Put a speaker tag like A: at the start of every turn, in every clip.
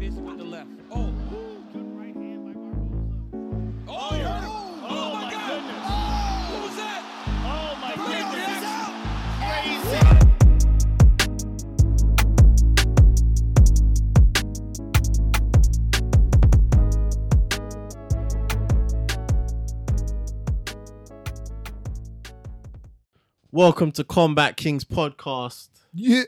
A: left. Oh. Oh, you heard him. Oh,
B: Oh,
A: my
B: my
A: God.
B: goodness.
A: Oh, what was that?
B: Oh my
A: Playoff
B: goodness.
A: action.
C: Welcome to Combat Kings podcast,
D: Yeah,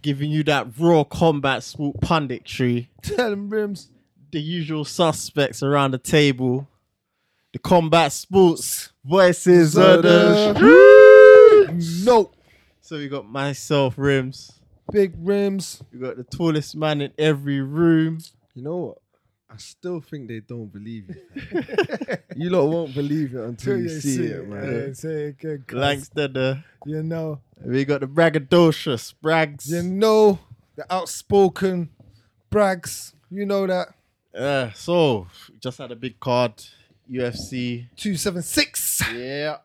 C: giving you that raw combat swoop punditry,
D: tell them rims.
C: the usual suspects around the table, the combat sports voices of the streets.
D: No,
C: So we got myself, Rims.
D: big rims.
C: We got the tallest man in every room.
D: You know what? I still think they don't believe you. you lot won't believe it until you see, it, man.
C: Langsteader.
D: You know,
C: uh, We got the braggadocious Brags.
D: you know the outspoken brags. You know that
C: Uh, so just had a big card, UFC.
D: two seven six.
C: Yeah.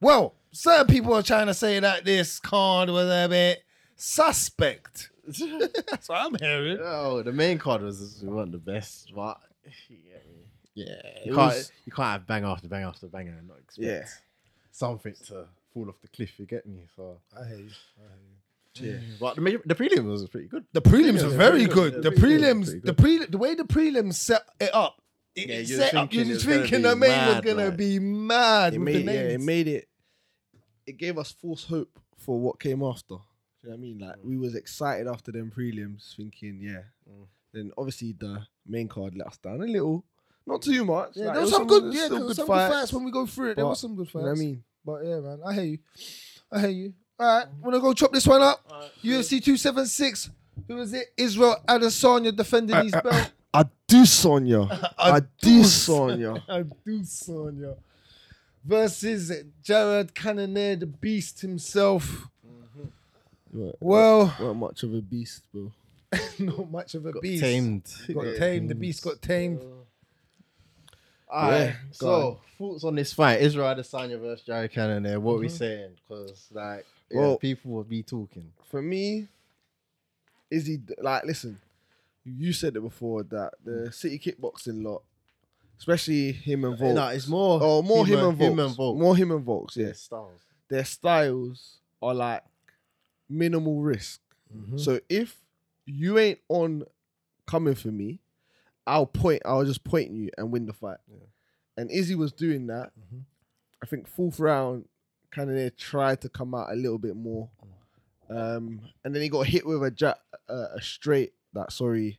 D: Well, certain people are trying to say that this card was a bit suspect. That's what I'm hearing.
C: Oh, the main card was one of the best, but yeah, you
D: it
C: can't
D: was-
C: you can't have bang after bang after banger and not expect
D: Yeah.
C: something to fall off the cliff. You get me? So
D: I hear you.
C: but the, ma- the prelims was pretty good.
D: The prelims are
C: they're
D: very
C: pretty good.
D: good.
C: They're
D: The
C: pretty good.
D: prelims,
C: Pretty
D: the
C: good.
D: pre, the way the prelims set it up, it
C: Yeah,
D: it
C: you were
D: set up.
C: thinking it
D: You're
C: was gonna
D: thinking
C: be
D: the main was
C: mad,
D: gonna
C: like-
D: be mad
E: it
D: with the
E: made, yeah, it
D: names.
E: made it. It gave us false hope for what came after. Do you know what I mean? Like
D: Mm.
E: we was excited after them prelims, thinking, yeah. Then obviously the main card let us down a little, not too much.
D: Mm. yeah, there
E: like,
D: was
E: it was
D: some
E: still-
D: good,
E: it was
D: yeah,
E: still
D: there was some good fights. when we go through it. There
E: but,
D: was some good
E: you
D: fights.
E: know what I mean?
D: But yeah, man, I hear you. I hear you. All right, wanna go chop this one up? UFC two seven six. Who is it? Israel Adesanya defending his belt.
E: I do Sonya. I do Sonya.
D: Adesanya versus Jared Cannonier, the beast himself. Well,
E: weren't much of a beast, bro.
D: not much of a
C: Got
D: beast.
C: tamed.
D: Got tamed. The beast got tamed.
C: Alright,
E: Yeah, go
C: so thoughts on this fight: Israel Adesanya versus Jared Cannonier. What are we saying? Because like, yeah,
E: Well-
C: people will be talking.
E: for me, is he like? Listen, you said it before that the city kickboxing lot, especially him and Volk.
C: No, it's more.
E: Oh, more him, and Volks.
C: him and Volk.
E: More him and Volks, yes.
C: styles.
E: Their styles are like minimal risk.
D: Mm-hmm.
E: So if you ain't on coming for me, I'll point, I'll just point you and win the fight. And Izzy was doing that.
D: Mm-hmm.
E: I think fourth round, kind of tried to come out a little bit more. Um, and then he got hit with a ja- uh, a straight that sorry,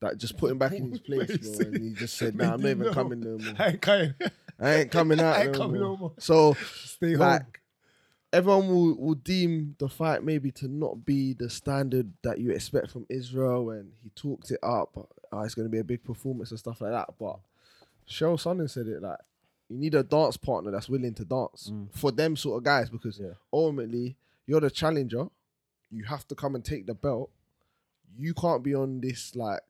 E: that just put him back in his place, bro. And he just said, "Nah, I'm not even coming no more."
D: I can't
E: I ain't coming out.
D: I ain't
E: no
D: coming
E: more.
D: no more.
E: So
D: stay
E: like
D: home.
E: everyone will, will deem the fight maybe to not be the standard that you expect from Israel and he talked it up. Uh, it's gonna be a big performance and stuff like that. But Cheryl Sonnen said it like you need a dance partner that's willing to dance
D: Mm.
E: for them sort of guys because
C: Yeah.
E: ultimately you're the challenger. You have to come and take the belt. You can't be on this like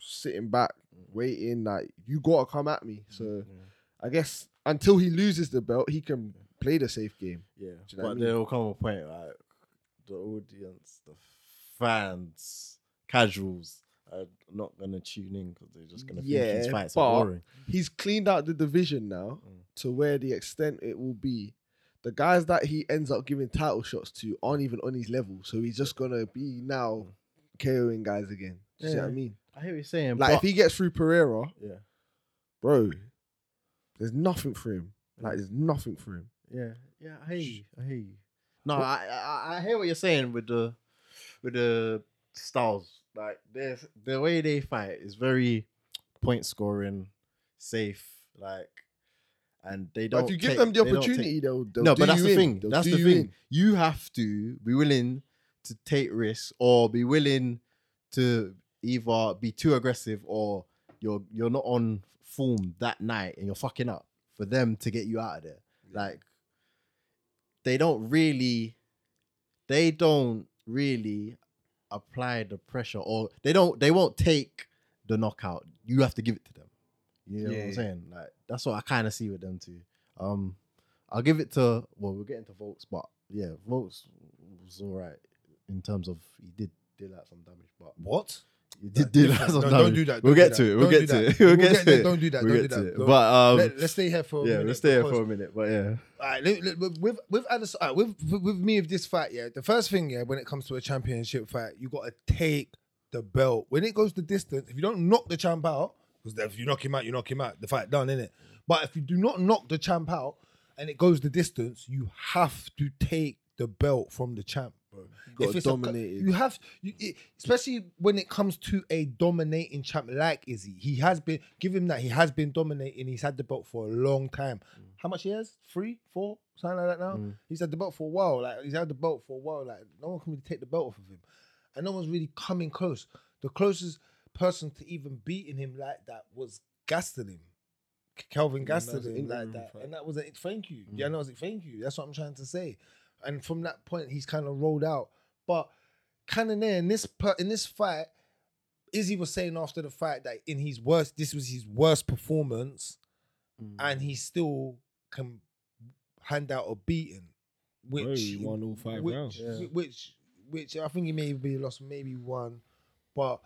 E: sitting back
D: Mm.
E: waiting. Like you gotta come at me. So I guess until he loses the belt, he can play the safe game.
C: Yeah,
E: Do you know what I
C: but
E: mean?
C: there will come a point like the audience, the fans, casuals are not gonna tune in because they're just gonna think these
E: Yeah,
C: fights
E: but-
C: are boring.
E: He's cleaned out the division now
C: Mm.
E: to where the extent it will be. The guys that he ends up giving title shots to aren't even on his level. So he's just gonna be now
C: Mm.
E: KOing guys again. Do you see what I
C: Yeah.
E: mean?
C: I hear what you're saying,
E: Like if he gets through Pereira,
C: yeah,
E: bro, there's nothing for him.
C: Mm.
E: Like there's nothing for him.
C: yeah, yeah, I hear you, I hear you. No, I, I I hear what you're saying with the with the styles. Like there's the way they fight is very point scoring, safe, like, and they don't.
E: But if you give
C: take-
E: them the
C: they don't take-
E: opportunity, they'll, they'll
C: no,
E: do
C: but that's
E: you
C: the
E: in.
C: thing.
E: They'll
C: that's
E: do
C: the
E: you
C: thing.
E: in.
C: You have to be willing to take risks or be willing to either be too aggressive or you're you're not on form that night and you're fucking up for them to get you out of there. Like they don't really they don't really apply the pressure or they don't they won't take the knockout. You have to give it to them. You know what I'm
E: Yeah.
C: saying? Like that's what I kind of see with them too. Um I'll give it to well, we'll get into Volts, but yeah, Volts was alright in terms of he did deal out some damage, but
D: What?
C: You did do that.
D: No,
C: sometimes.
D: don't do that.
C: We'll
D: Don't
C: get to
D: do
C: it.
D: that.
C: We'll
D: Don't
C: get
D: do
C: to it.
D: that.
C: We'll get to it.
D: Don't do that.
C: We'll
D: Don't do
C: get to
D: that.
C: it. But um,
D: Let, us stay here for a
C: yeah,
D: minute
C: let's stay here
D: because-
C: for a minute. But yeah,
D: All right, let- let- with with with Ades- all right, with with- with me with this fight, yeah. The first thing, yeah, when it comes to a championship fight, you got to take the belt. When it goes the distance, if you don't knock the champ out, because if you knock him out, you knock him out. The fight done, innit? But if you do not knock the champ out and it goes the distance, you have to take the belt from the champ, bro.
E: gotta
D: If it's a-
E: dominate it.
D: you have, you, it, especially when it comes to a dominating champ like Izzy. He has been, give him that, he has been dominating. He's had the belt for a long time.
E: Mm.
D: How much years? Three, four, something like that now? He's had the belt for a while. Like, he's had the belt for a while. Like, no one can really take the belt off of him. And no one's really coming close. The closest person to even beating him like that was Gastelum. Kelvin
E: that was
D: Gastelum
E: an interim
D: like that.
E: fight. Mm.
D: And that was it. Thank you. Yeah, no, it was a thank you. That's what I'm trying to say. And from that point, he's kind of rolled out. But Cannonier in this per- in this fight, Izzy was saying after the fight that in his worst, this was his worst performance, and he still can hand out a beating, which
E: Bro, he won all five
D: which,
E: rounds.
D: whi- which which I think he maybe lost maybe one, but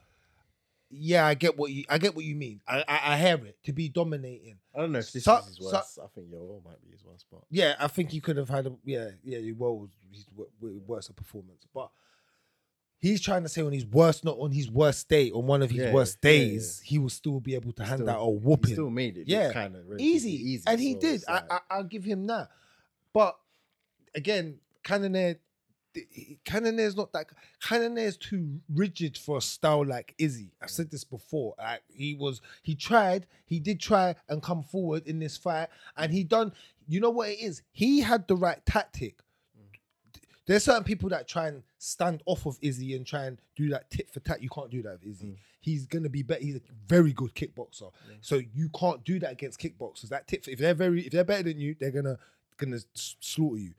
D: yeah, I get what you I get what you mean. I I, I hear it to be dominating.
C: I don't know
D: if this Suck- is his suck- worst.
C: I think your role might be his worst, but
D: Yeah, I think he could have had a yeah, yeah, he was his wo- wo- worst performance, but he's trying to say on his worst, not on his worst day, on one of his
C: Yeah,
D: worst
C: yeah, yeah.
D: days, he will still be able to hand
C: Still-
D: out a
C: he
D: whooping
C: still made it.
D: Yeah.
C: kind of
D: easy, easy, and he did. I, I, I'll give him that. But again, Cannonier, Cannonier's not that. Cannonier's too rigid for a style like Izzy. I've said this before. Like he was, he tried, he did try and come forward in this fight, and he done. You know what it is? He had the right tactic. There's certain people that try and stand off of Izzy and try and do that tit for tat. You can't do that with Izzy. He's gonna be better. He's a very good kickboxer. So you can't do that against kickboxers. That tit for, if they're very if they're better than you, they're gonna gonna s- slaughter you.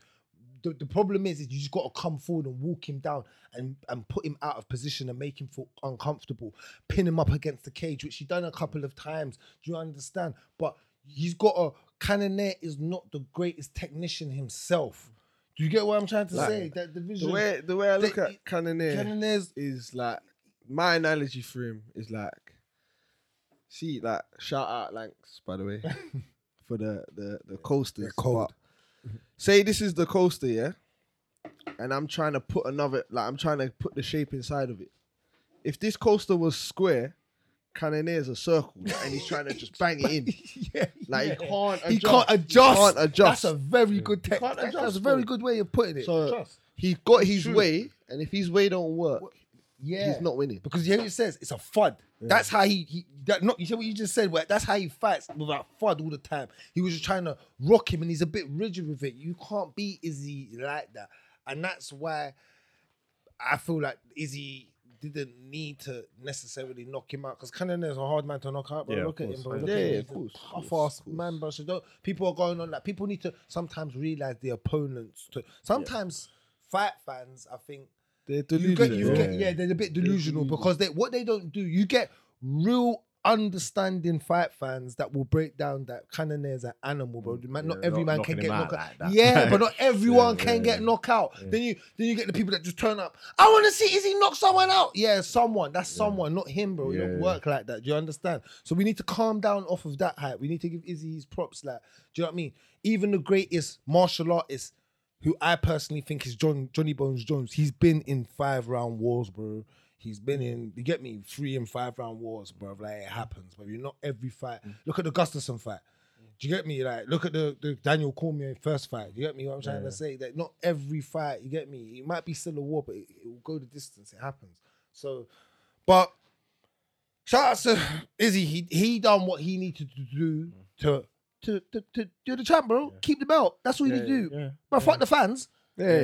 D: The, the problem is, is you just got to come forward and walk him down and, and put him out of position and make him feel uncomfortable, pin him up against the cage, which he done a couple of times. Do you understand? But he's got a Cannonier is not the greatest technician himself. Do you get what I'm trying to
E: Like,
D: say? That division.
E: The way the way I look
D: The-
E: at Cannonier
D: Cannonier's
E: is like my analogy for him is like see like shout out Lanks by the way for the the the coasters.
D: They're cold.
E: but say this is the coaster, yeah, and I'm trying to put another like I'm trying to put the shape inside of it. If this coaster was square, Cannonier is a circle, and he's trying to just bang it in.
D: yeah,
E: Like
D: yeah.
E: he can't.
D: He can't
E: Adjust.
D: adjust.
E: He can't adjust.
D: That's a very good tech.
E: can't
D: that- That's
E: adjust,
D: a very
E: bro.
D: good way of putting it.
E: so he got his
D: True.
E: way, and if his way don't work,
D: yeah,
E: he's not winning.
D: because you hear what it says it's a fud. That's how he, he that not you see what you just said. Where that's how he fights without fud all the time. He was just trying to rock him, and he's a bit rigid with it. You can't beat Izzy like that, and that's why I feel like Izzy didn't need to necessarily knock him out because Cannonier's a hard man to knock out. Bro,
C: Yeah, of
D: look at
C: course.
D: him, bro.
C: Yeah,
D: Look
E: yeah,
D: at him.
E: of
D: He's a
E: course,
D: tough
E: of course,
D: ass
E: of course.
D: man, bro. So don't people are going on like people need to sometimes realize the opponents. To sometimes fight fans, I think
E: They're
D: you get, you
E: delusional.
D: get, yeah, they're a bit delusional
E: delusional.
D: because they what they don't do. You get real understanding fight fans that will break down that Cannonier's an animal, bro. Man, not
C: Mm. Yeah,
D: every
C: not
D: man
C: knocking
D: can get
C: him
D: knocked
C: out
D: out.
C: like that.
D: yeah, but not everyone
C: Yeah,
D: can
C: yeah,
D: get
C: yeah.
D: knocked out. Then you then you get the people that just turn up. I want to see is he knock someone out? Yeah, someone. That's someone, not him, bro. It
C: Yeah,
D: don't
C: yeah.
D: work like that. Do you understand? So we need to calm down off of that hype. We need to give Izzy his props. Like, do you know what I mean? Even the greatest martial artist who I personally think is John Johnny Bones Jones. He's been in five round wars, bro. He's been in, you get me, three and five round wars, bro. Like it happens, but you're not every fight. Look at the Gustafson fight. Do you get me? Like, look at the, the Daniel Cormier first fight. Do you get me what I'm trying to say? That not every fight, you get me? It might be still a war, but it, it will go the distance. It happens. So, but shout out to Izzy. He he done what he needed to do to to to, to do the champ, bro. Keep the belt. That's all you need to do. But fuck the fans.
E: Yeah,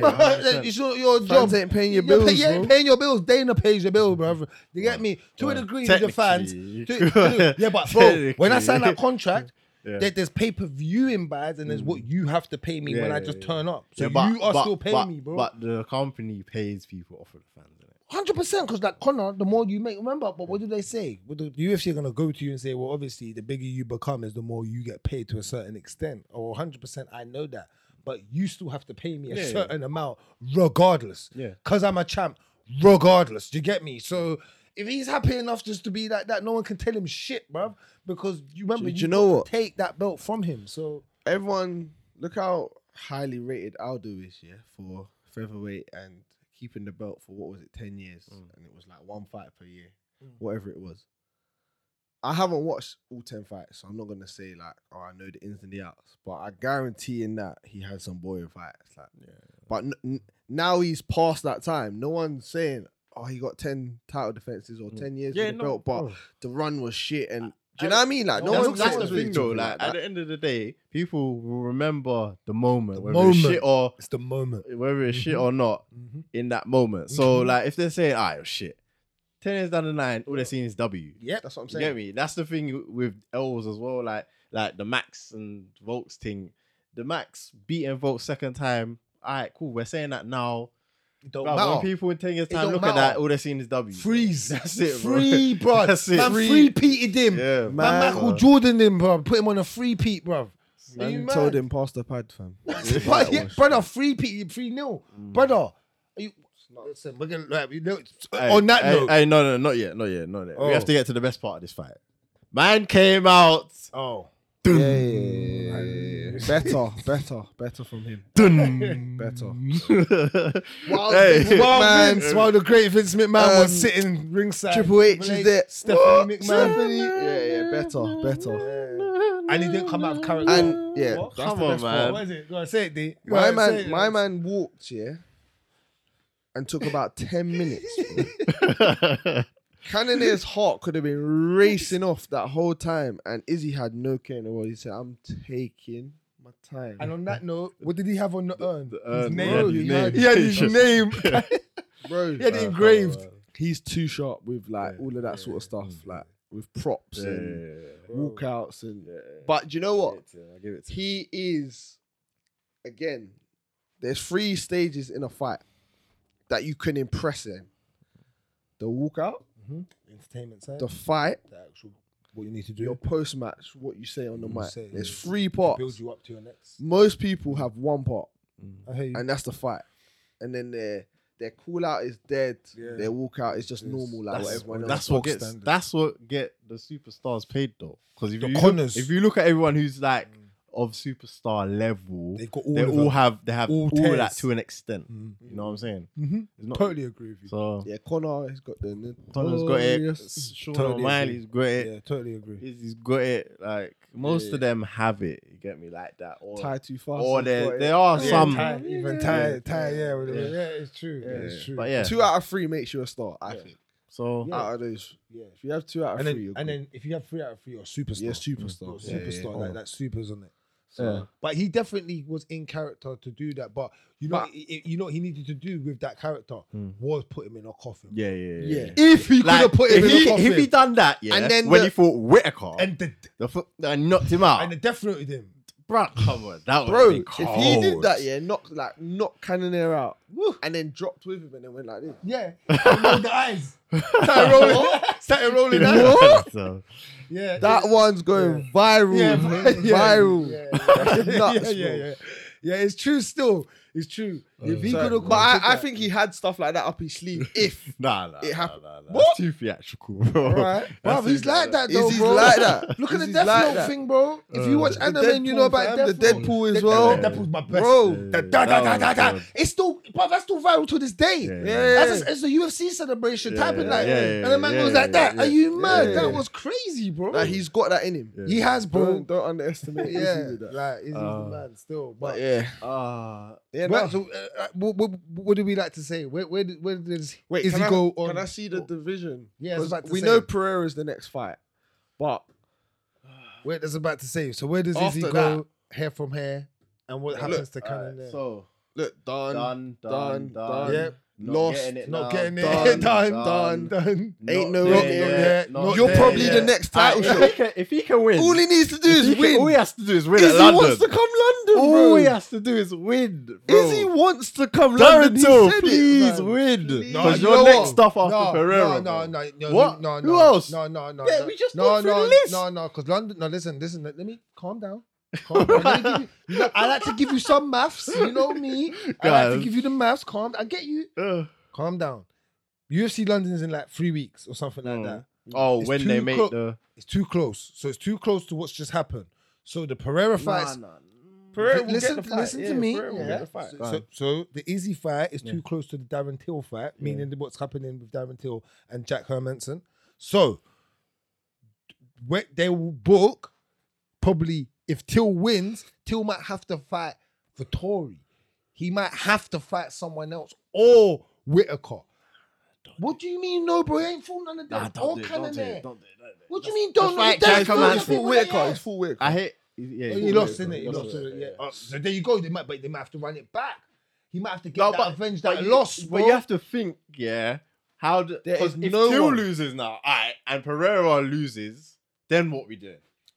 D: Bruh, it's not your job.
E: ain't paying your
D: You're pay-
E: bills,
D: you ain't
E: bro.
D: paying your bills. They ain't paying your bill, bro. You get me? To a
C: Well,
D: degree, with the fans.
C: technically,
D: to-
C: you
D: to-
C: could-
D: yeah, but bro, when
C: technically.
D: I sign that contract,
C: Yeah. Mm.
D: there- there's pay per view in buys and there's what you have to pay me
C: Yeah,
D: when I
C: yeah,
D: just
C: yeah.
D: turn up. So
C: Yeah, but-
D: you are
C: but-
D: still paying
C: but-
D: me, bro.
C: But the company pays people off of the fans, innit?
D: Hundred percent, because like Connor, the more you make, remember. But what do they say? Well, the, the UFC are gonna go to you and say, well, obviously, the bigger you become, is the more you get paid to a certain extent. Or hundred percent, I know that, but you still have to pay me a
C: Yeah, yeah.
D: certain amount, regardless.
C: Yeah.
D: because I'm a champ, regardless. Do you get me? So If he's happy enough just to be like that, no one can tell him shit, bruv. Because you remember,
E: Do
D: you,
E: you know what?
D: take that belt from him. So
E: everyone look how highly rated Aldo is, yeah, for featherweight and keeping the belt for what was it, ten years, and it was like one fight per year, whatever it was. I haven't watched all ten fights, so I'm not gonna say like, oh, I know the ins and the outs, but I guarantee in that he had some boring fights, like. But n- n- now he's past that time. No one's saying, oh, he got ten title defenses or ten years
C: Yeah,
E: with the
C: no,
E: belt, but
C: bro.
E: the run was shit. And do you know what I mean? Like, no
C: that's,
E: one's
C: that's
E: saying
C: the
E: really
C: thing though.
E: talking
C: Like
E: that.
C: at the end of the day, people will remember the moment,
D: The
C: whether it's
D: moment.
C: shit or
D: it's the moment.
C: whether it's shit or not,
D: Mhm.
C: in that moment. So
D: Mhm.
C: like if they're saying, "Ah, shit," ten years down the line, all they're seeing is W.
E: yeah, that's what I'm
C: You
E: saying.
C: get me? That's the thing with L's as well. Like like the Max and Volts thing. The Max beating Volts second time. All right, cool. We're saying that now.
D: It don't
C: Bruh, when
D: matter.
C: people in ten years time
D: don't
C: look at
D: matter.
C: that, all they're seeing is W.
D: Freeze.
C: That's it, bro.
D: Free, bro.
C: That's it.
D: Man,
C: Free.
D: free, peated him.
C: Yeah,
D: Man,
E: Man,
D: Michael
C: bruh.
D: Jordan him, bro. Put him on a free peat, bro.
E: Man told him pass the pad, fam.
D: but, yeah, brother, free peat, three nil,
C: Mm.
D: brother. Are you, listen, we're gonna like, we know,
C: Hey,
D: on that
C: hey,
D: note.
C: Hey, no, no, not yet, not yet, not yet. We
D: Oh.
C: have to get to the best part of this fight. Man came out.
E: Um,
D: oh,
E: Yeah, yeah, yeah, yeah, yeah. better, better, better from him.
C: Dun.
E: Better.
D: while,
C: Hey.
D: while
E: Man.
D: Vince, while the great Vince McMahon
E: Um,
D: was sitting ringside,
E: Triple H is
D: Blake,
E: there.
D: Stephanie
E: What?
D: McMahon,
E: Stephanie? Yeah, yeah, better, better.
D: and he didn't come out of character.
E: And yeah,
D: What?
E: that's
C: Come
E: the
C: on,
E: best part.
C: man.
D: What is it? Go on, say it, D. Go
E: My
D: on, say it.
E: man, my man walked yeah, and took about ten minutes. bro. Cannonier's heart could have been racing off that whole time, and Izzy had no care in the world. He said, "I'm taking my time."
D: And on that note, what did he have on the urn?
C: urn,
D: his
C: man.
D: name.
C: His
D: He
C: name.
D: had- He had his name.
E: bro.
D: He had
C: Uh,
D: it engraved.
E: he's too sharp with like all of that sort of stuff, like with props
C: Yeah,
E: and
C: Bro.
E: walkouts and.
C: Yeah, yeah.
E: But do you know what?
C: I give it to
E: He is, again, there's three stages in a fight that you can impress him: the walkout,
D: Entertainment side.
E: the fight,
D: the actual what you need to do.
E: your post match, what you say on the
D: You
E: mic.
D: say,
E: There's
D: yeah.
E: three parts.
D: build you up to your next.
E: Most people have one part,
D: I hear you.
E: Mm. and that's the fight, and then their their call out is dead.
D: Yeah.
E: Their walkout is just
D: Yes.
E: normal, like
C: That's,
E: what everyone else.
C: that's what
D: box
C: gets.
D: standard.
C: That's what get the superstars paid though. Because if
D: The
C: you
D: Connors.
C: Look, if you look at everyone who's like of superstar level,
D: They've got all
C: they
D: of
C: all
D: them.
C: have they have all,
D: All
C: that
D: tears.
C: to an extent. You know what I'm saying?
E: Mm-hmm.
C: It's not-
D: Totally agree with you.
C: So
E: Yeah, Connor has got the. Oh,
C: Connor's got it.
E: notorious-
C: Sean
D: Oh, Totally
C: O'Malley's got it.
D: yeah, totally agree.
C: Izzy's got it. Like most of them have it. You get me like that. Or,
E: Tie too fast.
C: or
E: he's got
C: there
E: it.
C: there are
D: Yeah,
C: some.
D: tie, even tie, tie, yeah, yeah, it's true, yeah, it's true.
C: But yeah.
E: Two out of three makes you a star, I think.
C: So
E: Out of those,
D: yeah.
E: if you have two out of
D: And
E: three,
D: then,
E: you're
D: and
E: good.
D: then if you have three out of three, you're a superstar.
E: yeah,
D: You're a
E: superstar, Yeah, yeah,
D: superstar,
E: yeah.
D: like that super's on it.
C: yeah.
D: But he definitely was in character to do that. But you know,
E: But- Hmm.
D: i- i- you know, what he needed to do with that character was put him in a coffin.
C: Yeah, yeah, yeah.
E: Yeah.
D: If he
C: Like,
D: could have put him
C: if,
D: in a
C: he,
D: coffin,
C: if he done that, yeah,
E: And then
C: when
E: the-
C: he fought Whitaker
D: and the
C: the fu- and knocked him out,
D: and the death noted him.
C: bro, come on, that
E: Bro,
C: would be
E: if
C: cold.
E: he did that, yeah, knocked like knocked Cannonair out,
D: Woo.
E: and then dropped with him, and then went like this.
D: Yeah, and rolled the eyes. Started rolling. Started rolling. eyes.
C: So,
D: Yeah,
E: That one's going viral,
D: yeah,
E: viral.
D: Yeah, yeah,
E: That's nuts,
D: yeah, yeah,
E: bro.
D: yeah. Yeah, it's true. Still, it's true. if he
E: So-
D: could have,
E: but I, I think he had stuff like that up his sleeve. If
C: nah, nah,
E: It happened.
C: Nah, nah, nah.
D: What?
C: It's too theatrical, bro.
E: Right.
D: Bruv,
C: That's
D: he's
C: it,
D: like that,
E: Is
D: though,
E: he's
D: bro.
E: like that?
D: Look at the
E: Is he's
D: Death
E: like
D: Note
E: that?
D: thing, bro. If you watch
E: The
D: anime, and you know
E: Deadpool,
D: about
E: fam,
D: Death
E: the Deadpool as
D: The-
E: well.
D: The Deadpool's my best,
E: Bro.
D: The da- da- da- da- da-
C: Yeah.
D: It's still, bro. That's still viral to this day.
C: Yeah.
D: That's a, it's a UFC celebration.
C: Yeah,
D: Type in like,
C: yeah,
D: and the man
C: yeah,
D: goes like that.
C: yeah,
D: Are you mad?
E: yeah.
D: That was crazy, bro.
E: like he's got that in him.
C: Yeah.
D: he has, bro.
E: Don't, don't underestimate. Izzy
D: Yeah,
E: with that.
D: like he's
C: Uh,
D: the man still, but.
E: But yeah,
C: Uh,
E: yeah.
D: Well,
E: nah.
D: so, uh, uh, what, what, what do we like to say? Where, where, do- where does
E: Wait,
D: Izzy
E: can I,
D: go on?
E: Can I see the division?
D: Yeah, I was
E: 'Cause
D: about to
E: we
D: say.
E: know Pereira's the next fight, but
D: Where that's about to say. So where does Izzy
E: After
D: go hair from hair, and what happens to
C: all right,
D: Cannon? there?
C: uh, so
E: look, done,
C: done,
E: done,
C: done, done.
D: Yep.
C: Not
E: Lost,
C: getting it
D: not
C: now.
D: getting
E: done,
D: it. Done, done,
E: done,
D: done.
E: Ain't
C: Not
E: no-
C: there
E: not
C: yet,
D: yet.
C: not
D: You're
E: You're
C: there
E: probably the
C: yet.
E: next
C: Alright,
E: title
C: if
E: shot.
C: he can- If he can win,
E: All he needs to do
C: If
E: is
C: he can- All he
E: win.
C: has to do is win
E: Izzy
C: at London.
E: wants to come London,
C: all he
E: bro.
C: has to do is win. Bro.
E: Izzy wants to come London. He
C: Naruto,
E: said it,
C: please
E: man.
C: win.
E: Please.
D: No,
C: Because
D: you
C: your
D: know
C: next
D: what?
C: stuff after
D: no,
C: Pereira.
D: No, no, no, no,
C: What?
D: No, no,
C: Who else?
D: No, no, no.
C: Yeah,
D: no,
C: we just
D: no,
C: went through
D: no,
C: the list.
D: no, no, because London. No, listen, listen. Let, let me calm down. Calm down. Let me give you, you know, I like to give you some maths. You know me. I like
C: Guys.
D: to give you the maths. Calm. I get you.
C: bro.
D: Calm down. UFC London's in like three weeks or something
C: Mm.
D: like that.
C: Oh,
D: It's
C: when
D: too
C: they make
D: clo-
C: the
D: It's too close. So it's too close to what's just happened. So the Pereira fights.
E: Pereira
D: But
E: will
D: listen-
E: get the fight.
D: listen to
E: Yeah,
D: me,
E: Pereira will
D: yeah.
E: get the fight.
C: Go
D: So,
C: on.
D: so the easy fight is too
C: Yeah.
D: close to the Darren Till fight, meaning that what's happening with Darren Till and Jack Hermanson. So where they will book probably if Till wins, Till might have to fight for Tory. He might have to fight someone else or Whitaker. What do you mean, no, bro? He ain't fought none of
C: Nah,
D: that.
C: don't
D: or
C: do it, don't do it,
D: Cannonier.
C: don't do it.
D: What do you mean, don't?
C: fight
D: That's
C: Jack
D: full-
C: Hermanson.
D: that's full
E: full
D: with
E: Whitaker.
D: the
E: It's
D: ass.
E: full Whitaker.
C: I hate. Yeah,
D: He
E: full
D: Oh, lost,
E: Whitaker.
D: innit? He
E: He
D: lost,
E: lost,
D: innit?
E: yeah,
D: Yeah.
E: yeah.
D: Oh, so there you go. They might, but they might have to run it back. He might have to get
E: No,
D: that
E: but-
D: revenge,
E: but
D: that
E: you-
D: loss,
E: But
D: bro.
E: you have to think,
C: yeah. How? Do,
E: There
C: 'cause
E: is
C: if
E: no
C: Till
E: one-
C: loses now, all right, and Pereira loses, then what we do?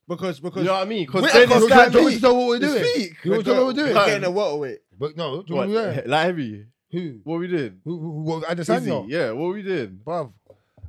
E: because because
C: You know what I mean? Because
E: Whitaker
C: then it's
E: stand
C: like-
E: up.
D: know what we're
E: It's
D: doing.
E: fake.
D: You don't know what we're
E: We're
D: doing.
E: getting a welterweight.
D: But no, do you know
C: What,
D: what we're doing?
C: light heavy.
D: Who?
C: What we did?
D: Who? Who? who
C: Izzy,
D: Adesanya?
C: yeah, what we did?
D: Bruv,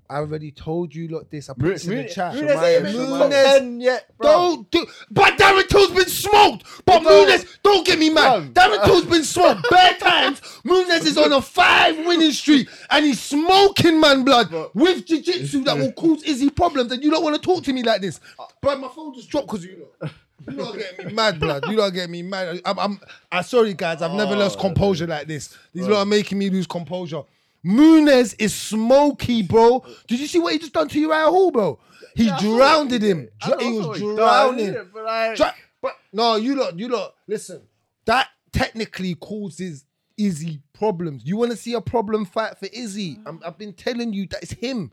D: I already told you lot this. I put this in the chat.
C: Munez ain't
D: Shamaya,
C: even
D: Shamaya.
C: top 10 yet, bro.
D: Don't do. But Darren Till's been smoked. But
C: No.
D: Munez, don't get me mad.
C: Bruv.
D: Darren Till's been smoked bare times. Munez is on a five winning streak and he's smoking man blood with jiu-jitsu that will cause Izzy problems. And you don't want to talk to me like this. But my phone just dropped because you know. You don't get me mad, blood. You don't get me mad. I'm, I'm, I'm sorry, guys. I've never lost composure like this. These lot are making me lose composure. Munez is smoky, bro. Did you see what he just done to Uriah Hall, bro? He drowned him. Dr- he was drowning.
C: But like,
D: Dra- but no, you lot, you lot. Listen, that technically causes Izzy problems. You want to see a problem fight for Izzy? I'm, I've been telling you that it's him.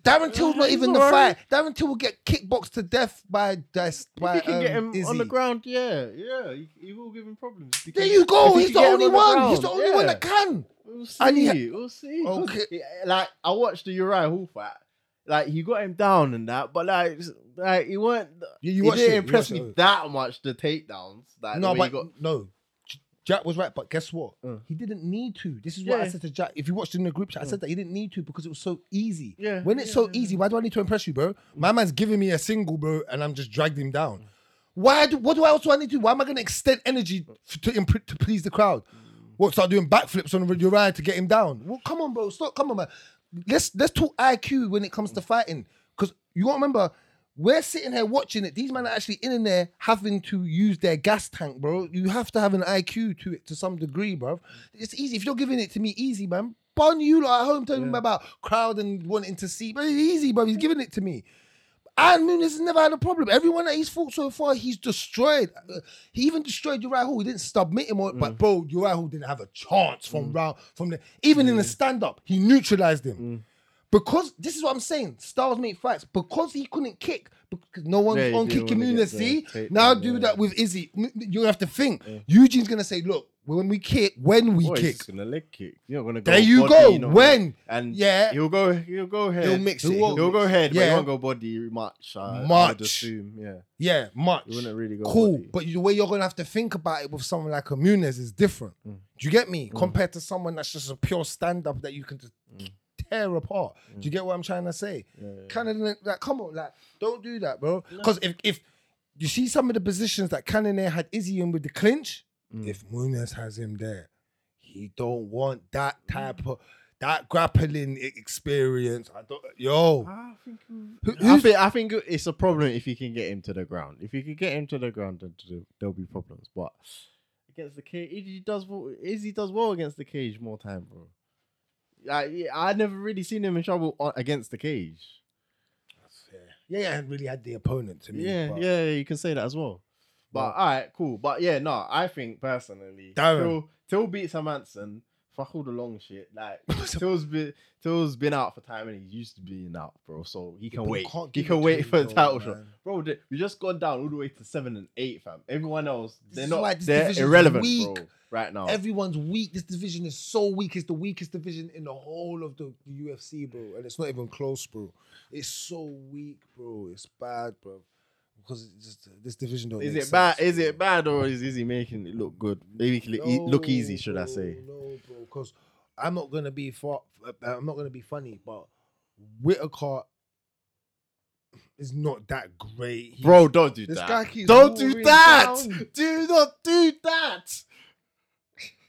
D: Darren Till's not even the fight. Darren Till will get kickboxed to death by this. By,
C: if he can get
D: um,
C: him
D: Izzy.
C: on the ground, yeah, yeah, he, he will give him problems. If he
D: There
C: can-
D: you go.
C: if he
D: He's
C: can
D: the
C: get him
D: only
C: on the
D: one.
C: ground,
D: He's the only one
C: yeah.
D: that can.
C: We'll
D: And he Oh,
C: see. we'll see. 'Cause
D: Okay.
C: it- Like I watched the Uriah Hall fight. Like he got him down and that, but like, s- like he weren't.
D: You-
C: he
D: you watched it,
C: didn't
D: you
C: impress
D: watched
C: me
D: it.
C: that much. The takedowns. Like,
D: No,
C: no,
D: but
C: he got,
D: no. J- Jack was right, but guess what?
C: Mm.
D: He didn't need to. This is what I
C: Yeah. Mm.
D: said to Jack. If you watched in the group chat, I said that he didn't need to because it was so easy.
C: Yeah,
D: When it's
C: yeah,
D: so
C: yeah, Mm.
D: easy, why do I need to impress you, bro? My man's giving me a single, bro, and I'm just dragged him down. Why? Do, what do I else do I need to? do? Why am I going to extend energy f- to imp- to please the crowd? What? Start doing backflips on Uriah to get him down? Well, come on, bro. Stop. Come on, man. Let's let's talk IQ when it comes to fighting, because you got to remember. We're sitting here watching it. These men are actually in there having to use their gas tank, bro. You have to have an IQ to it to some degree, bro. It's easy. If you're giving it to me easy, man, bun you lot at home telling me about crowd and wanting to see, but it's easy, bro. He's giving it to me. And Nunes has never had a problem. Everyone that he's fought so far, he's destroyed. Uh, He even destroyed Uriah Hall. He didn't submit him, or,
C: Mm.
D: but bro, Uriah Hall didn't have a chance from round from the even in the
C: Mm.
D: stand up, he neutralized him. Because this is what I'm saying, stars make fights. Because he couldn't kick, because no one's
C: Yeah, you
D: on
C: didn't
D: kicking
C: wanna
D: Nunes.
C: get the
D: See,
C: takedown,
D: now do
C: yeah.
D: that with Izzy. M- You have to think. Eugene's gonna say, look, when we kick, when we
C: Boy, he's
D: kick,
C: just gonna leg kick. You're not gonna go.
D: There you
C: body,
D: go.
C: you know,
D: When?
C: and
D: Yeah.
C: he'll go. He'll go ahead.
E: He'll mix it,
C: He'll,
E: he'll
C: go
E: mix
C: ahead. Yeah, but
D: Yeah.
C: he won't go body much. I, I
D: Much.
C: would assume. Yeah,
D: yeah, much.
C: he wouldn't really go.
D: cool,
C: Body.
D: but the way you're gonna have to think about it with someone like a Munez is different.
C: Mm.
D: Do you get me? Compared to someone that's just a pure stand up that you can just
C: Mm.
D: tear apart. Do you get what I'm trying to say? Kind of like, come on, like, don't do that, bro. Because if if you see some of the positions that Cannonier had Izzy in with the clinch,
C: Mm.
D: if Munez has him there, he don't want that type of that grappling e- experience. I don't, yo,
C: I think,
D: Who-
C: I
D: who's-
C: think I think it's a problem if you can get him to the ground. If you can get him to the ground, then there- there'll be problems. But against the cage, Izzy does well, Izzy does well against the cage more time, bro. I I never really seen him in trouble on, against the cage.
D: yeah, yeah, I really had the opponent to me.
C: Yeah,
D: but-
C: yeah, you can say that as well. But all right, cool. But yeah, no, I think personally,
D: Darren.
C: Till Till beats Hermanson. Fuck all the long shit. Like Till's been Till's been out for time and he's used to being out, bro. So he can
D: but you
C: wait.
D: can't
C: He
D: give it
C: can
D: to
C: wait
D: him,
C: for the
D: though,
C: title shot,
D: man.
C: bro. th- We just gone down all the way to seven and eight, fam. Everyone else,
D: This
C: they're
D: is
C: not.
D: why this
C: they're
D: division's
C: irrelevant,
D: weak.
C: bro. Right now,
D: Everyone's weak. This division is so weak. It's the weakest division in the whole of the the UFC, bro. And it's not even close, bro. It's so weak, bro. It's bad, bro. Because it's just this division don't.
C: is
D: make
C: it bad?
D: sense,
C: Is it
D: bro.
C: bad or is Izzy making it look good? Making it e- look easy,
D: No,
C: should I
D: bro,
C: say?
D: No, bro. Because I'm not gonna be for. I'm not gonna be funny, but Whitaker is not that great. He-
C: Bro, don't do
E: This
C: that.
E: guy keeps
C: don't do
E: watering
C: that.
E: down.
C: Do not do that.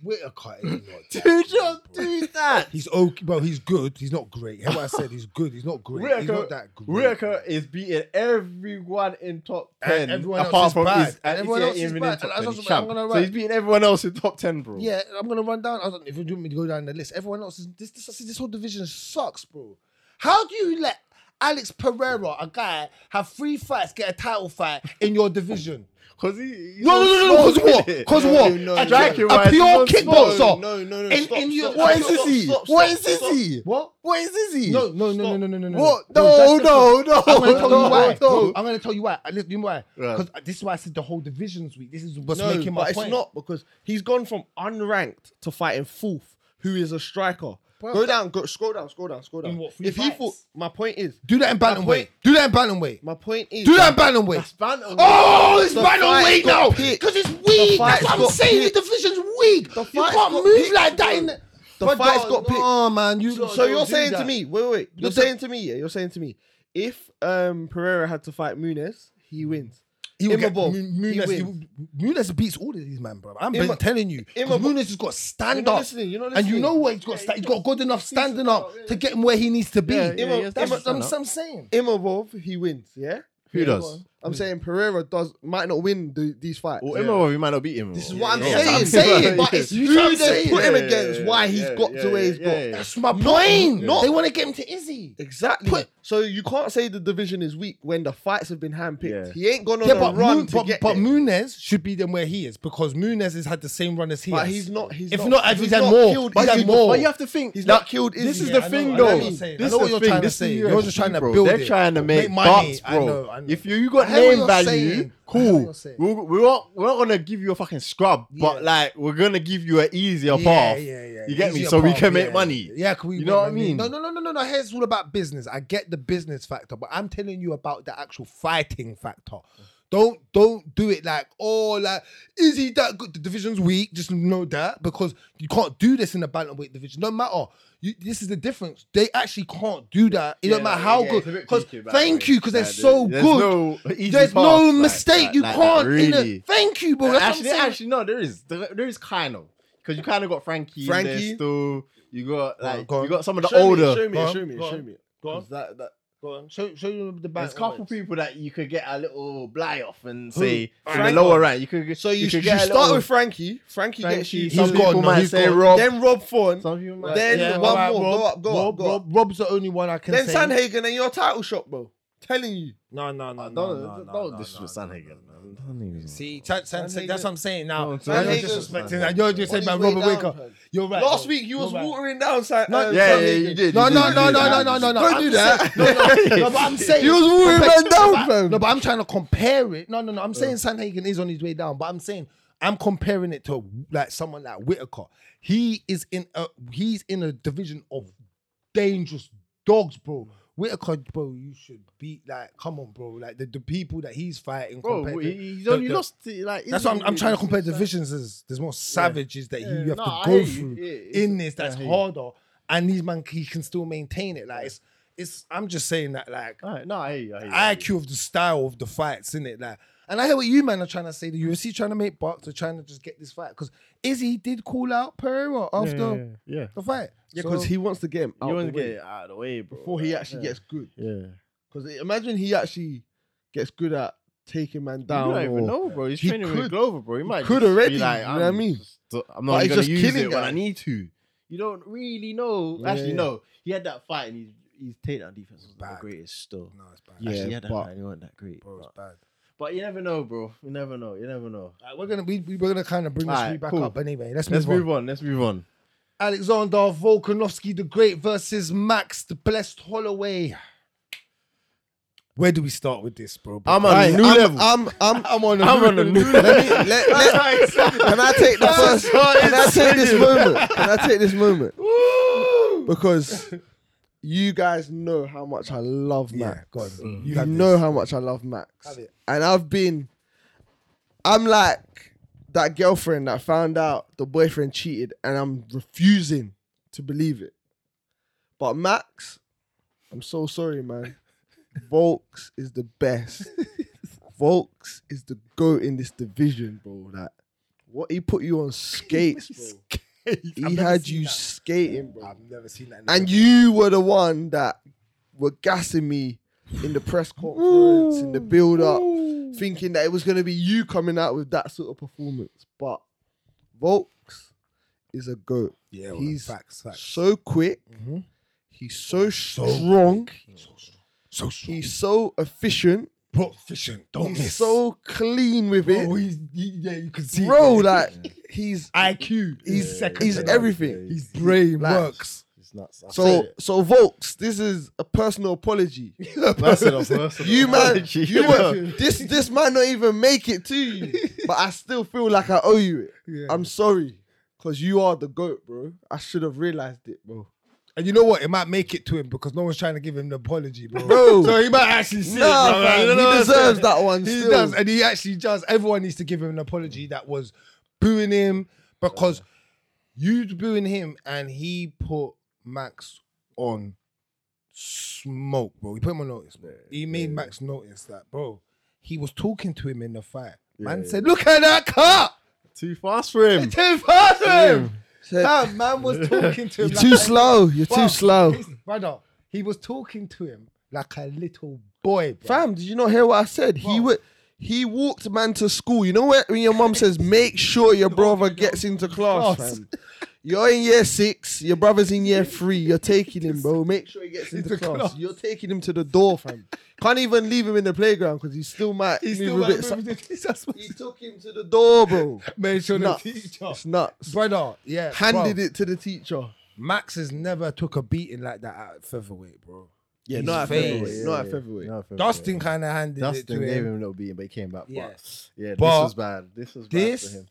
D: Whitaker is not. that
C: Do
D: good,
C: not
D: bro.
C: do that.
D: He's okay. Well, he's good. He's not great. Hear what I said? He's good. He's not great. he's
C: Whitaker-
D: not that great.
C: Whitaker is beating everyone in top ten,
D: And everyone else
C: apart
D: is
C: from
D: bad.
C: his,
D: And
C: uh,
D: everyone
C: yeah,
D: else is
C: even in
D: bad.
C: top
D: And that's
C: 10,
D: what I'm
C: champ.
D: gonna
C: So
D: write.
C: he's beating everyone else in top ten, bro.
D: Yeah, I'm gonna run down. I was like, if you want me to go down the list, everyone else is this. This, this whole division sucks, bro. How do you let Alex Pereira, a guy, have three fights, get a title fight in your division?
C: because he. he's
D: No,
C: so
D: no, no, no,
C: small,
D: because what?
C: innit?
D: Because
E: No,
D: what?
E: no,
D: a,
E: no,
C: no.
D: a pure
C: Striking-wise, no,
D: kickboxer.
E: no, no, no.
D: In-
E: stop,
D: in your-
E: stop,
C: What is
E: stop,
C: this?
E: stop,
C: He?
E: stop, stop,
C: What is
E: stop,
C: this?
E: stop.
C: He?
D: What?
C: What is this? He?
D: No, no, no, no,
E: Stop.
D: no, no, no, no.
C: What?
D: No,
C: No,
D: that's the
C: no, no.
D: I'm gonna tell
C: no,
D: you why.
C: no.
D: I'm gonna tell you why. I let you know why.
C: Right.
D: Because this is why I said the whole division's weak. This is what's
E: No,
D: making my
E: but it's
D: point.
E: not because he's gone from unranked to fighting fourth, who is a striker.
D: Bro,
E: go
D: that-
E: down, go scroll down, scroll down, scroll down.
D: what, three
E: if he
D: fights?
E: thought, my point is,
D: Do that in
E: My
D: bantamweight.
E: point-
D: Do that in bantamweight.
E: my point is,
D: Do that in bantamweight. Oh, it's
E: The
D: right on
E: fight
D: weak now
E: got picked.
D: because it's weak. That's
E: fight's
D: what I'm
E: got
D: saying.
E: picked.
D: The division's weak.
E: The
D: you
E: fight's
D: can't
E: got
D: move
E: picked,
D: like that. In
E: bro.
D: the,
E: The
D: But
E: fight's
D: no,
E: got picked.
D: No, man. You,
E: So you're
D: don't do
E: saying to
D: that.
E: me, wait, wait, wait. You're
D: Listen.
E: saying to me, yeah, you're saying to me, if um Pereira had to fight Munez, he wins.
D: he will get
E: Immobile,
D: Mu-
E: he
D: Munez, he
E: wins.
D: will- Munez beats all of these men, bro. I'm
E: Immo-
D: telling you. 'Cause
E: Immobile-
D: Munez has got
E: You're
D: stand
E: not
D: up.
E: listening. You're not
D: And
E: listening.
D: you know what he's got. sta- he's got good enough standing up to get him where he needs to be.
C: Yeah, yeah,
E: yeah,
D: That's
E: yeah,
D: what I'm,
C: stand up.
D: I'm saying.
E: Imovov, he wins. Yeah,
C: Who does?
E: I'm saying Pereira does might not win the, these fights.
C: Well, Emma, we might not beat him.
E: This is
C: bro.
E: what I'm
C: Yeah,
E: saying.
C: yeah,
E: I'm
C: yeah.
E: saying, but it's
C: Yeah,
E: who
C: yeah,
E: they
C: yeah,
E: put him
C: yeah,
E: against,
C: yeah,
E: why he's
C: yeah,
E: got to
C: yeah,
E: where he's
C: yeah,
E: got.
C: yeah, yeah.
D: That's my point.
E: not-
D: They want to get him to Izzy.
E: Exactly.
D: Put-
E: so you can't say the division is weak when the fights have been handpicked.
C: Yeah.
E: He ain't gone on
D: Yeah,
E: a
D: but,
E: run
D: Mu-
E: to
D: but,
E: get
D: but
E: there.
D: Munez should be them where he is because Munez has had the same run as he
E: But
D: has.
E: he's not. He's
D: if
E: not,
D: not, if he's had
E: not
D: more,
E: killed
D: he's
E: Izzy
D: had
E: before.
D: more.
C: But you have to think.
E: He's
C: that-
E: not killed Izzy.
C: This is
D: Yeah,
C: the
D: I know- I
C: thing,
D: know what
C: though.
D: you're
C: This
D: saying. I
C: is
D: know what
C: the
D: you're
C: thing.
D: trying to
C: This
D: say.
C: is
D: You're just trying to
C: bro.
D: build
C: They're
D: it.
C: trying to
D: Make
C: make
D: money.
C: bucks,
D: I know,
C: bro.
D: I know.
C: If you you
D: I
C: got
D: hear what
C: name
D: you're
C: value,
D: saying. I hear what
C: cool.
D: you're saying.
C: We're we're not we're not gonna give you a fucking scrub, but
D: Yeah.
C: like we're gonna give you an easier
D: Yeah,
C: path.
D: yeah, yeah.
C: You get me?
D: Easier
C: So we
D: path,
C: can make
D: yeah.
C: money.
D: Yeah, can we
C: You
D: make
C: know what I
D: money?
C: mean?
D: No, no, no, no, no, no. Here's all about business. I get the business factor, but I'm telling you about the actual fighting factor. Don't don't do it like oh like is he that good? The division's weak. Just know that because you can't do this in the bantamweight division. No matter. You, this is the difference. They actually can't do that. It
C: Yeah,
D: don't matter
C: yeah,
D: how
C: yeah,
D: good.
C: it's a bit
D: 'Cause
C: peaky, by the way.
D: thank you, because they're
C: Like,
D: so
C: there's
D: good.
C: no easy
D: There's
C: path
D: no
C: like
D: mistake.
C: that,
D: you
C: like that,
D: can't. in the-
C: really.
D: thank you, bro. That's what I'm
C: actually,
D: saying.
C: actually, no, there is. There, there is kind of because you kind of got Frankie, Frankie.
E: Frankie?
C: still. You got
D: on,
C: like
D: go on.
C: you got some of the
E: Show me,
C: older.
E: Show me.
D: Go on,
E: Show me.
D: go on,
E: Show me.
D: go on.
E: 'Cause That, that,
D: Go on, show, show you the
C: There's a couple people that you could get a little blight off and
E: Who?
C: say from the
E: Franco.
C: lower rank. You could get-
E: so you,
C: could
E: you,
C: get a
E: start
C: little-
E: with Frankie. Frankie, gets
C: Frankie.
E: you.
C: Some
D: he's
C: people
D: gone, no,
C: might
D: he's
C: say
D: gone.
C: Rob.
E: Then Rob Fon.
C: some people might
E: then
C: say,
E: one more.
D: alright,
E: go up. Go
D: Rob,
E: up. Go up.
D: Rob- Rob's the only one I can
E: Then
D: say.
E: Sanhagen and your title shot, bro. Telling you.
D: No, no, no,
C: "Oh, Don't
D: no, no, no,
C: don't
D: no,
C: disrespect
D: no, no.
C: Sanhagen. Don't even-
D: See, San- San- San- that's what I'm saying now.
C: No,
D: No,
C: San
D: you're
E: Hagen's-
D: disrespecting that. You're just saying
E: On
D: about
E: his
D: Robert
E: way down,
D: Whitaker.
E: fam.
D: You're right.
E: Last
D: bro.
E: week you was
D: You're right.
E: watering down San.
D: No,
C: Yeah,
E: uh,
C: yeah,
E: Sanhagen.
C: you did.
D: No,
C: you
D: no,
C: did,
D: no,
C: you
D: no,
C: did.
D: no, no, no, no.
E: Don't
D: I'm
E: do
D: just
E: that.
D: saying- No, no, no, but I'm saying.
E: You was watering
D: Compare-
E: man
D: no,
E: down,
D: but-
E: fam.
D: No, but I'm trying to compare it. No, no, no. I'm saying Sanhagen is on his way down, but I'm saying I'm comparing it to like someone like Whitaker. He is in a he's in a division of dangerous dogs, bro. Whitaker, bro, you should beat like, come on, bro, like the, the people that he's fighting.
C: Bro,
D: compared
C: he-
D: to-
C: he's
D: the-
C: only
D: the-
C: lost. to, Like
D: That's
C: isn't
D: what I'm, I'm
C: he
D: trying to compare
C: really-
D: divisions. There's, there's more savages that
C: Yeah,
D: you have
C: no, I
D: to go
C: hear you.
D: through
C: Yeah, it's-
D: in this that's
C: I hear you.
D: harder, and these man he can still maintain it. Like it's, it's. I'm just saying that like
C: Alright, No, I hear you, I hear you, I hear you.
D: IQ of the style of the fights, in it? Like, and I hear what you man are trying to say. The UFC trying to make bucks, they're trying to just get this fight because Izzy did call out Pereira after
C: yeah.
D: the fight.
E: Yeah, because
D: So-
E: he wants to get him out
C: You
E: the
C: want to
E: way
C: get it out of the way, bro.
E: before he actually gets good.
C: Yeah.
E: Because imagine he actually gets good at taking man down.
C: You don't
E: or-
C: even know, bro. He's
E: He
C: training
E: could-
C: with Glover, bro. He might
E: could
C: just be
E: already,
C: Like,
E: you know
C: I'm
E: what I mean?
C: just- I'm not
E: But
C: even
E: he's
C: gonna
E: just
C: use
E: killing
C: it when I
E: guys.
C: need to. You don't really know.
E: Yeah,
C: Actually,
E: yeah.
C: no. He had that fight, and his his takedown defense was not
D: Bad.
C: the greatest. Still,
D: No, it's bad.
E: Yeah,
C: actually, he had that
E: but-
C: fight, and he wasn't that great.
D: bro, it's
C: But,
D: bad.
C: but you never know, bro. You never know. You never know.
D: Alright, we're gonna we, we- we're gonna kind of bring this
C: Alright,
D: re back
C: cool.
D: up anyway. Let's,
C: Let's
D: move on.
C: move on. Let's move on.
D: Alexander Volkanovski the Great versus Max the Blessed Holloway. Where do we start with this, bro?
C: I'm
E: All
C: on a
E: right,
C: new
E: I'm,
C: level.
E: I'm, I'm, I'm on a
C: I'm on a new level.
E: Let, let, can I take the first? Can I take this moment? Can I take this moment? Because you guys know how much I love
D: yeah,
E: Max.
D: go on.
E: You,
D: have
E: know
D: this.
E: how much I love Max.
D: Have it.
E: And I've been, I'm like that girlfriend that found out the boyfriend cheated and I'm refusing to believe it. But Max, I'm so sorry, man. Volks is the best. Volks is the GOAT in this division, bro. Like, What he put you on skates, bro. He had you skating, bro.
D: I've never seen that. in a
E: And
D: movie.
E: you were the one that were gassing me in the press conference, in the build up, thinking that it was going to be you coming out with that sort of performance. But Volks is a goat.
D: yeah, well,
E: he's
D: facts, facts.
E: So quick.
D: Mhm.
E: He's so, strong.
D: So strong.
E: He's so efficient.
D: proficient. Don't
E: He's
D: miss.
E: so clean with
D: bro,
E: it.
D: he's, he, yeah, you can see.
E: Bro,
D: it.
E: like, he's
D: IQ. He's second.
E: he's
D: to none.
E: everything.
D: His brain
E: Like,
D: works.
C: It's nuts. I said
E: So
C: it.
E: so Volks, this is a personal apology.
C: that's it. That's it.
E: You man, you
C: know.
E: man, this this might not even make it to you, but I still feel like I owe you it.
D: Yeah.
E: I'm sorry, cause you are the goat, bro. I should have realized it, bro.
D: And you know what? It might make it to him because no one's trying to give him the apology, bro.
E: Bro.
D: so he might actually see it,
E: Nah,
D: bro. You
E: man,
D: know what
E: he
D: I'm saying?
E: deserves that one.
D: He
E: still.
D: does, and he actually does. Everyone needs to give him an apology that was booing him because you booing him, and he put Max on smoke, bro. He put him on notice, bro. He made Max notice that, bro. He was talking to him in the fight. man said, "Look at that car."
C: Too fast for him.
D: Too fast, him.
E: Said,
D: That man was talking to him.
E: You're
D: like
E: too
D: a
E: slow. You're
D: Bro,
E: too slow.
D: he's- Brother, he was talking to him like a little boy, bro.
E: Fam, did you not hear what I said? He
D: Bro.
E: would. He walked man to school. You know what? When your mum says, "Make sure your brother gets into class,"
D: Class.
E: fam. You're in year six. Your brother's in year three. You're taking him, bro. Make sure he gets into,
D: Into
E: class.
D: class.
E: You're taking him to the door, fam. Can't even leave him in the playground because he still might
D: He
E: move
D: still
E: a
D: like
E: bit.
D: moving the pieces.
E: he took him to the door, bro.
D: made sure the
E: nuts.
D: teacher.
E: It's nuts.
D: Brother, yeah.
E: Handed
D: bro.
E: it to the teacher.
D: Max has never took a beating like that at featherweight, bro.
E: Yeah,
D: His
E: not at
D: face.
E: featherweight. Not at featherweight.
C: No, I feel
D: Dustin
C: it.
D: kind of handed
C: Dustin
D: it to
C: gave him
D: him.
C: a little beating, but he came back.
D: Yeah.
C: But yeah,
D: But
C: this was bad. This was bad
D: this-
C: for him.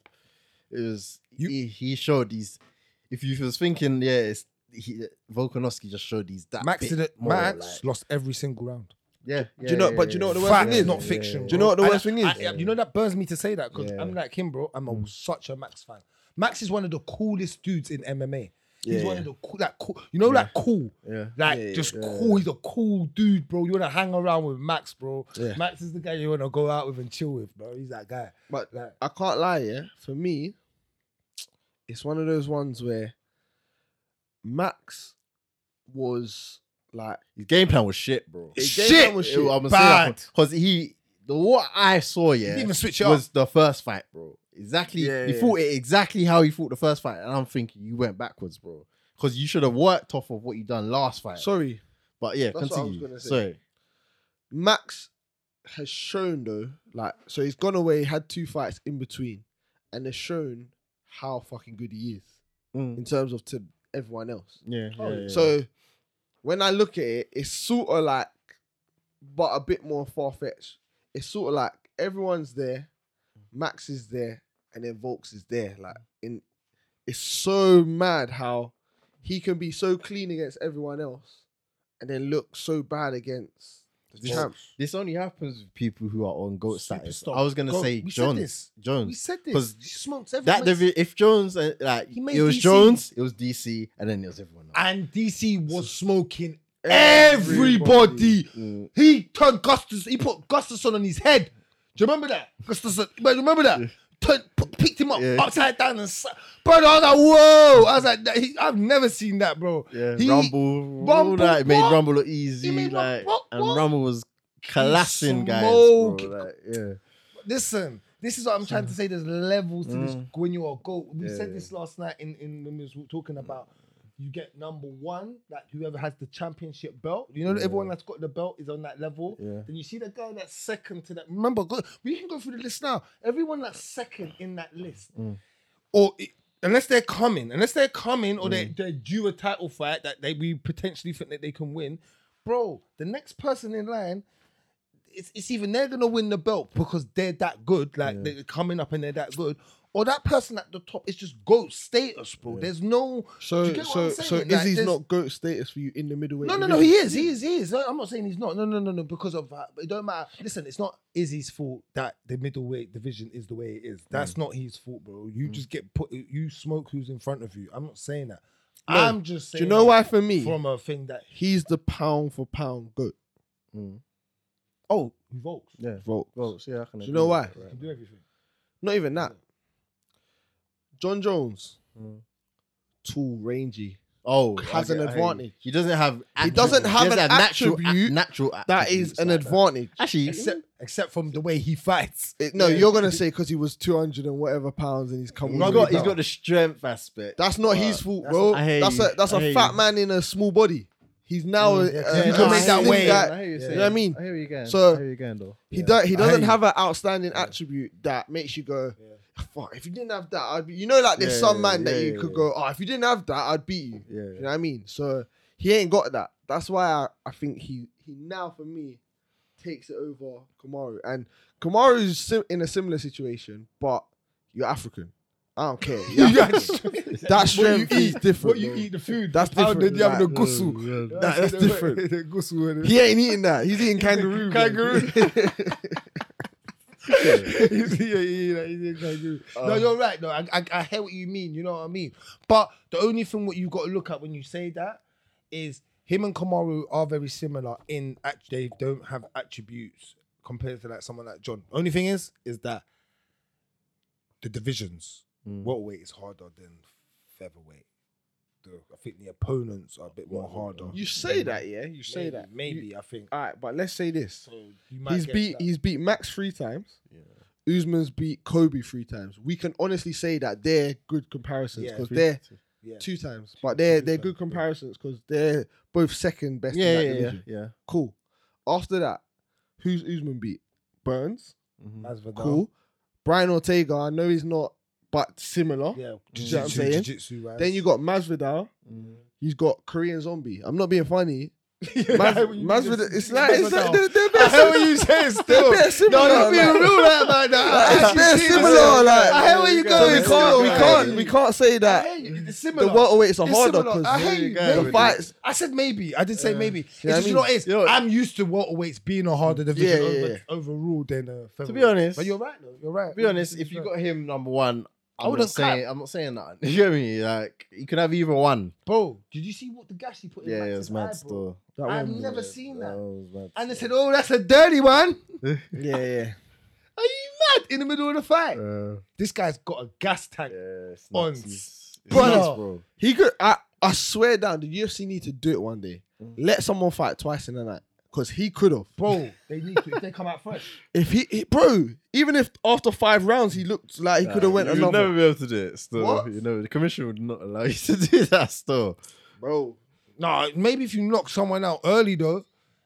C: It was
D: You-
C: he, he showed these. If you was thinking, yeah, it's he, Volkanovski just showed these that
D: Max
C: bit
D: did it.
C: more,
D: Max
C: like-
D: lost every single round.
C: yeah, yeah,
E: you know-
C: yeah,
E: but do you know
C: yeah,
E: what the
C: yeah,
E: worst thing
D: Facts,
E: is?
D: not
C: yeah,
D: fiction.
C: yeah,
E: Do you know what the
D: I-
E: worst thing is? Mm.
D: I- You know that burns me to say that because
C: Yeah.
D: I'm like him, bro. I'm a, such a Max fan. Max is one of the coolest dudes in MMA. He's
C: Yeah,
D: one
C: yeah.
D: of the cool, like cool. You know, like cool.
C: Yeah.
D: Like
E: Yeah,
D: just
C: yeah.
D: cool. He's a cool dude, bro. You wanna hang around with Max, bro.
E: Yeah.
D: Max is the guy you wanna go out with and chill with, bro. He's that guy.
E: But
D: Like,
E: I can't lie, yeah. For me, it's one of those ones where Max was like
C: His game plan was shit, bro.
E: His
D: Shit!
E: game plan was
C: It- I'm gonna say
D: Bad.
C: that because he the what I saw, yeah,
D: didn't even switch it
C: was the first fight, bro. Exactly,
E: Yeah,
C: he
E: yeah.
C: fought it exactly how he fought the first fight, and I'm thinking you went backwards, bro, because you should have worked off of what you done last fight.
E: sorry,
C: but yeah,
E: That's what I was
C: continue.
E: gonna say.
C: Sorry.
E: Max has shown though, like so he's gone away, had two fights in between, and has shown how fucking good he is
C: Mm.
E: in terms of to everyone else.
C: Yeah, yeah, yeah.
E: So when I look at it, it's sort of like, but a bit more far fetched. It's sort of like everyone's there, Max is there, and then Volks is there. Like, in it's so mad how he can be so clean against everyone else, and then look so bad against the
C: This-
E: champ.
C: This only happens with people who are on goat status.
D: Superstar.
C: I was gonna
D: Goat.
C: say
D: We said
C: Jones.
D: this. We
C: Jones.
D: said this.
C: 'Cause
D: He smokes
C: That
D: everyone.
C: divi- if Jones uh, like
D: He made
C: it was
D: DC.
C: Jones, it was DC, and then it was everyone else.
D: and DC was smoking
E: Everybody.
D: everybody.
C: Mm.
D: He turned Gustus, he put Gustafson on his head. Do you remember that? Gustafson, but you remember that? Turned, p- picked him up
C: Yeah.
D: upside down and s- bro, I was like, whoa! I was like, that- he, I've never seen that, bro.
C: Yeah,
D: He-
C: Rumble, all
D: Rumble,
C: that it made
D: what?
C: Rumble look easy,
D: He made Rum-
C: like,
D: what-
C: and
D: what?
C: Rumble was collapsing guys. Bro,
D: smoked.
C: like, yeah,
D: Listen, this is what I'm trying to say. There's levels to this
C: Mm.
D: when you are goat. We
C: Yeah,
D: said
C: yeah.
D: this last night in, in when we was talking about you get number one, like whoever has the championship belt. You know, that everyone that's got the belt is on that level.
C: Yeah.
D: Then you see the guy that's second to that. Remember, go, we can go through the list now. Everyone that's second in that list, or it, unless they're coming, unless they're coming, or
E: Mm.
D: they're, they're due a title fight that they we potentially think that they can win, bro. The next person in line it's, it's even they're gonna win the belt because they're that good, like they're coming up and they're that good, or that person at the top is just goat status, bro. There's no. do
E: So,
D: you get what
E: so,
D: I'm
E: so
D: saying? Like,
E: Izzy's
D: there's-
E: not goat status for you in the middleweight.
D: No, no, no. He is. He is. He is. No, I'm not saying he's not. No, no, no, no. Because of that, it don't matter. Listen, it's not Izzy's fault that the middleweight division is the way it is. That's
C: Mm.
D: not his fault, bro. You just get put. You smoke who's in front of you. I'm not saying that.
E: No.
D: I'm just
E: Do
D: saying.
E: you know why? For me,
D: From a thing that
E: he's the pound for pound goat.
D: oh, Volks
C: yeah.
E: Volks.
C: Well, so yeah, I can
E: Do you know
C: agree
E: why?
C: with that,
D: can do everything.
E: Not even that. John Jones,
C: Mm.
E: tall, rangy,
C: Oh,
E: has
C: okay,
E: an
C: I hear you.
E: advantage.
C: He doesn't have.
E: He
C: attributes.
E: doesn't have
C: He doesn't
E: an attribute
C: natural. a- natural
E: That is
C: attributes like
E: an
C: that.
E: advantage.
C: Actually,
D: Except, except from the way he fights.
E: It- no,
D: Yeah.
E: you're gonna say because he was two hundred and whatever pounds and he's come.
C: he's
E: all the
C: got
E: way
C: he's
E: down.
C: got the strength aspect.
E: That's not
C: but
E: his fault,
C: that's-
E: bro.
C: I hear
E: That's
C: you.
E: a that's
C: I
E: a
C: hear
E: fat
C: you.
E: man in a small body. He's now
D: Mm, yeah,
E: a,
D: yeah,
E: a,
D: he
E: a
D: can make
E: slim
D: that way.
E: guy.
C: I hear you
E: You know
C: saying.
E: what I mean?
C: I hear you going.
E: So-
C: I hear you going though.
E: He does. He doesn't
D: you.
E: have an outstanding attribute that makes you go, "Fuck!" If you didn't have that, I'd be. You know, like there's
C: Yeah,
E: some
C: yeah,
E: man that
C: yeah,
E: you
C: yeah,
E: could
C: yeah.
E: go, "Oh, if you didn't have that, I'd beat you."
C: Yeah.
E: You know what I mean? So he ain't got that. That's why I, I think he he now for me takes it over Kamaru, and Kamaru's sim- in a similar situation, but you're African. I don't care. You're
D: Yeah,
E: African. that strength is different.
D: What you
E: bro.
D: eat, the food.
E: That's
D: How
E: different.
D: did you have the
E: Like,
D: gusu?
C: Yeah.
E: That- that's different.
D: The gusu
C: eh?
D: and the-
E: He ain't eating that. He's eating kangaroo. bro.
D: Kangaroo. He's- yeah, yeah, yeah, he's a kangaroo. no,
E: Um,
D: you're right. No, I, I, I hear what you mean. You know what I mean. But the only thing what you got to look at when you say that is him and Kamaru are very similar in act. They don't have attributes compared to like someone like John. Only thing is, is that the divisions
C: Mm.
D: welterweight is harder than featherweight. The, I think the opponents are a bit more harder.
E: You say that, yeah. You say
D: maybe,
E: that.
D: Maybe
E: You-
D: I think.
E: all right, but let's say this.
D: So you might
E: He's
D: get
E: beat
D: that.
E: he's beat Max three times. Usman's beat Kobe three times. We can honestly say that they're good comparisons
D: Yeah.
E: because
D: Three-
E: they're
D: yeah.
E: two times, but they're
D: two
E: they're good
D: times, yeah.
E: comparisons because they're both second best. in
C: Yeah,
E: that
C: yeah, yeah,
E: division.
C: yeah.
E: Cool. After that, who's Usman beat? Burns.
C: Mhm.
D: Masvidal.
E: Cool. Brian Ortega. I know he's not, but similar.
D: Yeah,
E: what I'm saying?
D: jiu-jitsu, right?
E: Then you got Masvidal.
C: Mhm.
E: He's got Korean Zombie. I'm not being funny.
D: I
E: Mas,
D: hear what you mean.
E: Masvidal. It's like it's like
D: Masvidal.
E: they're, they're
D: I
E: best.
D: hear what you say still.
E: They're
D: no,
E: similar,
D: don't be
E: like-
D: real like that, man. I
E: Like,
D: actually
E: they're
D: see
E: similar,
D: myself.
E: like-
D: I hear where you're
E: So we
D: going.
E: can't, we
D: I hear
E: can't,
D: you.
E: we can't say
D: I
E: that
D: hear you. It's
E: the
D: similar.
E: welterweights are
D: It's
E: harder
D: similar. I hear
E: because
D: you.
C: Yeah,
E: the
D: Maybe.
C: we
E: fights.
D: I said maybe. I did say
E: Yeah.
D: maybe. It's
E: Yeah, I
D: just, you
E: mean-
D: know what it is?
C: Yo.
D: I'm used to welterweights being a harder division
E: Yeah, yeah,
D: over,
E: yeah.
D: overall than a featherweight.
C: To be honest,
D: But you're right, though. You're right.
C: To be honest, if you got him number one, I'm not
D: wouldn't
C: saying I'm not saying that. You get me? Like you could have either one.
D: Bro, did you see what the gash he put in
C: Yeah, yeah,
D: Max's
C: it's mad
D: eye, bro?
C: still.
E: That
D: I've
E: one,
D: never
E: yeah.
D: seen
C: That
D: that.
C: was mad
D: And they said,
C: still.
D: oh, that's a dirty one.
E: Yeah, yeah.
D: Are you mad? In the middle of the fight.
C: Uh,
D: This guy's got a gas tank.
C: yeah, it's
D: On
C: nuts. It's- it's
D: brother.
C: nuts, bro.
E: He could. I, I swear down, the UFC need to do it one day. Let someone fight twice in a night because he could have.
D: Mm. Bro, they need to. If they come out fresh,
E: If he, he- bro, even if after five rounds he looked like he could have went
C: Uh, you would
E: another.
C: never be able to do it still.
E: What?
C: You know, the commission would not allow you to do that still.
E: bro.
D: nah. Maybe if you knock someone out early though,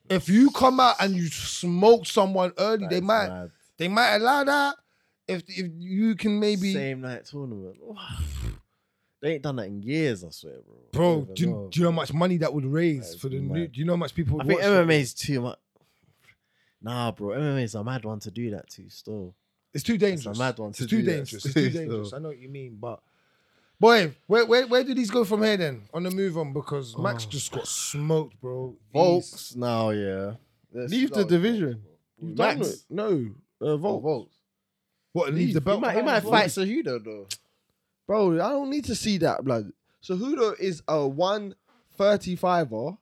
D: if you come out and you smoke someone early, they
C: That's
D: might
C: mad.
D: they might allow that. If if you can maybe,
C: same night tournament. they ain't done that in years, I swear, bro.
D: bro,
C: Never
D: do you,
C: know.
D: do you know how much money that would raise
C: That is
D: for the new?
C: mad.
D: Do you know how much people?
C: I
D: Would
C: think
D: watch that?
C: MMA is too much. Nah, bro, MMA is a mad one to do that too. Still,
D: It's too
C: a
D: dangerous.
C: mad one to
D: It's too
C: do that.
D: dangerous. It's too
C: So-
D: dangerous. I know what you mean, but. Boy, where, where where do these go from here then? On the move on because Max just got smoked, bro. He's-
C: Volks now, yeah. Let's
E: Leave the
C: start with Volk.
E: division. You
C: Max,
E: don't know. No, uh, Volk.
C: Volk.
D: What leave, the belt?
C: He might, he might fight Cejudo though.
E: Bro, I don't need to see that blood. So Hudo is a 135er.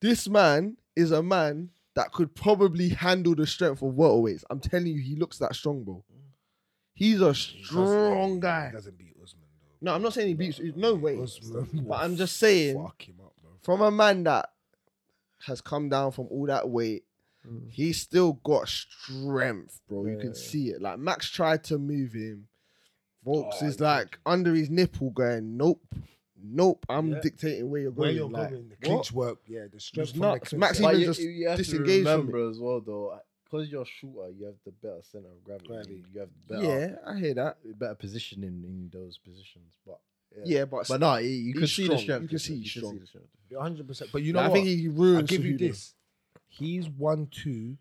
E: This man is a man that could probably handle the strength of welterweights. I'm telling you, he looks that strong, bro. He's a strong guy.
D: Doesn't beat Usman though.
E: No, I'm not saying he beats. No way.
D: Usman
E: But
D: will
E: I'm just saying,
D: fuck him up, bro.
E: from a man that has come down from all that weight,
C: Mm.
E: he's still got strength, bro. You can see it. Like Max tried to move him. Volks
D: Oh,
E: is
D: yeah.
E: like under his nipple, going, "Nope, nope, I'm
D: Yeah.
E: dictating where you're
D: Where
E: going."
D: you're
E: like,
D: going, the
E: what?
D: clinch work, yeah, the strength
E: It's
D: from
E: nuts.
D: the clinch.
E: Max
D: work.
E: Even
C: you,
E: just
C: you have
E: disengage
C: to
E: from
C: remember as well though, because you're a shooter, you have the better center of gravity.
D: Gravity.
C: You have better,
E: Yeah, I hear that.
C: better positioning in those positions. But yeah,
E: Yeah, but,
C: but no, you, you can see the
E: strong.
C: strength.
E: You can see
C: difference.
E: he's
C: you
E: strong.
C: the strength.
D: You're 100%. But you know
E: I
D: what?
E: think he ruined.
D: I'll give you
E: Cejudo.
D: this. He's one two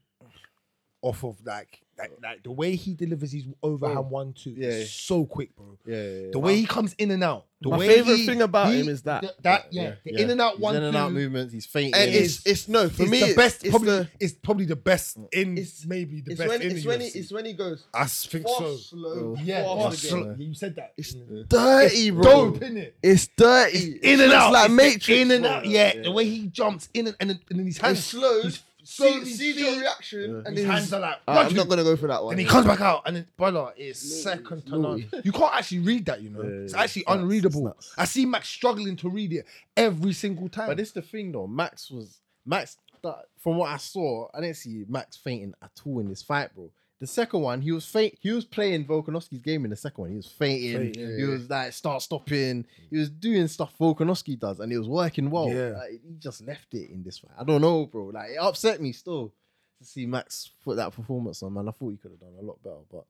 D: off of like, like like the way he delivers his overhand one two
C: Yeah.
D: is so quick, bro.
C: Yeah, yeah, yeah.
D: The way he comes in and out. The
E: My
D: way
E: favorite
D: he-
E: thing about
D: he-
E: him is that.
D: th- that yeah, the in and out
C: His
D: one
C: in and out
D: two
C: movements. He's fainting.
E: And
D: It
E: it's it's no for
D: it's
E: me.
D: the best.
E: It's
D: probably
E: the.
D: it's probably the best in
E: It's-
D: maybe the
E: It's
D: best
E: when,
D: in
E: it's,
D: the
E: when he,
D: UFC.
E: it's when he goes
D: I think
E: fast,
D: so.
E: slow,
D: Yeah,
E: fast
D: yeah,
E: again.
D: yeah, you said that.
E: It's
D: Yeah.
E: dirty,
D: It's
E: bro.
D: dope, innit?
E: It's dirty.
D: In and
E: It's
D: out,
E: like
D: It's
E: Matrix.
D: In and
E: bro.
D: out, yeah.
C: Yeah.
D: The way he jumps in and and, and then his hands
E: slow.
D: he's so
E: see, see your reaction,
C: Yeah.
E: and
D: his
E: then
D: hands are like,
E: Uh,
D: "Roger!"
E: I'm not gonna go for that one.
D: and he
E: yeah.
D: comes back out, and then brother is second to none. You can't actually read that, you know.
C: Yeah,
D: it's
C: yeah,
D: actually
C: it's nuts,
D: unreadable.
C: it's nuts.
D: I see Max struggling to read it every single time.
C: But this the thing though. Max was Max. That, from what I saw, I didn't see Max fainting at all in this fight, bro. The second one, he was faint. He was playing Volkanovski's game in the second one. He was fainting.
D: Fainting,
C: he
D: yeah.
C: was like start stopping. He was doing stuff Volkanovski does, and it was working well.
D: Yeah.
C: Like, he just left it in this fight. I don't know, bro. Like it upset me still to see Max put that performance on. Man, I thought he could have done a lot better, but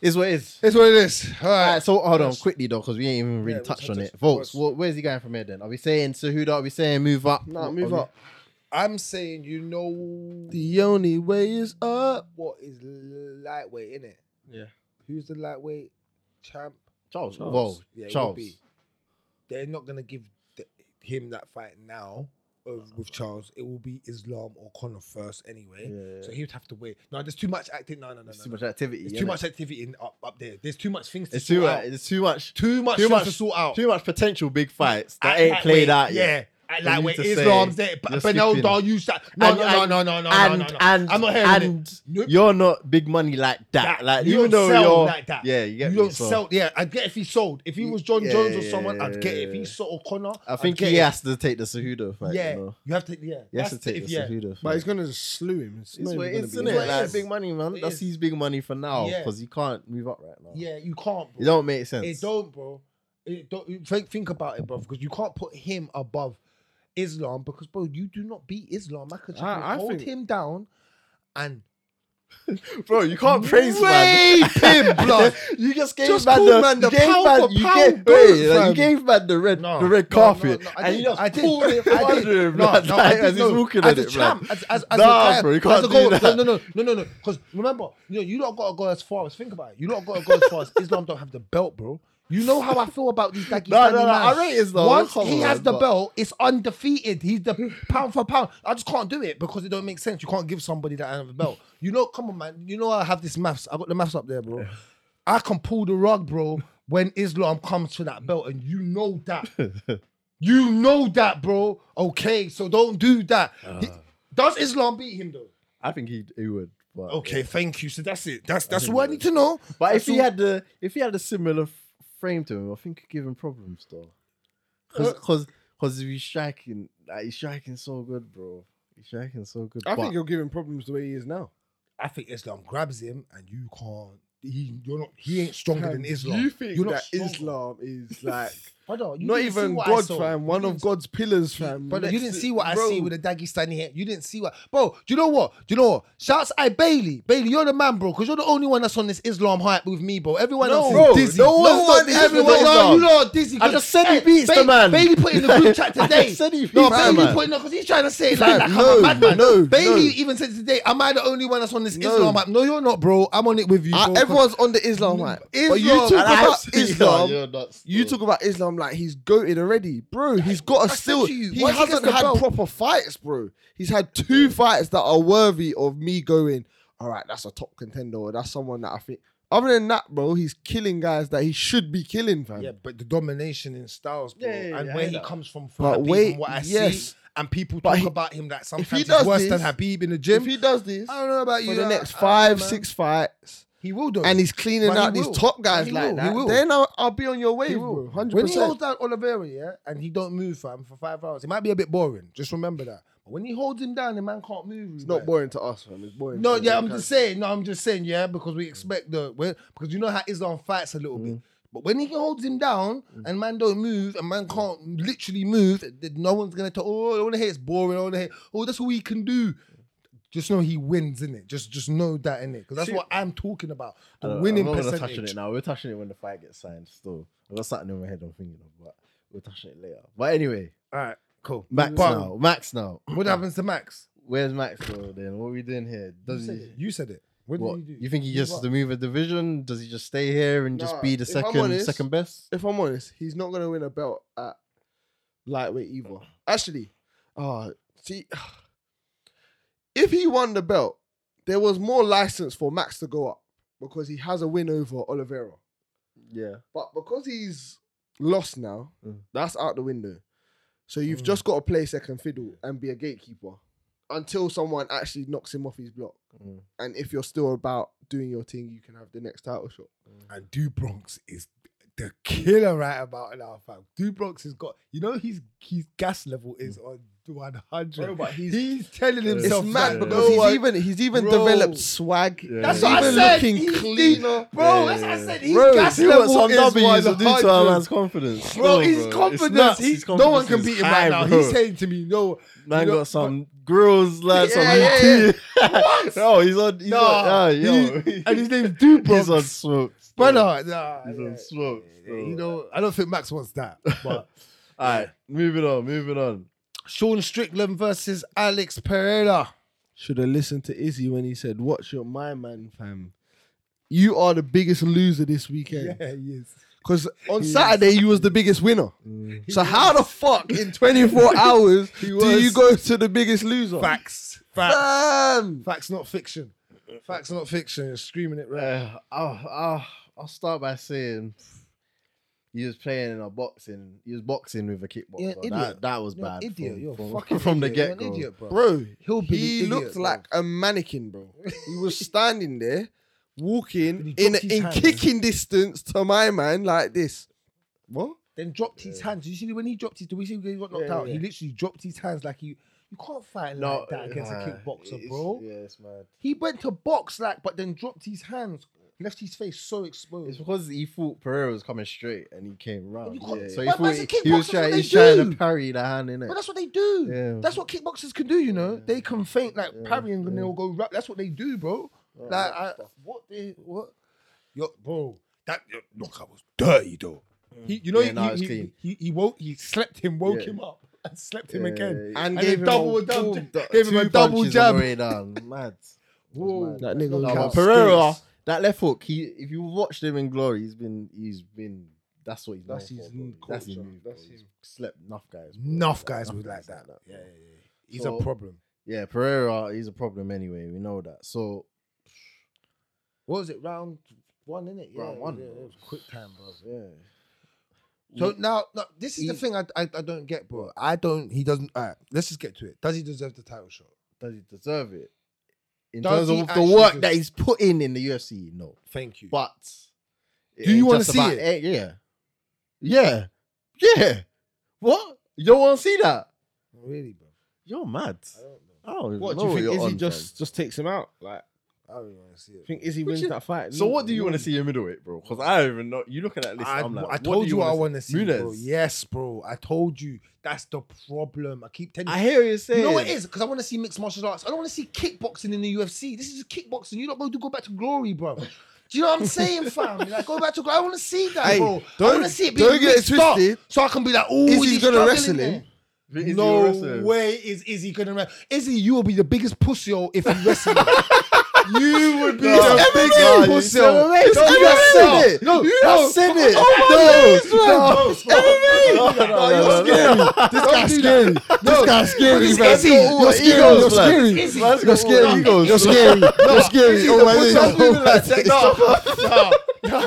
C: is what it is.
D: it's what it is. All
C: All
D: right.
C: right, so hold on quickly though, because we ain't even really
D: Yeah, we
C: touched
D: touched
C: on
D: on
C: it.
D: it.
C: Votes.
D: Votes.
C: What, where's he going from here then? Are we saying Cejudo? Are we saying move up?
E: Nah,
C: What-
E: move
C: are we-
E: up.
D: I'm saying, you know,
E: The only way is up.
D: what is lightweight in it?
C: Yeah.
D: Who's the lightweight champ?
C: Charles.
E: Charles.
C: Whoa,
D: Yeah, it would
C: Charles.
D: be. They're not gonna give th- him that fight now of, with Charles. It will be Islam or Connor first anyway.
C: Yeah.
D: So he would have to wait. No, there's too much acting. No, no, no,
C: There's
D: no.
C: too
D: no.
C: much activity.
D: There's
C: innit?
D: too much activity in up, up there. There's too much things to
C: It's
D: sort
C: too much.
D: out.
C: It's too much.
D: Too much
C: too
D: too
C: much-
D: much to sort out.
C: Too much potential big fights that
D: At
C: ain't played
D: lightweight,
C: out yet.
D: Yeah. At
C: You need
D: lightweight,
C: to say
D: Islam's there.
C: you're
D: But
C: skipping.
D: Benaldo used that. No,
C: And-
D: no,
C: and-
D: no, no, no, no,
C: and
D: no, no, no.
C: and
D: I'm not hearing it.
C: and
D: Nope.
C: you're not big money like that.
D: That-
C: Like
D: you
C: even though
D: don't sell
C: you're
D: like that.
C: yeah, you get
D: you
C: me,
D: don't
C: so
D: sell. Yeah, I'd get if he sold. If he was John
C: Yeah,
D: Jones
C: yeah,
D: or someone,
C: yeah,
D: I'd get it. If
C: yeah.
D: he sold O'Connor,
C: I think
D: I'd get
C: he
D: it.
C: has to take the Cejudo fight.
D: yeah,
C: You, know?
D: you have to.
C: he
D: Yeah,
C: has to
D: that's the-
C: take
D: if-
C: the
D: yeah.
C: Cejudo
E: But
C: fight.
E: he's gonna just slew him. It's
C: It's
E: not
C: what
E: even
C: it
E: gonna
C: is,
E: be
C: isn't
E: in
C: it?
E: there.
C: Like
D: is.
C: big money, man.
D: It
C: That's
D: is.
C: his big money for now
D: Yeah.
C: because he can't move up right now.
D: Yeah, you can't.
C: It
D: Bro.
C: don't make sense.
D: It don't, bro. It don't. you Think, think about it, bro, because you can't put him above Islam because, bro, you do not beat Islam. Makachev
E: I-
D: will
E: I
D: hold
E: think-
D: him down, and
C: bro. You can't praise man.
E: Rape him, blood.
C: you just gave
E: Just
C: man
E: call
C: the,
E: man
C: you
E: the
C: gave
E: pound
C: man
E: for
C: you
E: pound
C: gave, wait,
E: goat,
C: like, you
E: fam.
C: gave man the red
D: No,
C: the red
D: no, no,
C: carpet
D: no, I
C: and you
D: did,
C: just
D: I did,
C: pulled it
D: I
C: under
D: did.
C: him,
D: No,
C: blood,
D: no, I
C: like,
D: did,
C: as he's
D: no.
C: walking
D: as
C: at
D: a
C: it,
D: champ,
C: blood.
D: as, as, as
C: Nah,
D: a guy,
C: bro, you
D: as
C: can't
D: a
C: do
D: goal,
C: that.
D: No, no, no, no, no, no. Because remember, you know, you don't gotta go as far as think about it. You don't gotta go as far as Islam don't have the belt, bro. You know how I feel about these Dagestani
C: No, no, no, I
D: man.
C: rate Islam,
D: Once
C: come
D: he
C: on,
D: has the
C: but-
D: belt, it's undefeated. He's the pound for pound. I just can't do it because it don't make sense. You can't give somebody that have a belt. You know, come on, man. You know I have this maths. I got the maths up there, bro. I can pull the rug, bro, when Islam comes to that belt, and you know that. You know that, bro. Okay, so don't do that.
C: Uh,
D: He- does Islam beat him though?
C: I think he he would. But,
D: Okay, thank you. So that's it. That's that's
C: think
D: all I
C: he
D: need to know.
C: but if
D: That's
C: he
D: all-
C: had the if he had a similar f- frame to him, I think he'd give him problems though. Uh, Because because if he's striking, like, he's striking so good, bro. He's striking so good.
E: I
C: but-
E: think you're giving problems the way he is now.
D: I think Islam grabs him, and you can't. He, you're not. He ain't stronger than
E: Fam,
D: Islam.
E: You think
D: You're not stronger.
E: that Islam is like
D: Brother, you
E: not
D: didn't see
E: even
D: what I
E: God,
D: saw.
E: fam?
D: You
E: One
D: didn't
E: of God's pillars, fam.
D: But you
E: Next
D: didn't
E: to-
D: see what I
E: bro,
D: see with the Dagestani hair. You didn't see what, bro. Do you know what? Do you know what? Shouts I Bailey, Bailey, you're the man, bro, because you're the only one that's on this Islam hype with me, bro. Everyone
C: No,
D: else
C: bro,
D: is dizzy.
C: no one's not dizzy with
D: everyone,
C: Islam.
D: you lot are dizzy.
C: I just said he beats the man.
D: Bailey put in the group chat
C: I
D: today.
C: just said he
D: no,
C: beats the
D: Bailey
C: man.
D: put in because he's trying to say it like, like
E: no,
D: I'm a madman.
E: no,
D: Bailey
E: no.
D: even said today, am I the only one that's on this Islam hype? No, you're not, bro. I'm on it with you.
E: I-
D: bro, 'cause-
E: everyone's on the Mm, Islam
D: No,
E: hype.
D: Islam-
E: But you talk
D: And I
E: about
C: Absolutely not,
E: Islam.
C: you're not
E: You
C: still.
E: talk about Islam like he's goated already, bro. He's got
D: I
E: a
D: said
E: still.
D: to you,
E: He
D: once he
E: hasn't
D: gets the
E: had
D: belt-
E: proper fights, bro. He's had two fights that are worthy of me going. All right, that's a top contender. Or that's someone that I think. Other than that, bro, he's killing guys that he should be killing, fam.
D: Yeah, but the domination in styles, bro,
C: Yeah, yeah, yeah,
D: and
C: I
D: where
C: hear
D: he
C: that.
D: comes from, from
E: But
D: Habib
E: wait,
D: and what I
E: yes.
D: see, and people
E: But
D: talk
E: he-
D: about him that sometimes
E: does
D: he's worse than
E: this-
D: Habib in the
E: If
D: gym.
E: he does this
D: I don't know about you.
E: for the
D: I-
E: next
D: I don't
E: five,
D: know, man.
E: six fights,
D: he will do.
E: and he's cleaning
D: But he
E: out these
D: will.
E: top guys
D: He
E: like
D: will, he
E: that,
D: will.
E: then I'll, I'll be on your
D: He
E: wave,
D: will.
E: bro. Hundred
D: When he holds
E: percent.
D: down Oliveira, yeah, and he don't move for him for five hours, it might be a bit boring. Just remember that. But when he holds him down, the man can't move.
E: It's
D: Ruben.
E: not boring to us, fam. It's boring.
D: No,
E: to
D: yeah,
E: the
D: I'm just
E: character.
D: saying. No, I'm just saying. Yeah, because we expect the we're- because you know how Islam fights a little
C: Mm.
D: bit. But when he holds him down and man don't move and man can't literally move, th- no one's gonna talk. Oh, I want to hear it's boring. I want to hear. Oh, that's all he can do. Just know he wins in it. Just just know that in it because that's
C: See-
D: what I'm talking about.
C: I
D: The
C: don't-
D: winning
C: I'm not gonna touch on
D: percentage.
C: it now. We're touching it when the fight gets signed. Still, I've got something in my head I'm thinking of, but we'll touch on it later. But anyway,
D: All right, cool.
C: Max
D: But
C: now. Max now.
D: What happens to Max?
C: Where's Max though? Then what are we doing here? Does
D: You said
C: he?
D: it. You said it. What,
C: What,
D: did you
C: you,
D: do?
C: think he just has to move a division? Does he just stay here and just
E: Nah,
C: be the
E: if I'm
C: second
E: honest-
C: second best?
E: If I'm honest, he's not gonna win a belt at lightweight either. Actually, uh see, if he won the belt, there was more license for Max to go up because he has a win over Oliveira.
C: Yeah,
E: But because he's lost now,
C: Mm.
E: that's out the window. So you've
D: Mm.
E: just got to play second fiddle and be a gatekeeper. until someone actually knocks him off his block.
C: Mm.
E: And if you're still about doing your thing, you can have the next title shot.
D: And Du Bronx is the killer right about now, fam. Du Bronx has got, you know, his his gas level is on 100.
E: Bro, but he's-
D: he's, telling
C: It's
D: himself
E: mad
D: that,
E: Yeah.
C: because
E: No,
C: he's
E: I-
C: even he's even
E: Bro.
C: developed swag.
E: Yeah.
D: That's
C: He's
D: what I
C: even
D: said.
C: Looking
D: He's-
C: cleaner.
D: Bro, that's what I said. His gas level is 100.
C: confidence.
D: Bro, his confidence, he, no one can beat him right now. He's
C: saying,
D: saying to me, no,
C: man
D: you know-
C: got some grills, like some
E: Yeah, yeah,
C: meat. No, he's on. He's on
D: Nah,
C: ah,
D: he-
C: yo.
D: and his name's Du Bronx.
C: He's on smoke.
D: Brother, nah,
C: He's
D: yeah.
C: on smoke.
D: you know, I don't think Max wants that. But
C: All right, moving on. Moving on.
D: Sean Strickland versus Alex Pereira.
E: Should have listened to Izzy when he said, Watch your my man, fam. You are the biggest loser this weekend.
D: he is. Mm.
E: Because on Saturday, you was the biggest winner. So how the fuck in 24 hours do
D: was.
E: you go to the biggest loser?
D: Facts. Facts.
E: Fam!
D: Facts not fiction. Facts not fiction. You're screaming it right.
C: Uh, I'll, I'll, I'll start by saying he was playing in a boxing. He was boxing with a kickboxer.
D: You're an idiot.
C: That, that was
D: You're an
C: bad.
D: idiot.
C: From,
D: You're a
C: from,
D: fucking
C: from the
D: idiot. You're
C: get
D: an
C: go.
D: idiot, bro.
E: Bro,
D: Hillbilly
E: he
D: idiot,
E: looked
D: bro.
E: like a mannequin, bro. He was standing there, walking
D: And he
E: in
D: dropped his
E: in
D: hand.
E: kicking distance to my man like this. What?
D: Then dropped his hands. You see when he dropped his, do we see when he got knocked
E: Yeah,
D: out?
E: yeah.
D: He literally dropped his hands like you. You can't fight like that against a
C: nah,
D: kickboxer,
C: it's-
D: bro.
C: Yeah, it's mad.
D: He went to box like, but then dropped his hands, left his face so exposed.
C: It's because he thought Pereira was coming straight and he came round.
D: you can't-
C: Yeah, so he
D: But
C: thought
D: that's a
C: he, he was
D: kickboxer, that's
C: trying,
D: what
C: he's
D: they
C: trying
D: do.
C: to parry the hand in it.
D: But that's what they do.
C: Yeah.
D: That's what kickboxers can do, you know. They can faint like parrying and they'll go rap. That's what they do, bro. like, I, what the what? Yo, bro, that yo, knockout was dirty, though. He, you know,
C: Yeah,
D: he,
C: nah, it's
D: he, he,
C: clean.
D: he, he woke, he slept him, woke
C: Yeah.
D: him up, and slept him
C: Yeah,
D: again,
C: yeah,
E: And
D: then
E: gave him a
D: double
E: full
D: jab,
E: du-
D: gave him a
C: Two
D: double
C: punches on the
D: jab.
C: way down. Mad.
D: Whoa,
C: mad.
E: That nigga
C: No,
E: Look
C: but
E: out,
C: Pereira,
E: skills.
C: that left hook. He, if you watched him in glory, he's been, he's been. That's what he's.
E: That's
C: known
E: his
C: for, bro.
E: new
C: That's his
E: culture.
C: move.
E: That's
C: bro. He's
E: him.
C: slept enough guys. bro.
D: enough
C: Like,
D: guys
C: enough
D: was like
C: guys
D: that. Yeah, yeah,
C: bro.
D: yeah. He's
C: So-
D: a problem.
C: Yeah, Pereira is a problem anyway. We know that. So
D: What was it? Round one, innit? Yeah,
C: Round
D: it
C: one,
D: was-
C: bro.
D: It was quick time, bro.
C: yeah,
D: So now, no, this is the
C: he-
D: thing I, I I don't get, bro. I don't. He doesn't. All right, let's just get to it. Does he deserve the title shot?
C: does he deserve it? In terms
D: Does he
C: of the
D: actually
C: work
D: deserve-
C: that he's put in in the UFC, no.
D: Thank you.
C: But
D: Do you wanna see it?
C: eh, yeah, yeah, yeah. What you don't want to see that?
D: really, bro.
C: You're mad.
D: I don't know.
C: Oh,
E: What do you think Izzy just just takes him out? Like
D: I don't want to see it.
E: think Izzy
C: Which
E: wins
C: is-
E: that fight?
C: So what do you want to
E: see?
C: see in middleweight, bro? Because I don't even know. You looking at this?
D: I,
C: I'm like,
D: I
C: what
D: told
C: do you
D: you, what I
C: wanna
D: want to see, bro.
C: Munez.
D: Yes, bro. I told you. That's the problem. I keep telling
C: I
D: you.
C: hear what you're saying.
D: You know what it is? Because I want to see mixed martial arts. I don't want to see kickboxing in the UFC. This is kickboxing. You're not going to go back to glory, bro. Do you know what I'm saying, fam? Like, go back to glory. I want to see that,
E: Hey,
D: bro. I
E: don't-
D: want to see it being
E: don't get it
D: mixed up
E: twisted.
D: so I can be like, oh,
E: Izzy's
D: he's
E: gonna
D: going to
E: wrestle him.
C: Is he
D: no
C: aggressive?
D: way is Izzy going to wrestle. Izzy, you will be the biggest pussy hole if you wrestle. you would be
C: No,
D: the
C: it's
D: biggest
C: MMA, it's
D: pussy hole.
C: MMA, it's
D: No, you
C: MMA. You have said
D: said it. no.
C: it.
D: Oh my
C: No,
D: days, man.
C: No, no, no,
D: you're
C: no, no,
D: scary.
C: no.
D: This guy's scary. This guy's scary.
C: This
D: man.
C: guy's got all the egos,
D: You're scary. You're
C: blood.
D: scary.
C: Izzy.
D: You're
C: You're
D: scary.
C: scary. Egos.
D: You're scary. You're scary. Oh my days.
C: Stop moving like that.
D: Stop.
C: No.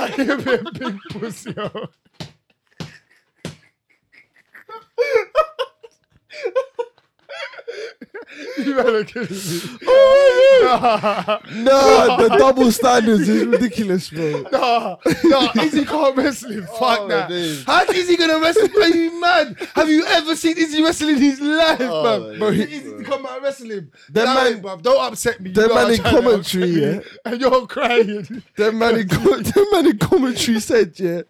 D: Oh,
E: No, the double standards is ridiculous, bro.
D: Nah, nah, Izzy can't wrestle him. Fuck
C: Oh,
D: that.
C: dude.
D: How's Izzy gonna wrestle? Are you mad? Have you ever seen Izzy wrestle in his life,
C: Oh,
D: man? Bro,
C: yeah,
D: Izzy to come out and wrestle him.
E: That
D: Nah,
E: man-
D: bruv, don't upset me. You
E: that
D: know
E: man
D: I'm
E: in
D: trying to
E: commentary,
D: upset you.
E: yeah.
D: and you're crying.
E: That man, in com- that man in commentary said, yeah,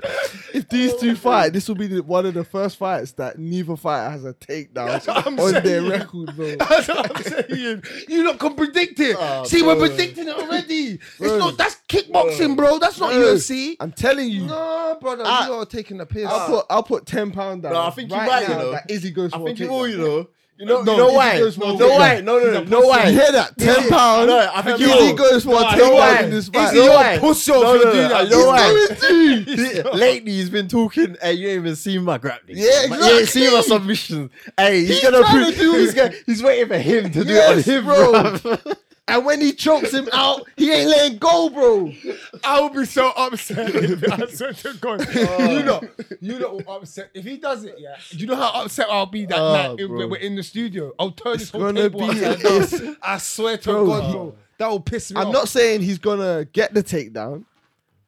E: if these two fight, this will be the, one of the first fights that neither fighter has a takedown
D: what I'm
E: on their
D: saying.
E: record, bro.
D: That's what I'm saying. You lot can predict it.
C: Oh,
D: See, we're
C: bro.
D: predicting it already.
E: Ah, Bro.
D: It's not that's kickboxing, bro. That's not
E: Bro.
D: UFC.
E: I'm telling you,
D: No, brother,
E: I-
D: you are taking the piss.
E: I'll put I'll put ten pound down.
C: No, Ah. I think you're right, you
E: now
C: know.
E: that Izzy goes
C: I
E: for
C: think
E: a
C: you all,
E: takedown.
C: you know. You know,
E: No,
C: you know
E: Izzy
C: why?
E: goes for a
C: No, no
E: takedown.
C: why? No, no, no, why?
E: You hear that? Ten pound.
C: No, I think
E: Izzy
C: you all.
E: goes for a
C: you know
E: takedown
C: why?
E: in this
C: Izzy,
E: fight.
C: you know
E: No,
C: why?
D: pussy
C: No,
D: off if
C: no,
D: you do
C: no,
D: that.
C: you know
D: He's
C: why? Lately, he's been talking, and you ain't even seen my grappling.
E: Yeah,
C: You
E: exactly.
C: ain't seen my submissions. Hey, he's,
E: He's
C: gonna
E: trying
C: prove.
E: to do
C: he's,
E: it.
C: gonna, he's waiting for him to do
E: Yes,
C: it on him,
E: bro.
C: bro.
E: And when he chokes him out, he ain't letting go, bro.
D: I would be so upset if I swear to God. You know,
E: Oh.
D: you know, upset. If he does it, yeah. Do you know how upset I'll be that
E: Oh,
D: night if
E: bro.
D: we're in the studio? I'll turn
E: It's
D: this whole
E: gonna
D: table
E: be-
D: upside down. I swear to
E: Bro,
D: God,
E: he-
D: bro. That will piss me off.
E: I'm not saying he's gonna get the takedown,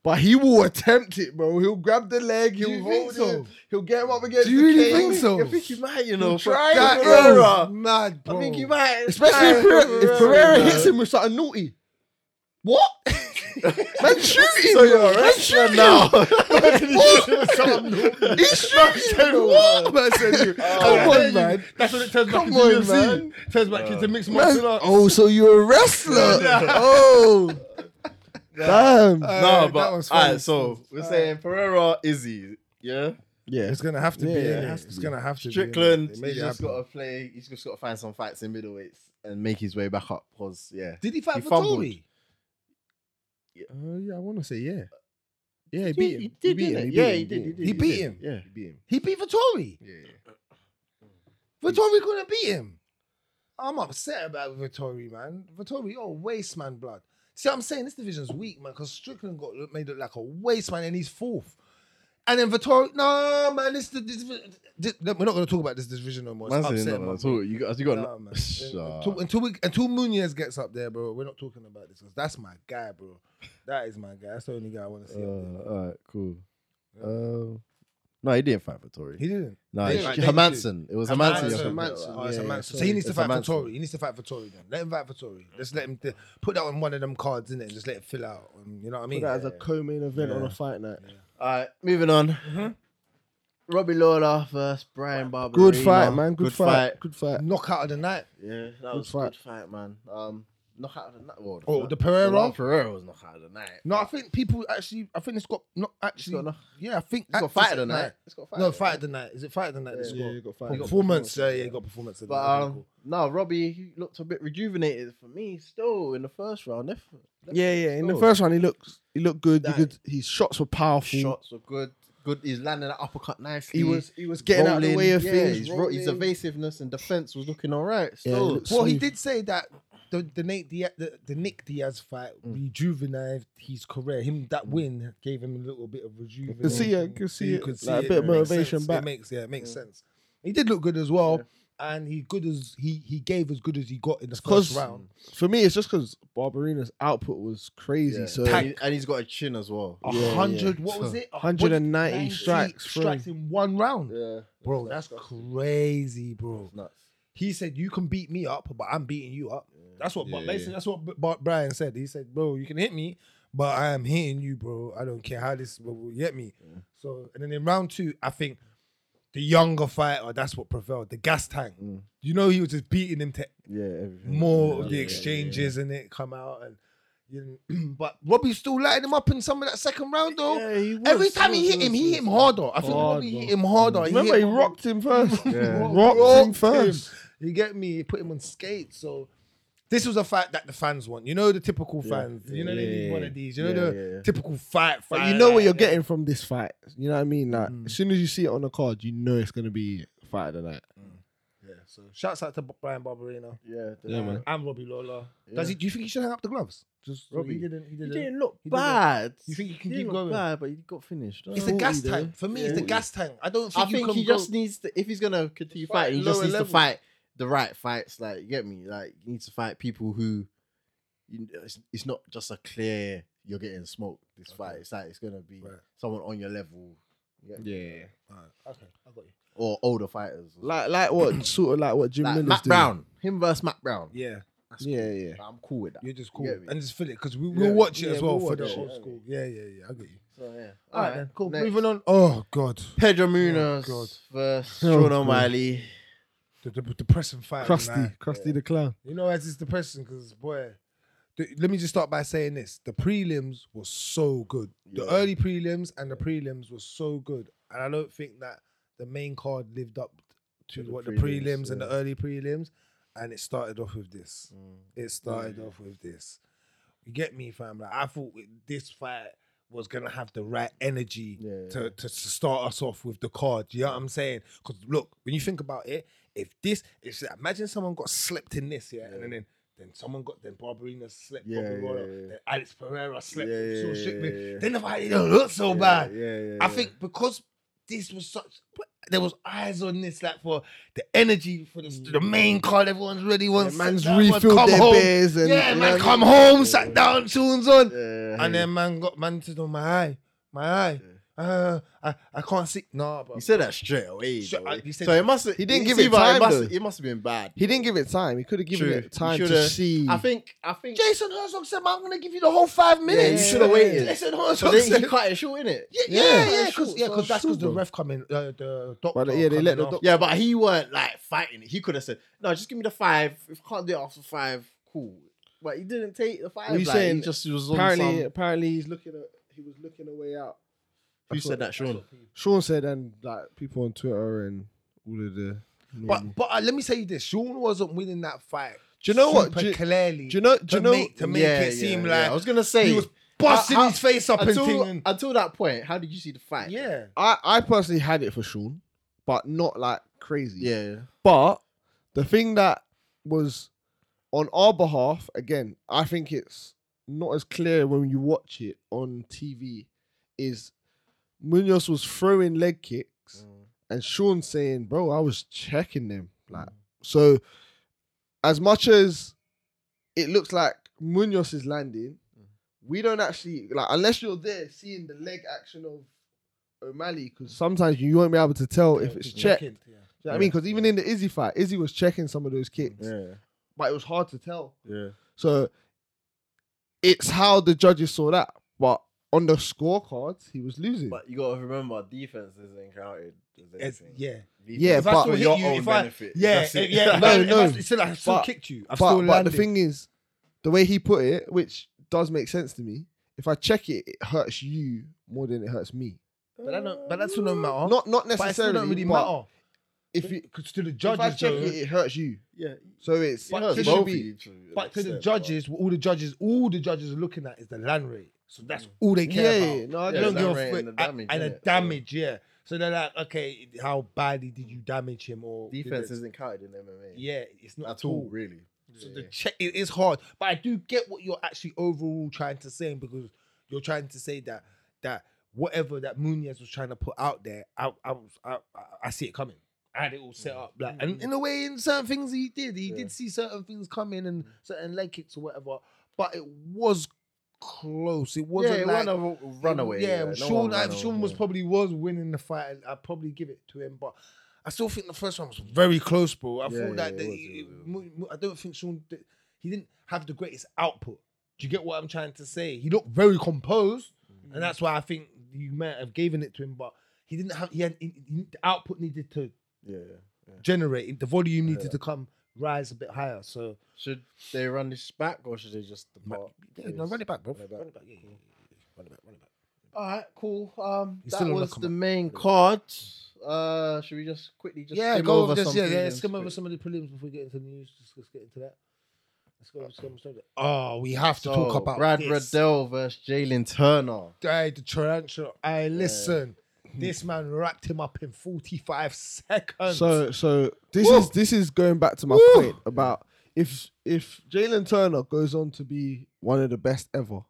E: but he will attempt it, bro. He'll grab the leg, he'll
D: you think
E: hold
D: so?
E: him, he'll get him up against.
D: Do you
E: the
D: really
E: cage.
D: think so?
E: I think he might, you know.
C: He'll
E: for
C: try
E: that
C: it,
E: era.
D: Bro, mad, bro.
C: I think you might.
E: Especially if Pereira, if Pereira hits him with something naughty. What? Man, shoot him.
C: So you're a
E: man, shoot
C: wrestler
E: him.
C: now.
E: What? He's shooting. What? Man, said you. Come on, man.
D: That's what it turns back
E: Come
D: into
E: on,
D: UFC.
E: man. Uh,
D: Turns back into mixed
E: Man,
D: martial arts.
E: oh, so you're a wrestler. oh. Damn.
C: No,
D: Uh, that
C: but
D: was funny.
C: alright. So we're saying Pereira, Izzy, yeah.
E: yeah.
D: It's gonna have to
E: Yeah,
D: be.
E: yeah,
D: in
E: it
D: it.
E: has to
D: It's
E: be.
D: gonna have to
C: Strickland,
D: be. in it. They
C: he's
D: made it
C: just
D: happen.
C: got to play. He's just got to find some fights in middleweights and make his way back up. Cause yeah,
D: Did he fight
C: he
D: for
C: fumbled.
D: Tory?
E: Uh, yeah, I want to say yeah. Yeah, he
C: He-
E: beat him.
C: he did,
E: beat
C: didn't
E: him.
C: he?
E: beat
C: Yeah,
E: him,
C: he did, he did.
D: He beat him.
C: yeah,
E: He beat him.
D: He beat Vittori.
C: yeah, yeah.
D: Vittori couldn't beat him. I'm upset about Vittori, man. Vittori, you're a waste man, blood. See what I'm saying? This division's weak, man, because Strickland got made look like a waste man and he's fourth. And then Vittori, no, man, this, this, this, this- we're not going to talk about this division no more. It's
C: Man,
D: upsetting
C: said,
D: my
C: no, no, you got, you got.
D: Nah, man. until,
C: Shut.
D: until, we, until Munoz gets up there, bro, we're not talking about this because that's my guy, bro. That is my guy. That's the only guy I want to see.
C: Uh,
D: up there.
C: all right, cool. Um, no, he didn't fight for Tory.
D: He didn't.
C: No,
D: They-
C: it's
D: like,
C: J-
D: they-
C: Hermanson. It was Hermanson.
E: Hermanson,
C: you're
E: Hermanson.
C: talking about.
D: Oh, it's
E: Yeah,
D: a
E: yeah,
D: man.
E: sorry.
D: So he needs to
C: It's
D: fight
C: a
D: for
C: man,
D: Tory. He needs to fight for Tory then. Let him fight for Tory. Let's let him th- put that on one of them cards in it and just let it fill out. Um, you know what I mean?
E: That as a co-main event on a fight night.
C: All right, moving on. Robbie Lawler versus Brian Barber.
E: Good fight, man. Good, fight. Good fight.
D: Knockout of the night.
C: Yeah, that was
E: fight.
C: good fight, man. Um, knockout of the night. Well,
D: Oh, the
C: the
D: Pereira.
C: last Pereira was knockout of the night.
D: No, I think people actually. I think it's got not actually.
C: got knock-
D: yeah, I think
C: it's got
D: actors
C: fight of
D: at
C: the night. It's got fight.
D: No,
C: of the
D: fight
C: night.
D: of the night. Is it fight of the night? they scored?
E: you got
D: Performance.
E: fight.
D: Yeah, yeah, you got performance. of the
C: But
D: night. Okay,
C: um,
D: cool.
C: no, Robbie he looked a bit rejuvenated for me still in the first round. If
E: Yeah, yeah. In the
C: Oh.
E: first round, he looks he looked good. You
C: That-
E: could his shots were powerful.
C: shots were good, good. He's landing that uppercut nicely.
E: He was he was getting out of the way of
C: yeah,
E: things.
C: His, ro- his
E: rolling.
C: evasiveness and defense was looking all right.
E: Yeah, it
C: Still,
E: looks
D: Well, he
E: smooth.
D: did say that the the Nate Diaz, the, the Nick Diaz fight
E: Mm.
D: rejuvenated his career. Him that win gave him a little bit of rejuvenation.
E: see it, could see
D: you
E: it, like a bit of
D: it makes
E: motivation
D: sense,
E: back. Mm.
D: It makes yeah, it makes sense. He did look good as well, and he good as he he gave as good as he got in the first
E: 'cause-
D: round.
E: For me, it's just because Barbarina's output was crazy.
C: yeah.
E: So
C: and, he, and he's got a chin as well.
D: A
E: Yeah, yeah.
D: hundred, what was it? A
E: 190
D: 190
E: strikes through.
D: strikes in one round,
C: Yeah,
D: bro. That's crazy, bro.
C: it's nuts.
D: He said, "You can beat me up, but I'm beating you up." That's what, but
C: Yeah,
D: basically,
C: yeah.
D: that's what B- Bar- Brian said. He said, "Bro, you can hit me, but I am hitting you, bro. I don't care how this will will get me." So, and then in round two, I think the younger fighter, that's what prevailed. The gas tank,
C: Mm.
D: you know, he was just beating him to
C: Yeah,
E: Mm.
C: everything.
D: more
C: Yeah,
D: of the
C: yeah,
D: exchanges, and it come out and. You know, but Robbie still lighting him up in some of that second round though.
E: Yeah, he was,
D: Every time
E: he
D: he
E: was,
D: hit
E: he
D: him,
E: was,
D: he
E: he
D: hit him harder. I think Robbie
E: Hard,
D: hit him harder.
E: remember
D: hit
E: he
D: him-
E: rocked him first.
C: Yeah.
E: rocked, him first.
D: You get me? Put him on skate. So this was a fight that the fans want. You know the typical fans. You know they need
E: Yeah.
D: one of these. You know
C: Yeah,
D: the
C: yeah, yeah.
D: typical fight.
E: But
D: fight
E: you know
D: like
E: what you're
D: that.
E: getting from this fight. You know what I mean? Like
D: Mm.
E: as soon as you see it on the card, you know it's gonna be fight of the night.
D: Yeah. So shouts out to B- Brian Barberina
C: Yeah,
E: Yeah, man.
D: and Robbie Lawler.
C: Yeah.
D: Does he? Do you think he should hang up the gloves? Just
C: Robbie-
D: he didn't. He
C: He
D: didn't.
C: didn't look
D: He didn't-
C: bad.
D: You think he can
C: didn't
D: keep
C: look
D: going?
C: Bad, but he got finished.
D: It's the
E: Oh,
D: gas
E: he did.
D: tank. For me, it's the
C: Yeah.
D: gas tank. I don't
C: I
D: think. you
C: think
D: can
C: he
D: go-
C: just needs to, if he's gonna continue
D: Fight
C: fighting, he just
D: lower
C: needs to
D: level.
C: fight the right fights. Like, you get me? Like, he needs to fight people who, you, it's, it's not just a clear you're getting smoked. This fight, it's like it's gonna be
D: Right.
C: someone on your level
E: Yeah.
D: Alright, Okay, I got you.
C: or older fighters.
E: Like like what sort of like what Jim
C: Like
E: Miller's
C: Matt
E: doing.
C: Brown, him versus Matt Brown.
D: Yeah,
E: Yeah, yeah.
C: I'm cool with that.
D: you're just
C: You
D: cool
C: get me?
D: and just fill it because we,
E: Yeah.
D: we'll watch it
E: Yeah,
D: as well
E: we'll
D: for the
E: watch it.
D: old school. Yeah, yeah, yeah. I get you.
C: So yeah.
D: All right, then. Cool.
C: Next.
D: Moving on. Oh God,
C: Pedro
D: God.
C: Munoz versus
E: Oh,
C: Sean
E: God.
C: O'Malley.
D: the, the depressing fight. of the night.
E: Krusty, Krusty the clown.
D: You know, as it's depressing because boy, the, let me just start by saying this: the prelims were so good. The
C: Yeah.
D: early prelims and the prelims were so good, and I don't think that the main card lived up to
C: the
D: what the
C: prelims,
D: prelims and the
C: yeah. Mm.
D: early prelims. And it started off with this. It started off with this. You get me, fam? Like I thought with- this fight was gonna have the right energy
C: Yeah.
D: to, to, to start us off with the card. You know what I'm saying? Because look, when you think about it, if this, if imagine someone got slipped in this, yeah, and then Then someone got then Barbarina slept
C: Yeah,
D: Bobby Royal.
C: yeah, yeah.
D: Then Alex Pereira slept.
C: Yeah,
D: Yeah,
C: yeah, yeah, yeah.
D: Then the fight didn't look so bad.
C: Yeah, yeah,
D: I think because this was such there was eyes on this like for the energy for the, the main card. Everyone's ready. Once
E: man's
D: sat down, everyone
E: refilled
D: come
E: their
D: home.
E: beers and
D: yeah,
E: you know
D: man,
E: what I
D: come
E: mean?
D: home, sat down, tunes on,
E: Yeah.
D: and then man got man said, "Oh my eye, my eye, uh, I I can't see." Nah, bro.
C: You said that straight away.
D: Sure,
C: though.
D: I- he said-
C: so it must. He
E: didn't give it
C: It
E: time,
C: must,
E: though.
C: it must have been bad.
E: he didn't give it time. He could have given
C: True.
E: it
C: He
E: time to
C: shoulda-
E: see.
C: I think. I think.
D: Jason Herzog said, "Man, I'm gonna give you the whole five minutes."
C: you should've waited.
D: Jason Herzog
C: But then
D: said,
C: he cut it short, innit?
D: "Yeah, yeah, yeah,
E: Yeah,
D: because
E: sure,
D: yeah,
E: so
D: because that's
E: sure,
D: because the
E: bro.
D: ref coming, uh, the doctor.
E: But, yeah, they
D: come
E: let
D: in
E: the
D: after.
E: doc-
C: Yeah, but he weren't like fighting. He could have said, "No, just give me the five. If you can't do it after five, cool." But he didn't take the five.
E: Were you
C: like,
E: saying
C: he just was on
E: apparently,
C: some-
E: apparently, he's looking. At, he was looking away out.
C: Who
E: That's
C: said
E: what-
C: that, Sean?
E: Sean said, and like people on Twitter and all of the.
D: But but uh, let me say this: Sean wasn't winning that fight.
E: Do you know what?
D: super
E: Do you-
D: clearly.
E: do you know? Do you
D: to
E: know?
D: make, to make
C: Yeah,
D: it seem
C: yeah,
D: like
C: yeah. I was gonna say
D: he was busting
C: How-
D: his face up and
C: until,
D: thing.
C: until that point. How did you see the fight?
D: Yeah,
E: I I personally had it for Sean, but not like crazy.
C: yeah.
E: But the thing that was on our behalf, again, I think it's not as clear when you watch it on TV, is Munoz was throwing leg kicks and Sean saying, Bro, I was checking them. Like so as much as it looks like Munoz is landing, we don't actually like unless you're there seeing the leg action of O'Malley, because sometimes you won't be able to tell if it's checked. Do you know what I mean? Because even in the Izzy fight, Izzy was checking some of those kicks,
C: Yeah,
E: but it was hard to tell.
C: yeah.
E: So it's how the judges saw that. But on the scorecards, he was losing.
C: But you gotta remember, defense isn't counted. as
D: It's-
C: anything.
D: yeah,
C: Defense
E: Yeah,
C: is
E: but-
C: for
E: If I
C: your
D: hit you,
C: own
D: if I-
C: benefit.
D: yeah, eh,
C: That's it.
D: yeah.
E: No,
D: if I-
E: no.
D: if I still, I still
E: But-
D: kicked you. I
E: but,
D: still
E: but
D: landed.
E: the thing is, the way he put it, which does make sense to me, if I check it, it hurts you more than it hurts me.
D: but that don't, but that still don't matter.
E: Not not
D: but it
E: necessarily.
D: still don't really
E: but
D: matter.
E: If you
D: Because to the
E: if I
D: judges,
E: check
D: though-
E: it, it hurts you.
C: yeah.
E: So it's
D: But
E: it
D: to
E: should
D: both
E: be.
D: but to the judges, all the judges, all the judges are looking at is the land rate. So that's all they care
E: Yeah,
D: about.
E: yeah, no, I
D: they
E: get
D: don't
C: it.
D: give a
C: Land rate
D: fuck.
C: and
D: And,
C: the damage,
D: and the
C: innit?
D: damage, yeah. So they're like, okay, how badly did you damage him? Or did
C: defense
D: it-
C: isn't counted in MMA.
D: yeah, it's not
C: at all, really.
D: So the check it is hard, but I do get what you're actually overall trying to say because you're trying to say that that whatever that Munoz was trying to put out there, I I was- I, I- I see it coming. I had it all
C: Mm.
D: set up, like, and in a way, in certain things he did, he did see certain things coming and
C: Mm.
D: certain leg kicks or whatever, but it was close. It
C: yeah,
D: wasn't
C: it
D: like
C: wasn't a ru- runaway.
D: yeah,
C: no
D: Sean,
C: one
D: I,
C: ran
D: Sean
C: away.
D: was probably was winning the fight. I'd probably give it to him, but I still think the first one was very close, bro. I
C: Yeah,
D: thought
C: yeah,
D: that
C: it
D: the-
C: was, it was, it
D: Mu- Mu- I don't think Sean did, he didn't have the greatest output. Do you get what I'm trying to say? He looked very composed,
C: Mm-hmm.
D: and that's why I think you might have given it to him, but he didn't have he had he, he- the output needed to
C: Yeah. yeah.
D: generate the volume needed to come rise a bit higher. So
C: Should they run this back or should they just depart?
D: yeah, no, run it back, bro. Run
C: Run
D: it
C: it
D: back, yeah, yeah, yeah, yeah. run it back, run it back.
C: All right, cool. Um,
D: He's
C: that
D: still on the
C: was
D: come
C: the
D: up.
C: main card. Uh, should we just quickly just
D: yeah,
C: skim
D: go over
C: over
D: just,
C: some
D: yeah, yeah,
C: prelims
D: skim over
C: quick?
D: some of the prelims before we get into the news. Just, just get into that. Let's go over some of the- Uh, Oh, we have to
C: So,
D: talk about
C: Brad
D: this.
C: Riddell versus Jalen Turner.
D: Hey, the tarantula. Hey, listen, this man wrapped him up in 45 seconds.
E: So so this
D: Woo.
E: is this is going back to my
D: Woo.
E: point about if if Jalen Turner goes on to be one of the best ever,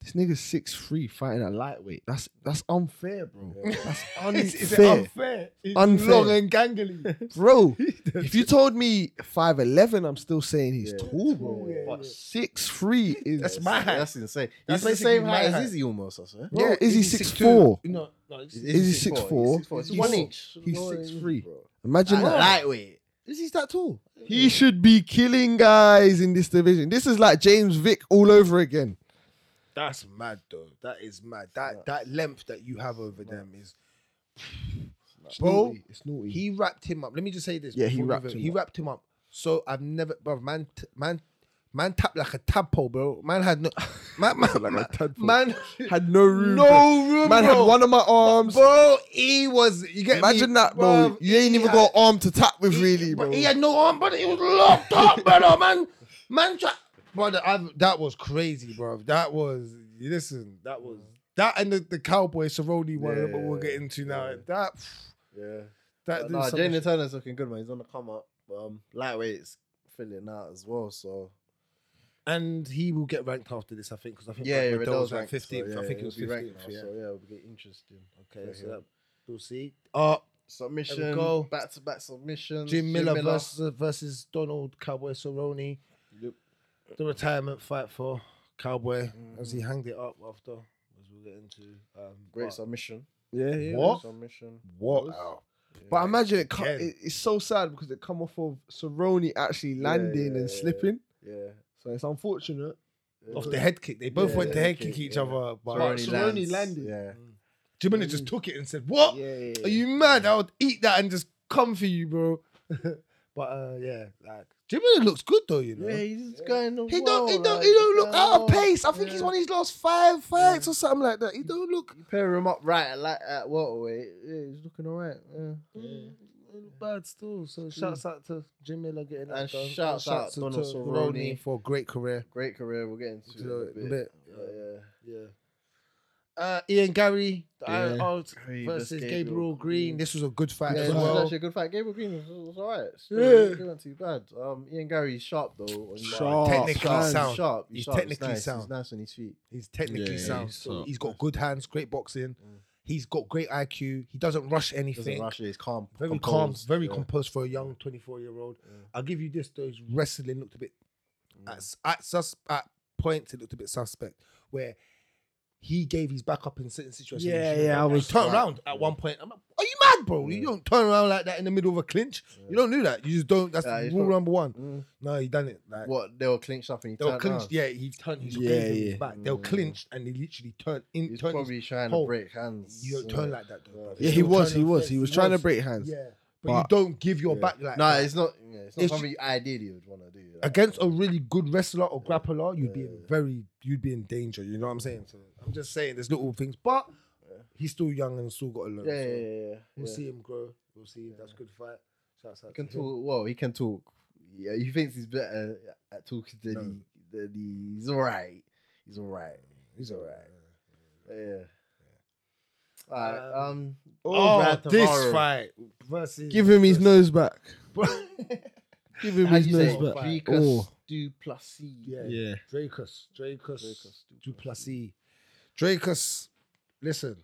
E: this nigga's six three fighting at lightweight. That's that's unfair, bro. That's
D: is,
E: unfair,
D: is it unfair? It's
E: Unfair.
D: long and gangly.
E: bro. if you told me five eleven, I'm still saying he's tall, bro.
D: yeah,
E: but six three is
D: That's my height.
C: That's insane. He's
D: That's
C: the
D: basically
C: same
D: my
C: height
D: height.
C: as Izzy almost, I swear.
E: Yeah, is he
D: Izzy's
E: 6'4"?
D: 6'2". No, no, it's-
E: Izzy six four.
C: He's 6'4". It's
E: He's-
C: one inch.
E: he's
C: lower than
E: 6'3".
C: you, bro.
E: Imagine
C: At
E: that.
C: lightweight. Is he that tall?
E: He should be killing guys in this division. This is like James Vick all over again.
D: That's mad though. That is mad. That that length that you have over them is
E: It's
D: Bro,
E: naughty. It's naughty.
D: He wrapped him up. Let me just say this.
E: Yeah, he
D: before we
E: wrapped
D: move on.
E: him
D: He
E: up.
D: wrapped him up. So I've never, bro, man, t- man, man tapped like a tadpole, bro. Man had no, man, man,
E: Like a tadpole.
D: man
E: had no room. bro.
D: no room,
E: Man
D: bro.
E: had one of my arms.
D: bro, he was. You get me?
E: Imagine that, bro.
D: Bruv,
E: you ain't
D: he
E: even
D: had-
E: got arm to tap with,
D: he-
E: really,
D: but
E: bro.
D: He had no arm, but he was locked up, brother, man. Man, tra- brother, I've, that was crazy, bro. That was. Listen, that was that, and the, the cowboy Cerrone one,
C: Yeah,
D: but we'll get into now.
C: yeah.
D: That,
C: Yeah.
D: that.
C: But
D: did
C: Nah,
D: something-
C: Jalen Turner's looking good, man. He's on the come up. Um, lightweights filling out as well. So
D: And he will get ranked after this, I think, because I think
C: yeah,
D: Mike
C: yeah
D: Riddell
C: Riddell's ranked, so
D: 15th.
C: yeah,
D: I think it
C: he'll
D: was
C: be
D: 15th.
C: ranked now,
D: yeah.
C: So yeah, it'll be interesting.
D: okay, so
C: yeah.
D: that, we'll see.
C: Uh, submission.
D: go.
C: Back to back submission.
D: Jim Miller, Versus, versus Donald Cowboy Cerrone.
C: Yep.
D: The retirement fight for Cowboy as he hanged it up after, as we'll get into. Um,
C: Great
D: but-
C: submission.
E: Yeah, yeah.
D: What?
C: Great submission.
D: What?
E: But imagine it, co-
D: Again.
E: it- It's so sad because it come off of Cerrone actually landing
C: yeah,
E: and
C: yeah.
E: slipping.
C: Yeah.
E: So it's unfortunate.
D: Off the head kick. They both
C: Yeah,
D: went to
C: head
D: head kick,
C: kick,
D: each
C: yeah.
D: other. But
E: Cerrone
D: Cerrone- Mm.
E: lands.
C: Yeah.
D: Jim Miller just took it and said, What?
E: Yeah, yeah,
D: Are you mad? I would eat that and just come for you, bro. but uh, yeah, like Jimmy looks good though, you know.
C: he's going.
E: He don't. He don't. He don't look out of pace. I think he's won his last five fights or something like that. He don't look.
C: You pair him up right at like at welterweight. Yeah, he's looking alright. Yeah.
D: Bad still. So shouts out to Jim Miller getting
C: that And done. shouts And shouts out to Donald to Cerrone. Cerrone
D: for a great career.
C: Great career. We'll get into
D: So,
C: it in a
D: a
C: bit.
D: bit.
C: Yeah,
D: Yeah. Uh, Ian Gary
C: Yeah. Gary
D: yeah. versus
C: versus
D: Gabriel,
C: Gabriel
D: Green.
E: Mm.
C: Green.
D: This was a good fight
C: yeah.
D: as
C: It was
D: well.
C: actually a good fight. Gabriel Green was, was alright.
E: Yeah.
C: He wasn't too bad. Um, Ian Gary's sharp though. on-
E: Sharp.
D: Technically
E: man.
D: sound.
C: Sharp.
D: He's
C: sharp.
D: technically
C: nice.
D: sound.
C: He's nice on his feet.
D: He's technically
B: yeah,
D: sound.
B: he's top.
D: he's got good hands, great boxing. He's got great IQ. He doesn't rush anything.
C: Doesn't rush it. He's calm.
D: Very
C: composed.
D: calm, very
C: yeah.
D: composed for a young 24 year old. I'll give you this though, his wrestling looked a bit at, s- at, sus, at points, it looked a bit suspect where he gave his back up in certain situations.
E: Yeah,
D: You
E: yeah,
D: know,
E: I
D: like,
E: was-
D: turn around at one point. I'm like, Are you mad, bro? You don't turn around like that in the middle of a clinch. You don't do that. You just don't. That's
C: Yeah,
D: rule
C: he's prob-
D: number one.
C: Mm.
D: No, he done it. Like,
C: What they were clinched up and he
D: They were
C: turned
D: clinched.
C: around.
D: Yeah, he turned his
E: Yeah,
D: gave him his
E: yeah.
D: back. They were
C: Mm.
D: clinched and they literally turned in.
C: He's
D: turned his-
C: probably trying to
D: hold.
C: break hands.
D: you don't
C: yeah.
D: turn like that though. bro.
E: Yeah,
D: You
E: he
D: don't
E: was.
D: turn
E: He
D: like
E: was.
D: that.
E: He was trying to
D: was.
E: break hands.
D: Yeah, but,
E: But-
D: you don't give your
C: Yeah.
D: back like
C: Nah,
D: that.
C: it's not. Yeah, it's not
D: It's
C: something ideally you would want to do. like,
D: against a really good wrestler or grappler, you'd be in
C: Yeah.
D: very you'd be in danger. You know what I'm saying? So I'm just saying there's little things, but he's still young and still got to learn.
C: Yeah,
D: so
C: yeah, yeah. yeah.
D: We'll
C: yeah.
D: see him grow. We'll see. That's good fight. Shouts out
C: He can
D: to him.
C: talk. Well, he can talk. Yeah, he thinks he's better at talking than, he, than he- he's all right. He's all right. He's all right. Yeah. All right. Um.
D: Oh,
C: Brad
D: this
C: Tavares.
D: fight versus
E: Give him his nose back. Give him
C: How
E: his
C: do you say
E: nose
C: it?
E: back. Oh.
C: Dricus Duplessis.
D: yeah,
B: Yeah.
D: Dracus, Dracus,
C: Dricus
D: Duplessis, Dracus. Listen,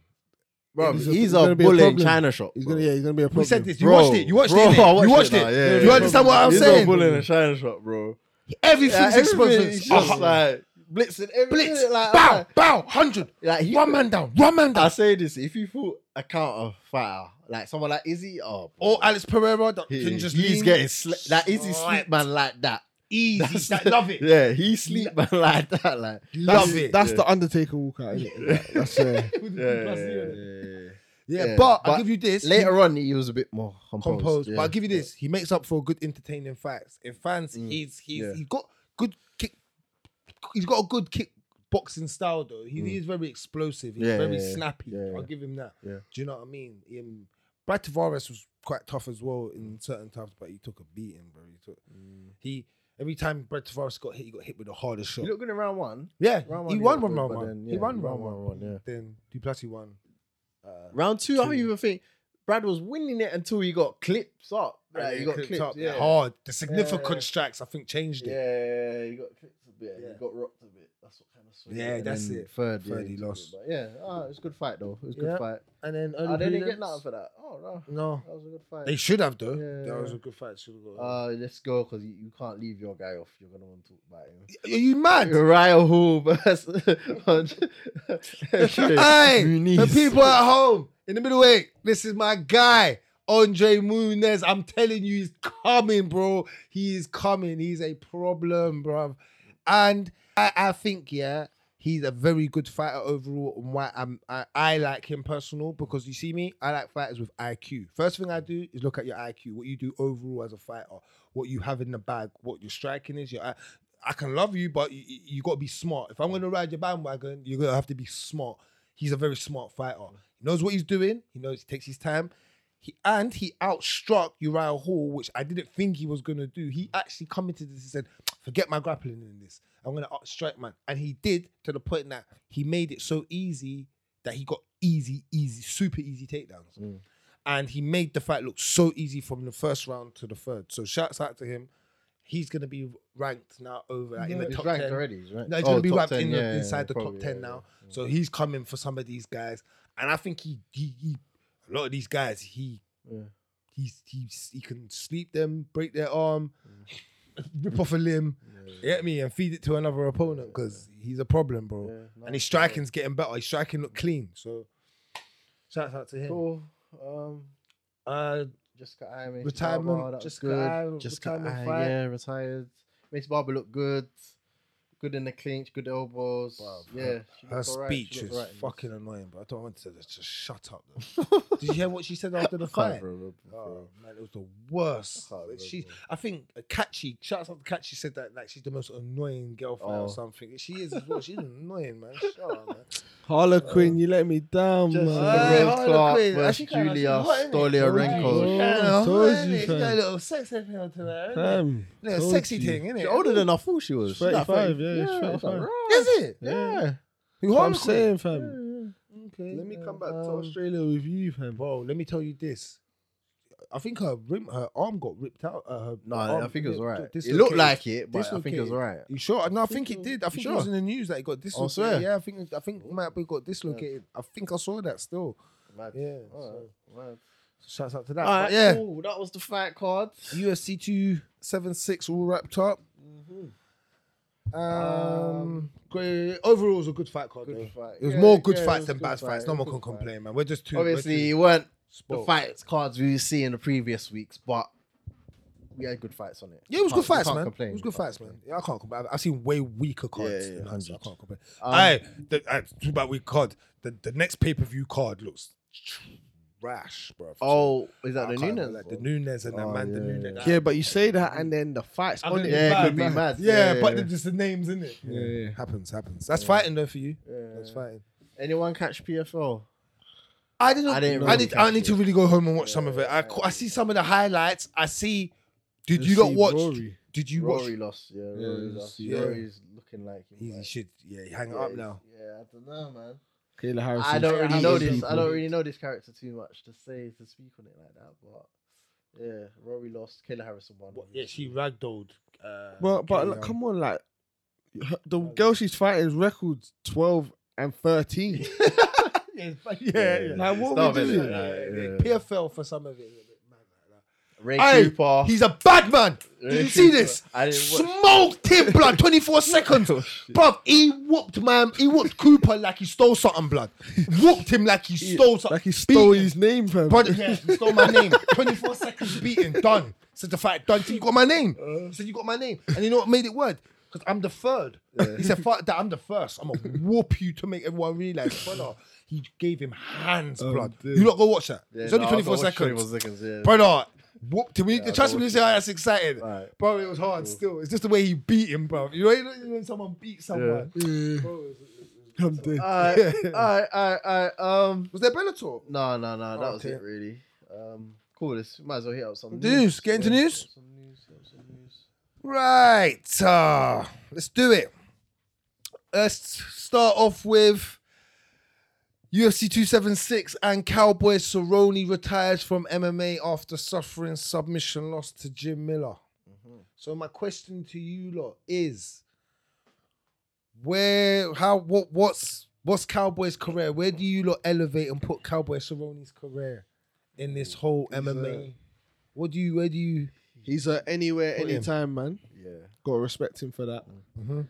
C: Bro,
E: He's
C: he's,
E: a-
C: a,
E: he's gonna be a
C: bullet in
E: problem.
C: China shop.
E: He's
C: bro.
E: gonna. Yeah, he's gonna be a problem.
D: we said this. You
C: Bro,
D: watched it. You watched
C: bro,
D: it.
C: I
D: innit?
C: watched
D: You
C: it
D: watched
C: now,
D: it.
C: yeah,
D: you
C: yeah.
D: understand what I'm
C: He's
D: saying?
C: a bullet in a China shop, bro.
D: Everything's
C: everything's
D: expensive.
C: just like blitzing. Every
D: Ah. Blitz,
C: minute, like,
D: bow,
C: like,
D: bow, hundred.
C: like he,
D: One man down, one man down.
C: I say this: if you put a counter fighter, like someone like Izzy, oh, bro,
D: Or Alex Pereira that
C: he,
D: can just
C: he's
D: lean.
C: getting sli- like Izzy
D: Slapped.
C: sleep man like that. That's-
D: easy. I love it.
C: Yeah, he sleep man like that. Like
D: Love
E: That's,
D: it.
E: that's
C: Yeah.
E: the Undertaker walkout. Isn't it? That's uh,
C: yeah,
D: yeah,
C: yeah.
D: but, I'll
C: But
D: give you this.
C: later on, he was a bit more
D: he
C: composed.
D: composed. But
C: yeah.
D: I'll give you this. He makes up for good entertaining facts. In fans,
C: Mm,
D: he's he's
C: yeah.
D: he's got good kick. He's got a good kick boxing style though. He, he is very explosive. He's
C: Mm. Yeah,
D: very
C: yeah, yeah.
D: snappy.
C: Yeah, yeah.
D: I'll give him that.
C: Yeah.
D: Do you know what I mean? Um, Brad Tavares was quite tough as well in certain times, but he took a beating, bro. He took he every time Brad Tavares got hit, he got hit with a harder shot.
C: Mm. He looked good in round one.
D: Yeah,
C: Round
D: he
C: one, yeah,
D: won one
C: but-
D: round
C: but
D: one.
C: then,
D: he
C: yeah,
D: won
C: round
D: round
C: one,
D: one.
C: yeah.
D: Then Duplessis won. Uh,
C: Round two, I don't
D: Two.
C: even think Brad was winning it until he got clips up.
D: and
C: Like,
D: then
C: he got
D: clipped
C: clips
D: up
C: yeah.
D: hard. The significant
C: Yeah.
D: strikes, I think, changed it.
C: Yeah, he got clipped a bit.
D: Yeah.
C: He got rocked a bit. That's what kind of. swung
D: Yeah,
C: and
D: that's
C: then
D: it.
C: Third,
D: Third
C: yeah,
D: he
C: took it,
D: lost.
C: but yeah, ah, it's a good fight though. It was a good
D: Yeah.
C: fight.
D: And then
C: I
D: early
C: didn't
D: prelims-
C: get nothing for that. Oh no,
D: No,
C: that was a good fight.
D: they should have though.
C: Yeah,
D: that
C: yeah,
D: was
C: yeah.
D: a good fight. Should have got.
C: Uh, let's go because you, you can't leave your guy off. You're gonna want to talk about him.
D: Are you mad?
C: Uriah Hall versus
D: Hey, the
C: Muniz.
D: people at home in the middleweight. This is my guy, Andre Munez. I'm telling you, he's coming, bro. He is coming. He's a problem, bro. And I, I think, yeah, he's a very good fighter overall. And why I'm, I, I like him personal because you see me, I like fighters with IQ. First thing I do is look at your IQ, what you do overall as a fighter, what you have in the bag, what your striking is. Your, I, I can love you, but you, you got to be smart. If I'm going to ride your bandwagon, you're going to have to be smart. He's a very smart fighter. He knows what he's doing. He knows he takes his time. He and he outstruck Uriah Hall, which I didn't think he was gonna do. He actually come into this and said, "Forget my grappling in this. I'm gonna outstrike man." And he did to the point that he made it so easy that he got easy, easy, super easy takedowns.
C: Mm.
D: And he made the fight look so easy from the first round to the third. So shouts out to him. he's gonna be ranked now over like, in the
C: he's
D: top
C: ranked
D: ten.
C: already. He's ranked.
D: No, he's
C: Oh,
D: gonna be
C: top
D: ranked
C: 10,
D: in the-
C: yeah, yeah,
D: inside
C: yeah,
D: the
C: probably,
D: top ten
C: yeah,
D: now.
C: yeah.
D: So he's coming for some of these guys, and I think he he, he a lot of these guys he
C: Yeah.
D: he's he's he can sleep them, break their arm,
C: Mm.
D: rip off a limb, you get me, and feed it to another opponent because he's a problem, bro. and his striking's getting better. His striking look clean. So shout out to him.
C: Cool. Um,
D: Uh,
C: Jessica I Macy
D: Retirement,
C: Barber, that was
D: Jessica
C: good.
D: I,
C: Jessica
D: retirement
C: I,
D: fight.
C: yeah, retired. Macy Barber looked good. Good in the clinch, good elbows.
D: Bruv,
C: yeah, she
D: her
C: looked alright, she
D: speech
C: looked
D: is
C: alright in this.
D: fucking annoying, but I don't want to just shut up. though. Did you hear what she said after the
C: Can't
D: fight?
C: remember,
D: Oh
C: bro.
D: man, it was the worst.
C: I can't remember.
D: She, I think uh, Catchy, shout out to Catchy, said that like she's the most annoying girlfriend
C: Oh.
D: or something. She is as well. She's annoying, man. Shut up, man.
E: Harlequin, you let me down,
C: Just
E: man.
C: the
D: Hey,
C: Red
D: Harley
C: Clark
D: Quinn.
C: versus
D: Actually, kinda-
C: Julia
D: she's hot, isn't it?
C: Stolyarenko.
E: Yeah,
D: Told you,
E: told you,
D: she got a
E: fam.
D: little sex appeal to her. innit?
E: Fam,
D: Little
E: told
D: sexy
E: you.
D: thing, isn't
C: She's
D: it?
C: older than I thought she was.
E: She's
C: She's like
E: 35, yeah, she's
C: I was like,
E: 35.
C: right.
D: Is it?
E: Yeah,
D: You
E: That's what I'm
D: Harley Quinn?
E: saying, fam.
D: Okay.
E: Let me
D: yeah,
E: come back to
D: um,
E: Australia with you, fam.
D: Bro, let me tell you this. I think her rim, her arm got ripped out. Uh, her
C: No,
D: arm
C: I think it was
D: got
C: alright. It
D: dislocated.
C: looked like it, but I think it was
D: Dislocated.
C: alright.
D: You sure? No, I think it did. I think it was in
C: sure?
D: the news that it got
C: Oh,
D: dislocated.
C: swear.
D: Yeah, I think I think it might have been got dislocated. I think I saw that still. Yeah. So, shouts out to that.
C: All
D: But
C: right,
D: yeah.
C: cool. That was the fight card.
D: UFC two seven six all wrapped up. Um, great. Overall, it was a good fight card.
C: Good
D: though.
C: fight.
D: It was
C: Yeah,
D: more good
C: yeah, it
D: fights
C: was
D: than
C: good
D: bad
C: fight,
D: fights.
C: it
D: No
C: was
D: one
C: good
D: can
C: fight.
D: complain, man. We're just too we're
C: Obviously,
D: too
C: it weren't the
D: spoiled.
C: fights cards we see in the previous weeks, but we had good fights on it.
D: Yeah, it was
C: Can't-
D: good fights,
C: can't
D: man.
C: complain.
D: It was good fights, man. Yeah, I can't complain. I've- I've seen way weaker cards
E: Yeah, yeah,
D: than Hunter. I
E: 100.
D: can't complain. I, the, I talk about weak card. The, the next pay per view card looks trash, bro.
C: Oh, is that
D: I
C: the
D: can't-
C: Nunes?
D: like the Nunes and that man, the
C: yeah,
D: Nunes.
E: Yeah, but you say that and then the fights
D: And
E: on
D: then
E: it.
D: the
C: yeah, it could be
D: man.
C: mad.
D: Yeah,
C: Yeah,
D: but
C: yeah.
D: they're just the names, isn't it?
E: Yeah, yeah.
D: happens, happens. That's fighting though for you. That's
C: Yeah.
D: fighting.
C: Anyone catch PFL?
D: I didn't. I
C: I didn't
D: I,
C: really
D: need, I
C: catch
D: need to
C: it.
D: really go home and watch some of it. I, I see some of the highlights. I see. Did you,
E: Just
D: not
E: see
D: watch?
E: Rory.
D: Did you watch?
C: Rory lost. Yeah, Rory
E: let's
C: lost.
E: see.
D: Yeah.
C: Rory's looking like him,
D: He
C: like-
D: should. Yeah, hang it
C: yeah,
D: up
C: he's-
D: now.
C: Yeah, I don't know, man.
E: Kayla Harris.
C: I
E: is
C: don't really know this. I
E: people.
C: don't really know this character too much to say to speak on it like that. But yeah, Rory lost. Kayla Harrison won.
D: What, yeah, she ragdolled. Uh,
E: Well, but
D: Kelly
E: like,
D: Young.
E: come on, like her- the girl she's fighting is records twelve and thirteen.
D: yeah, but- yeah, yeah.
E: Like, what
C: Stop
E: we
C: it,
E: doing?
C: like, yeah.
D: PFL for some of it. is a bit mad like
C: Ray
D: Aye,
C: Cooper.
D: that. He's a bad man.
C: Ray
D: Did you see
C: Cooper.
D: this?
C: I didn't watch.
D: Smoked him, blood. Twenty four seconds, bruv. He whooped man. He whooped Cooper like he stole something, blood. Whooped him like he stole something.
E: Like he stole
D: Beat him.
E: his name from.
D: Brother, yeah, you stole my name. 24 seconds beating, done. Said the fight, done. So you got my name. He said you got my name. And you know what made it worse? Because I'm the third. He said, fuck that, I'm the first. I'm going to whoop you to make everyone realize, brother. He gave him hands, blood.
E: dear.
D: You not go watch that.
C: Yeah,
D: it's only
C: no, I
D: 24
C: watched
D: seconds.
C: 24 seconds. Yeah.
D: Brother, whooped him.
C: I
D: Trust
C: don't
D: me, you
C: watch
D: say, oh, that's exciting.
C: Alright.
D: Bro, it was hard still. It's just the way he beat him, bro. You know you know when someone beats someone? Bro, it was-
E: I'm dead.
C: Alright, alright, alright, alright. Um,
D: was there Bellator?
C: no, no, no. That was
D: Okay.
C: it, really. Um, cool. This might as well hit up some
D: News, get into
C: Yeah,
D: news.
C: Some news. Some news.
D: Right, uh, let's do it. Let's start off with UFC 276 and Cowboy Cerrone retires from MMA after suffering submission loss to Jim Miller. So my question to you lot is where how what what's what's Cowboy's career? Where do you lot elevate and put Cowboy Cerrone's career in this whole MMA? what do you where do you
E: He's a anywhere,
D: Put him.
E: anytime man.
C: Yeah. Mm-hmm.
E: Gotta respect him for that.
D: Mhm.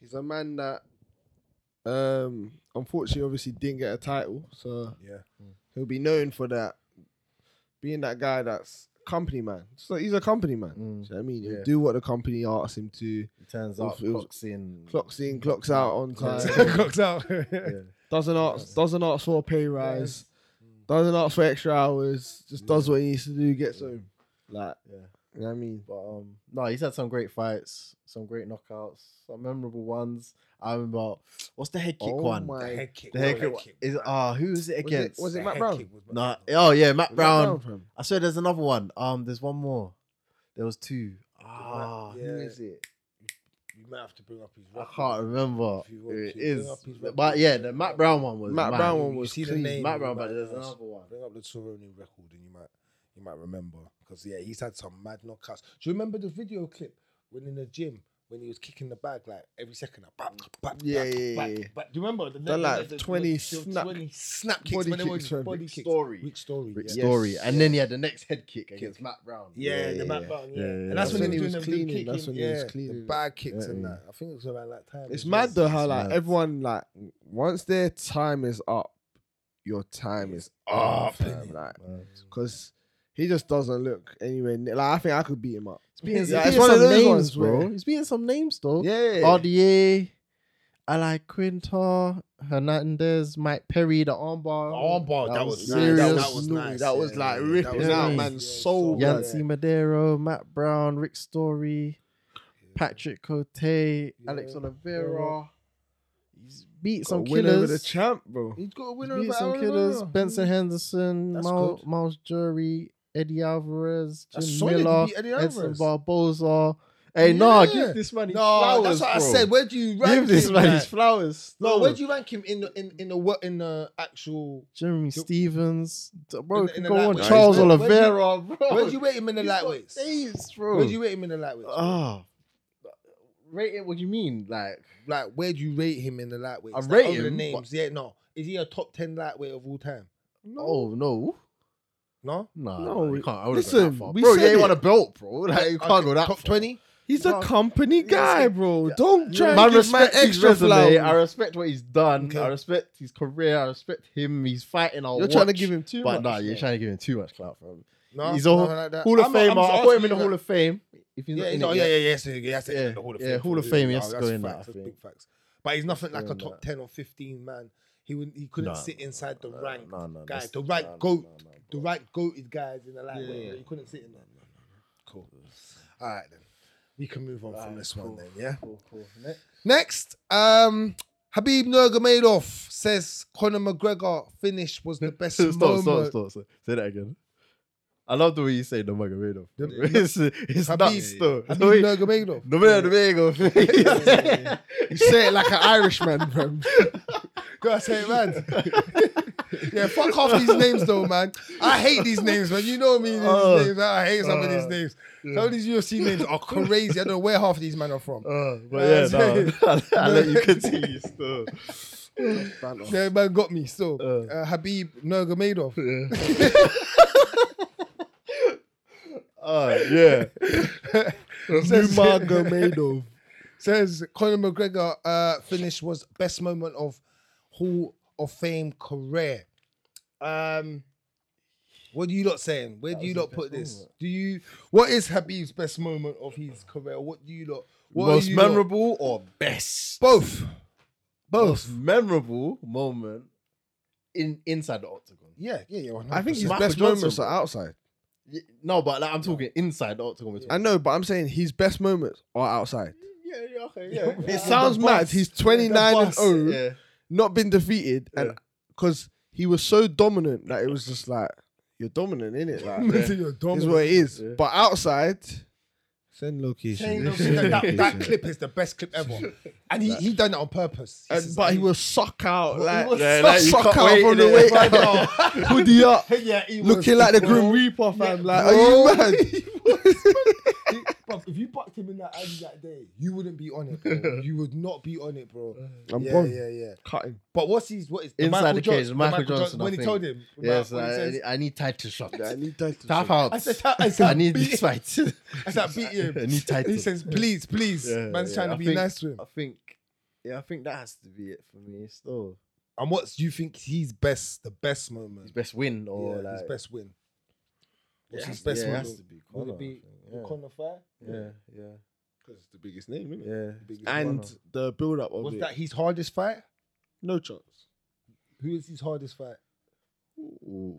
E: He's a man that, um, unfortunately, obviously didn't get a title, so
D: Yeah.
E: he'll be known for that, being that guy that's company man. So he's a company man.
C: Mm.
E: Do you know what I mean? He'll
C: Yeah.
E: do what the company asks him to.
C: He turns
E: Well,
C: up,
E: it was-
C: clocks in.
E: Clocks in, clocks out on time.
D: Cocked out.
C: Yeah. Mm.
E: Doesn't ask, doesn't ask for a pay rise. Doesn't ask for extra hours. Just does what he needs to do. Gets home. Like,
C: Mm. Yeah.
E: you know what I mean?
C: But um, no, he's had some great fights, some great knockouts, some memorable ones. I remember what's the head kick
E: Oh
C: one?
E: my-
D: The head kick.
C: the head
D: bro.
C: kick one- is ah who is it
E: Was it-
C: against?
E: was it
D: The
E: Matt
D: head
E: Brown?
D: kick was Matt
C: Nah,
D: Brown.
C: oh yeah, Matt
E: Matt
C: Brown.
E: Brown, fam.
C: I swear there's another one. Um, there's one more. There was two. Ah, who
D: yeah.
C: is it?
D: You might have to bring up his.
C: I
D: record.
C: can't remember.
D: If you
C: who
D: want
C: It
D: to, bring
C: is,
D: up his record.
C: but yeah, the Matt Brown one was
E: Matt
C: mad.
E: Brown
D: You-
E: one
D: you
E: was
D: see the
E: clean.
D: name,
C: Matt
D: you
C: Brown,
D: might
C: but there's
D: know.
C: another one.
D: Bring up the Cerrone record, and you might you might remember because yeah, he's had some mad knockouts. Do you remember the video clip when in the gym when he was kicking the bag like every second, like, bap, bap,
E: Yeah,
D: bap,
E: yeah,
D: bap,
E: yeah.
D: bap. Do you remember the
E: Done, like, 20 snap-
D: 20 snap kicks
E: body
D: when it
E: kicks
D: was
E: from
D: body
E: Rick
D: kicks?
C: Story.
D: Rick Story.
C: Rick
D: yeah.
C: Story, and then he had the next head kick against Matt Brown.
D: Yeah,
E: Yeah,
D: the
E: yeah.
D: back button. Yeah,
C: Yeah, yeah,
D: and
C: yeah.
D: that's, when he was
E: That's when
D: doing
E: he was
D: them
E: cleaning,
D: kicking.
E: that's when he
D: yeah,
E: was
D: The
E: cleaning.
D: bag kicks and
C: Yeah,
D: that. I think it was around that time.
E: It's
D: as
E: mad
D: well.
E: though how
C: It's
E: like
C: mad.
E: everyone like once their time is up, your time is up.
D: Up,
E: fam,
D: innit?
E: Like
C: Man.
E: because he just doesn't look anywhere. Near, like I think I could beat him up.
C: He's beating,
E: Yeah,
C: he's
E: it's
C: beating
E: one of
C: some
E: those
C: names,
E: ones,
C: bro.
E: bro.
C: He's beating some names though.
E: Yeah,
C: RDA, Ally Quintar, Hernandez, Mike Perry, the armbar,
D: Armbar,
E: That
D: that,
E: was
D: was
E: nice.
D: serious.
E: That
D: That,
E: was
D: was
E: naughty.
D: nice.
E: That was,
D: yeah,
E: like,
D: yeah, yeah.
E: ripping
D: That was
C: out
D: nice.
E: man's
D: Yeah,
E: soul,
D: yeah.
C: Yancy Madero, Matt Brown, Rick Story, Patrick Cote, Alex
D: Yeah.
C: Oliveira. He's beat
E: Some
C: some
E: win over the
C: killers.
E: champ, bro.
D: He's got a winner
C: Beat
D: over Mm.
C: some
D: Alvaro.
C: killers. Benson Henderson,
E: That's
C: Miles,
E: good.
C: Miles Jury, Eddie Alvarez,
D: That's
C: Jim
D: solid. He
C: Miller,
D: beat Eddie
C: Edson
D: Alvarez.
C: Barboza. Hey, nah,
D: Yeah.
C: give this man his
D: No,
C: flowers.
D: that's what I
C: bro.
D: said. Where do you rank
C: Give this
D: him?
C: man
D: like?
C: his flowers.
D: No, where do you rank him in the in in the what in the actual?
C: Jeremy
D: Yo-
C: Stevens, D- bro,
D: In the-
C: can
D: in the
C: go on.
D: lightweight.
C: Charles
D: Where'd you-
C: Oliveira, bro.
D: Where do you rate him in the
C: He's got
D: lightweights?
C: Days, bro.
D: Where do you rate him in the lightweights?
E: Oh.
C: Ah, rate it. What do you mean? Like,
D: like, where do you rate him in the lightweights?
C: I
D: Like,
C: rate
D: over the
C: him,
D: names. Yeah, no. Is he a top ten lightweight of all time?
C: oh no,
D: No.
C: no,
E: No,
C: you can't. I wouldn't go
E: listen,
C: that far.
E: we
C: bro,
E: said
C: yeah, you want a
E: it.
C: belt, bro. Like, you can't
D: Okay,
C: go that
D: top
C: far.
D: twenty.
E: He's a
C: No.
E: company guy, bro. Don't try
C: Man,
E: and give man
C: respect his
E: extra
C: resume. I
E: flowers.
C: respect what he's done.
D: Okay.
C: I respect his career. I respect him. He's fighting. I'll
E: You're trying to
C: watch,
E: give him too
C: but
E: much.
C: nah, you're trying to give him too much clout, bro.
D: No,
C: He's all-
D: nothing like that.
C: Hall of
D: I'm not-
C: Famer.
D: I'm
C: I put
D: just
C: him in
D: asking
C: the Hall
D: you
C: of Fame. If he's not
D: Yeah, he's
C: in
D: not-
C: it
D: yeah,
C: yet.
D: yeah, yeah. So he has to
C: Yeah,
D: enter the Hall of
C: yeah,
D: Fame.
C: Hall of
D: for
C: Fame,
D: real.
C: he has
D: Wow,
C: to go
D: that's
C: in that, I
D: facts, that's
C: think.
D: big facts. But he's nothing like
C: Go
D: a
C: in
D: top
C: that.
D: ten or fifteen man. He would he couldn't
C: Nah,
D: sit inside the
C: nah,
D: rank
C: nah, nah,
D: guy,
C: that's-
D: the right
C: nah,
D: goat,
C: nah, nah,
D: the
C: bro.
D: right goated guys in the lightweight.
C: Yeah, yeah.
D: He couldn't sit in there. Cool. All right then, we can move on from
C: Alright,
D: this
C: cool.
D: one then. Yeah.
C: Cool, cool. Next.
D: Next, um, Habib Nurmagomedov says Conor McGregor finish was the best
C: stop,
D: moment.
C: stop, stop, stop. Say that again. I love the way you say Nomagomedov.
D: The-
C: It's, it's
D: Habib-
C: nuts, though.
D: Habib
C: The way-
D: Nurmagomedov.
C: Nomagomedov.
E: You say it like an Irishman, bro.
D: Gotta say it, man. yeah, fuck off these names though, man. I hate these names, man. You know me, these
C: Uh,
D: names. I hate some of these
C: uh,
D: names. Some of these UFC names are crazy. I don't know where half of these men are from.
C: Uh,
D: Yeah,
C: But yeah, no, I'll let you continue still.
D: Yeah, man got me still.
C: Uh.
D: Uh, Habib Nurmagomedov.
C: Uh, yeah.
D: Says-
E: Nurmagomedov.
D: Says Conor McGregor uh, finish was best moment of Hall of Fame career. Um, what do you lot saying? Where do you lot put this? Do you what is Habib's best moment of his career? What do you lot? What are
C: Most
D: you lot-
C: memorable or best?
D: Both.
C: Most memorable moment in inside the octagon.
D: Yeah, yeah, yeah. 100%.
E: I think his
C: Michael
E: best
C: Johnson,
E: moments are
C: bro.
E: outside.
C: Y- No, but like, I'm talking inside the octagon. we're
E: I
C: talking-
E: know, but I'm saying his best moments are outside.
C: Yeah, yeah, okay,
E: It sounds mad. He's 29 and oh. 0,
C: Yeah.
E: not been defeated,
C: Yeah.
E: and because he was so dominant that it was just like you're dominant, in it? Like,
D: Listen, you're dumb.
E: is what it is.
C: Yeah.
E: But outside,
B: Send
D: Saying
B: location.
D: no- that, that clip is the best clip ever, and he, he done it on purpose. He
E: and,
D: says,
E: but he was suck out, like,
C: was
E: yeah,
C: suck-
E: like,
C: you
E: suck
C: can't
E: out
C: wait,
E: from the
C: innit?
E: way
C: Right now.
E: hoodie up,
D: yeah, he was-
E: looking like the Grim Reaper, fam. like, are you mad?
D: Bro, if you bucked him in that alley that day, you wouldn't be on it. Bro. You would not be on it, bro.
E: I'm
D: yeah,
E: gone.
D: yeah, yeah.
E: Cutting.
D: But what's his what is
C: Inside
D: Michael
C: the
D: John-
C: cage, Michael Johnson, I
D: when he
C: think.
D: told him,
C: Yes,
D: when he
C: I,
D: says-
C: I, need title shots.
E: I need that.
C: Tap out.
D: I said, I, said,
C: I need
D: beat,
C: this fight.
D: I said, beat him.
C: I need title.
D: He says, please, please.
C: Yeah,
D: Man's
C: yeah,
D: trying
C: I
D: to be
C: think-
D: nice to him.
C: I think, yeah, I think that has to be it for me. Still,
D: And what do you think he's best, the best
C: his
D: moment?
C: best win
D: Yeah,
C: or like
D: his best win. What's
C: it
D: his
C: has-
D: best
C: yeah, it
D: moment?
C: has to be
D: Would
C: Conor.
D: it be
C: I
D: the
C: think.
D: Conor fight?
C: yeah, yeah,
E: Because it's the biggest name, isn't
C: yeah, yeah.
D: Biggest
E: And
D: Conor.
E: the build up of
D: was
E: it.
D: that his hardest fight?
E: No chance.
D: Who is his hardest fight?
C: Ooh.
D: um,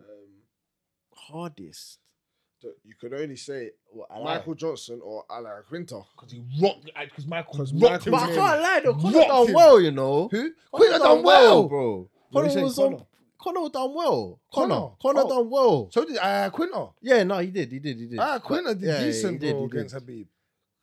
C: Hardest.
E: So you could only say
C: Well, I
E: Michael Johnson or Alain Quinter.
D: Because he rocked, because Michael
E: rocked
D: rocked him.
C: But I can't lie though, Conor
D: Rocked
C: done
D: him.
C: well, you know.
D: Who?
C: Conor
D: Quinter done well.
C: bro.
E: What are you
C: Conor
E: saying,
C: was
E: Conor?
C: on. Conor done well.
D: Conor?
C: Conor, Conor
D: Oh.
C: done well.
D: So did uh, Quinter.
C: Yeah, no, he did, he did, he did.
D: Ah, Quinter did
C: Yeah, yeah, he
D: decent,
C: did,
D: bro,
C: he did.
D: against Habib.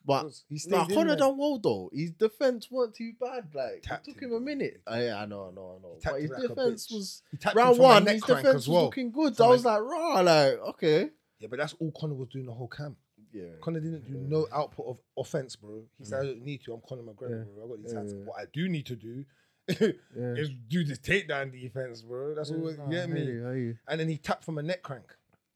C: but
D: He
C: Nah,
D: in
C: Connor
D: there.
C: done well though. His defense weren't too bad. Like
D: Tapped
C: it took
D: him,
C: him a
D: bro.
C: minute. I, I know, I know, I know.
D: tapped
C: But
D: him
C: his
D: like a
C: defense
D: bitch.
C: was
D: He tapped him
C: round
D: from a
C: one.
D: neck
C: His
D: crank
C: defense was
D: as well.
C: looking good.
D: From
C: So I
D: a-
C: was like, rah, like okay.
D: Yeah, but that's all Connor was doing the whole camp.
C: yeah.
B: Conor didn't do no output of offense, bro. He
C: Mm.
B: said, I don't need to. I'm Conor McGregor, bro. I got these hands. What I do need to do is do this takedown defense, bro. That's all. you get me?
C: How you?
B: And then he tapped from a neck crank.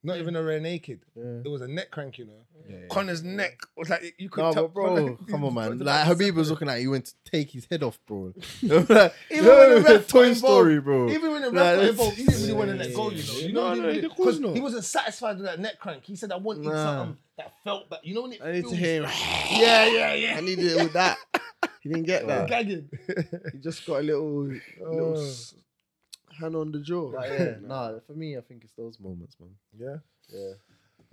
B: Not even a rear naked. It was a neck crank, you know. Connor's neck was like you could
C: No,
B: tell.
C: but bro,
B: Conor-
C: come on, man. Like Habib was looking at you went to take his head off, bro. even
B: when the ref got
C: Toy
B: involved,
C: Story, bro.
B: Even when the
C: Nah,
B: ref got
C: that's-
B: involved, he didn't really
C: Yeah,
B: want to
C: yeah,
B: let
C: yeah,
B: go, you know. You know what
E: No,
B: I
E: no,
B: mean?
E: of course
B: 'Cause
E: not.
B: He wasn't satisfied with that neck crank. He said, I wanted
C: Nah.
B: something that felt that. You know when it
E: I need to
B: feels-
E: hear.
B: Yeah, yeah, yeah.
E: I needed it with that. He didn't get that.
B: Gagging.
E: He just got a little, little
B: Oh.
E: s- hand on the jaw.
C: But yeah, nah, for me, I think it's those moments, man.
B: Yeah.
C: Yeah.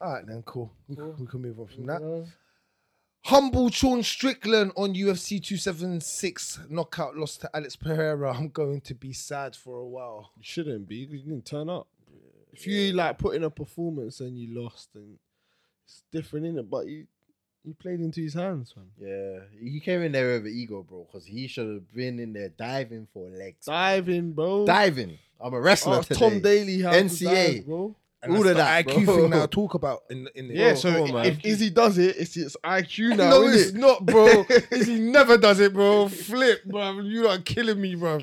B: All right, then, cool. We, cool. we can move on from that.
C: Nah.
B: Humble Sean Strickland on UFC 276 knockout loss to Alex Pereira. I'm going to be sad for a while.
E: You shouldn't be because you didn't turn up. If you like put in a performance and you lost, and it's different in it. But you you played into his hands, man.
C: Yeah, he came in there with an ego, bro, because he should have been in there diving for legs.
E: Diving, bro.
C: Diving. I'm a
B: Oh,
C: wrestler
E: Ask
C: today.
E: Tom Daly, how
C: NCA.
E: to dive, bro.
B: And
C: All
B: that's
C: of that,
B: the IQ
C: bro.
B: thing that I talk about in in the
E: Yeah,
C: Bro,
E: so
C: come on,
E: i-
C: man.
E: if Izzy does it, it's it's IQ now.
B: no,
E: innit?
B: it's not, bro. Izzy never does it, bro. Flip, bro. You are killing me, bro.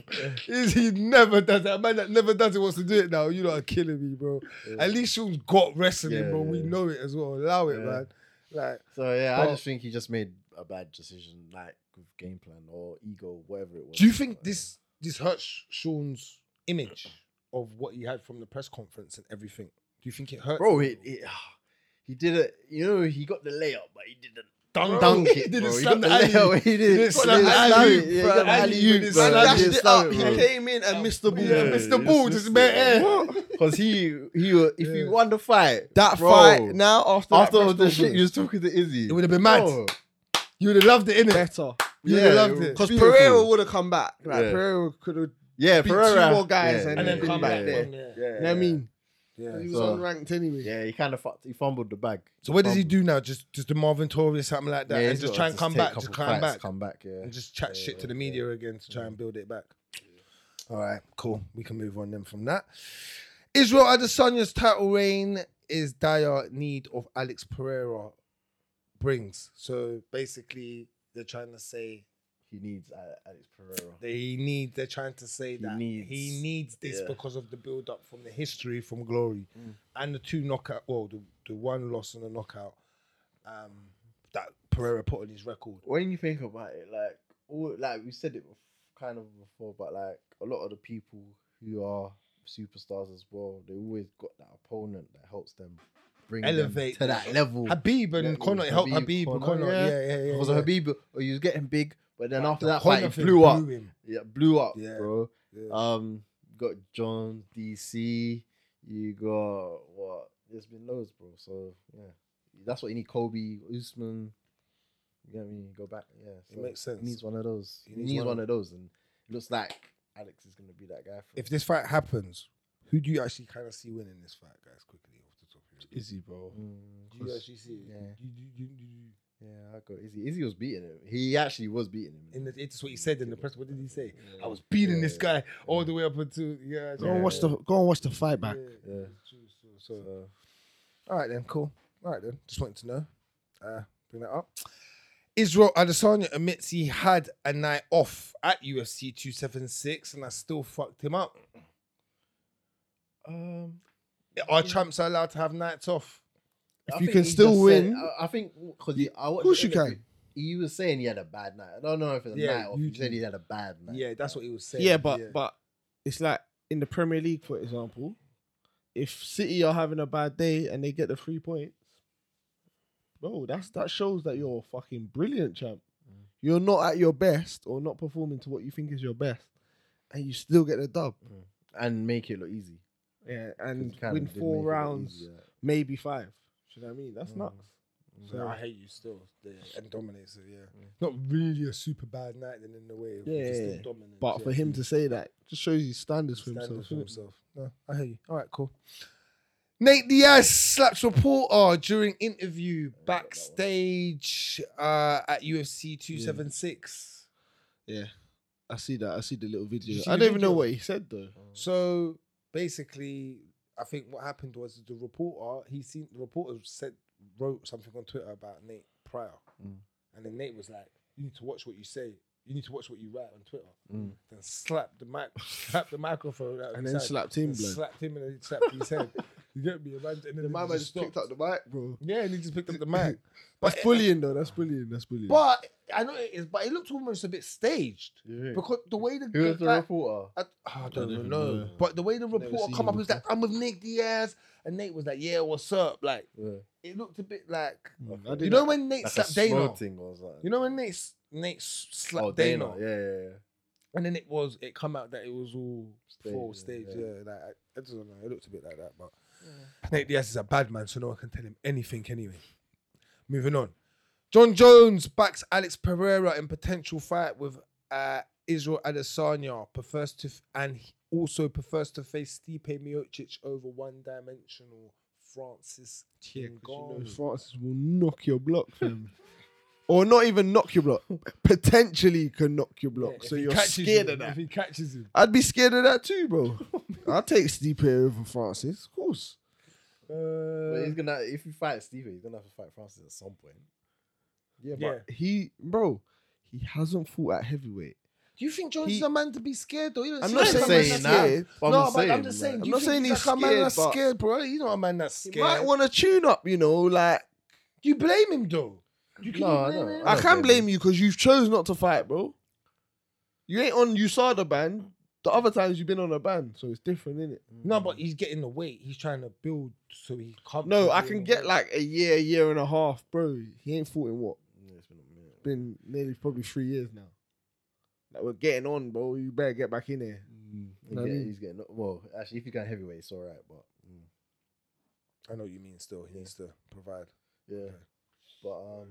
B: Izzy never does that. Man that never does it wants to do it now. You lot are killing me, bro. At least Sean's got wrestling,
C: Yeah,
B: bro.
C: yeah,
B: We
C: yeah.
B: know it as well. Allow it,
C: Yeah.
B: man. Like,
C: So yeah, I
B: But-
C: just think he just made a bad decision, like with game plan or ego, whatever it was.
B: do you think this this hurts Sean's image of what he had from the press conference and everything? Do you think it hurts?
C: bro?
B: him?
C: It, it he did it. You know, he got the layup, but he didn't.
B: Bro,
C: dunk
B: He
C: it,
B: didn't
C: bro. He
B: slam
C: got
B: the
C: the
B: alley.
C: layup. He
B: He didn't
C: didn't
B: slam
C: he
B: the
C: didn't
B: alley.
C: slam it. Yeah,
B: He
C: he got the
B: alley. He
C: alley-oop,
B: didn't
C: bro.
B: slam
C: He
B: it.
C: didn't slam it,
E: He
C: bro.
E: came in and missed the ball.
B: Yeah,
C: Yeah,
B: Mr.
C: yeah,
B: Ball
C: it's
B: just
C: just-
B: made air.
C: Cause he he wa- if he
B: Yeah.
C: won the fight
E: That
C: bro,
E: fight now after
C: after
E: that
C: all
E: press
C: the shit
E: conference,
C: you was talking to Izzy
B: It would have been mad.
C: Bro,
B: You would have loved it, innit?
E: better
B: You would
C: yeah,
B: have loved
C: it
B: it.
E: because
C: Beautiful.
E: Pereira would have come back. Like
C: Yeah.
E: Pereira could have.
C: yeah
E: beat two
C: Pereira
E: more guys and
B: And then
E: Yeah,
B: come
E: yeah,
B: back
E: yeah.
B: from there.
C: yeah,
E: You know what I mean, he was
C: So-
E: unranked anyway.
C: yeah he kind of fucked he fumbled the bag
B: So what does he do now? Just just the Marvin Torrey or something like that,
C: Um, Yeah,
B: and
C: he's
B: just
C: got
B: try and come
C: take
B: back,
C: a
B: just
C: couple
B: climb
C: fights,
B: back,
C: come back yeah
B: and just chat shit to the media again to try and build it back. All right, cool. We can move on then from that. Israel Adesanya's title reign is dire need of Alex Pereira brings. So basically, they're trying to say
C: he needs uh, Alex Pereira
B: They need. They're trying to say that
C: needs-
B: he needs this
C: yeah. Mm.
B: because of the build up from the history from Glory and the two knockout. Well, the, the one loss and the knockout um, that Pereira put on his record.
C: when you think about it, like all like we said it bef- kind of before, but like a lot of the people who are superstars as well, they always got that opponent that helps them bring them
B: Elevate
C: to that level.
B: Habib and
C: Yeah,
B: Conor helped Habib.
C: Habib,
B: and
C: Conor,
B: Conor, yeah,
C: yeah.
B: yeah, yeah. yeah,
C: Because
B: yeah.
C: Habib, or he was getting big, but then after
B: The
C: that
B: Conor
C: fight, he
B: thing
C: blew up.
B: him. Uh,
C: Yeah, blew up,
B: Yeah.
C: bro.
B: Yeah.
C: Um, you got John DC. You got what? There's been loads, bro. So yeah, that's what you need. Kobe Usman. You know what I mean? Go back. Yeah,
B: It makes sense.
C: He needs one of those.
B: He
C: He
B: needs
C: needs,
B: one
C: one,
B: of-
C: of those, and it looks like Alex is gonna be that guy. For
B: If this fight happens, who do you actually kind of see winning this fight, guys? Quickly off the top of your head.
E: Izzy, bro.
C: Mm,
B: Do you
C: 'cause-
B: actually see it?
C: yeah.
B: You- you- you- you-
C: yeah, I got Izzy. Izzy was beating him. He actually was beating him.
B: In the, it's what he said in the press. What did he say?
C: Yeah.
B: I was beating
C: Yeah,
B: this
C: yeah,
B: guy all the way up until yeah.
E: Go and watch the go and watch the fight back.
C: Yeah. Yeah.
B: So, uh,
C: So,
B: all right then, cool. All right then, just wanted to know. Uh, bring that up. Israel Adesanya admits he had a night off at UFC 276, and I still fucked him up.
C: um,
B: Our champs are allowed to have nights off.
E: If
C: I
E: you
C: think
E: can
C: he
E: still
C: just
E: win-
C: said, I, I think because I watched
E: course
C: the
E: you can.
C: interview, He was saying he had a bad night. I don't know if it's a
B: Yeah,
C: night off.
B: you
C: He said
B: do.
C: he had a bad night.
B: Yeah, that's what he was saying.
E: Yeah, but but it's like in the Premier League, for example, if City are having a bad day and they get the three points, bro, that's that shows that you're fucking brilliant, champ. You're not at your best or not performing to what you think is your best, and you still get the dub.
C: and make it look easy.
E: Yeah,
C: 'Cause
E: and
C: he kinda
E: win
C: did
E: four
C: make it look
E: rounds,
C: easy, like,
E: maybe five. Should I mean that's
C: Mm.
E: nuts. So,
B: I hate you still. And dominates it, yeah. Not really a super bad night, then in a way. but
E: Yeah,
B: just
E: yeah,
B: still
E: yeah.
B: dominant,
E: but
B: yeah.
E: for him to say that just shows his standards for
B: Stand
E: himself.
B: up for
E: innit?
B: himself. No, I hear you. All right, cool. Nate Diaz slaps reporter during interview backstage uh, at UFC 276.
E: Yeah, I see that. I see the little
B: you
E: video.
B: see
E: I
B: the
E: don't even know
B: video?
E: what he said though.
B: So basically, I think what happened was the reporter, he seen the reporter said wrote something on Twitter about Nate Pryor,
C: Mm.
B: and then Nate was like, "You need to watch what you say. You need to watch what you write on Twitter."
C: Mm.
B: Then slapped the mic, slapped the microphone, out of
E: And
B: his
E: then
B: hand,
E: slapped him,
B: and
E: blood.
B: slapped him, and then slapped his head. You get me? And then- And then
E: The
B: he
E: man
B: just
E: just
B: stopped.
E: picked up the mic, bro.
B: Yeah, and he just picked up the mic.
E: That's bullying, though. That's bullying. That's bullying.
B: But I know it is, but it looked almost a bit staged
E: Yeah.
B: because the way the,
C: Who was the
B: like,
C: reporter?
B: I, I don't,
E: Ah, don't even
B: know.
E: know.
B: But the way the
E: Never
B: reporter
E: seen
B: come up,
E: him
B: he was like, "I'm with Nick Diaz," and Nate was like, "Yeah, what's up?" Like,
C: Yeah. Hmm,
B: it looked a bit like
E: I
B: you
E: did
B: know when Nate
C: Like a
B: slapped
C: small
B: Dana.
C: thing or something.
B: You know when Nate s- Nate s- slapped
C: Oh,
B: Dana,
C: Yeah, yeah, yeah.
B: and then it was it come out that it was all
C: Staged,
B: full
C: yeah,
B: stage. Yeah,
C: yeah.
B: like I, I don't know. It looked a bit like that, but Nate Diaz is a bad man, so no one can tell him anything anyway. Moving on, John Jones backs Alex Pereira in potential fight with uh, Israel Adesanya. Prefers to f- and he also prefers to face Stipe Miocic over one-dimensional Francis Ngannou.
E: Francis will knock your block, fam. or not even knock your block. Potentially can knock your block.
B: Yeah,
E: so
B: if he
E: you're
B: catches
E: scared of
B: him- If
E: that.
B: he Oh, catches him,
E: I'd be scared of that too, bro. I'll take Stipe over Francis, of course.
C: But
B: uh,
C: he's gonna if he fights Steve, he's gonna have to fight Francis at some point.
E: Yeah,
B: but-
E: he, bro, he hasn't fought at heavyweight.
B: Do you think Jones
E: He-
B: is a man to be scared though?
E: I'm not
B: I'm not
E: saying
B: saying
E: he's
B: that.
E: scared,
C: but I'm
B: no,
C: just
B: but I'm
C: saying,
B: just
C: like-
B: saying. do
E: I'm
B: you
E: not
B: think
E: saying he's
B: like a man
E: scared,
B: that's
E: but-
B: scared, bro. He's not a man that's
E: He
B: scared.
E: might want to tune up, you know, like.
B: you blame him though. You
C: No, I
B: blame
C: don't-
B: him?
C: I
E: I
C: don't
E: can
C: blame
E: blame you because you've chose not to fight, bro. You ain't on USADA ban. The other times you've been on a ban, so it's different, innit?
C: Mm.
B: No, but he's getting the weight. He's trying to build so he can't.
E: No, I can get like a year, year and a half, bro. He ain't fought in what?
C: Yeah, it's been a minute.
E: Been nearly probably three years now. Like we're getting on, bro. You better get back in there.
B: Mm.
C: He's,
E: I
C: getting,
E: mean-
C: he's getting well. Actually, if you can heavyweight, it's all right. But mm,
B: I know what you mean. Still, he needs to provide.
C: yeah, but um,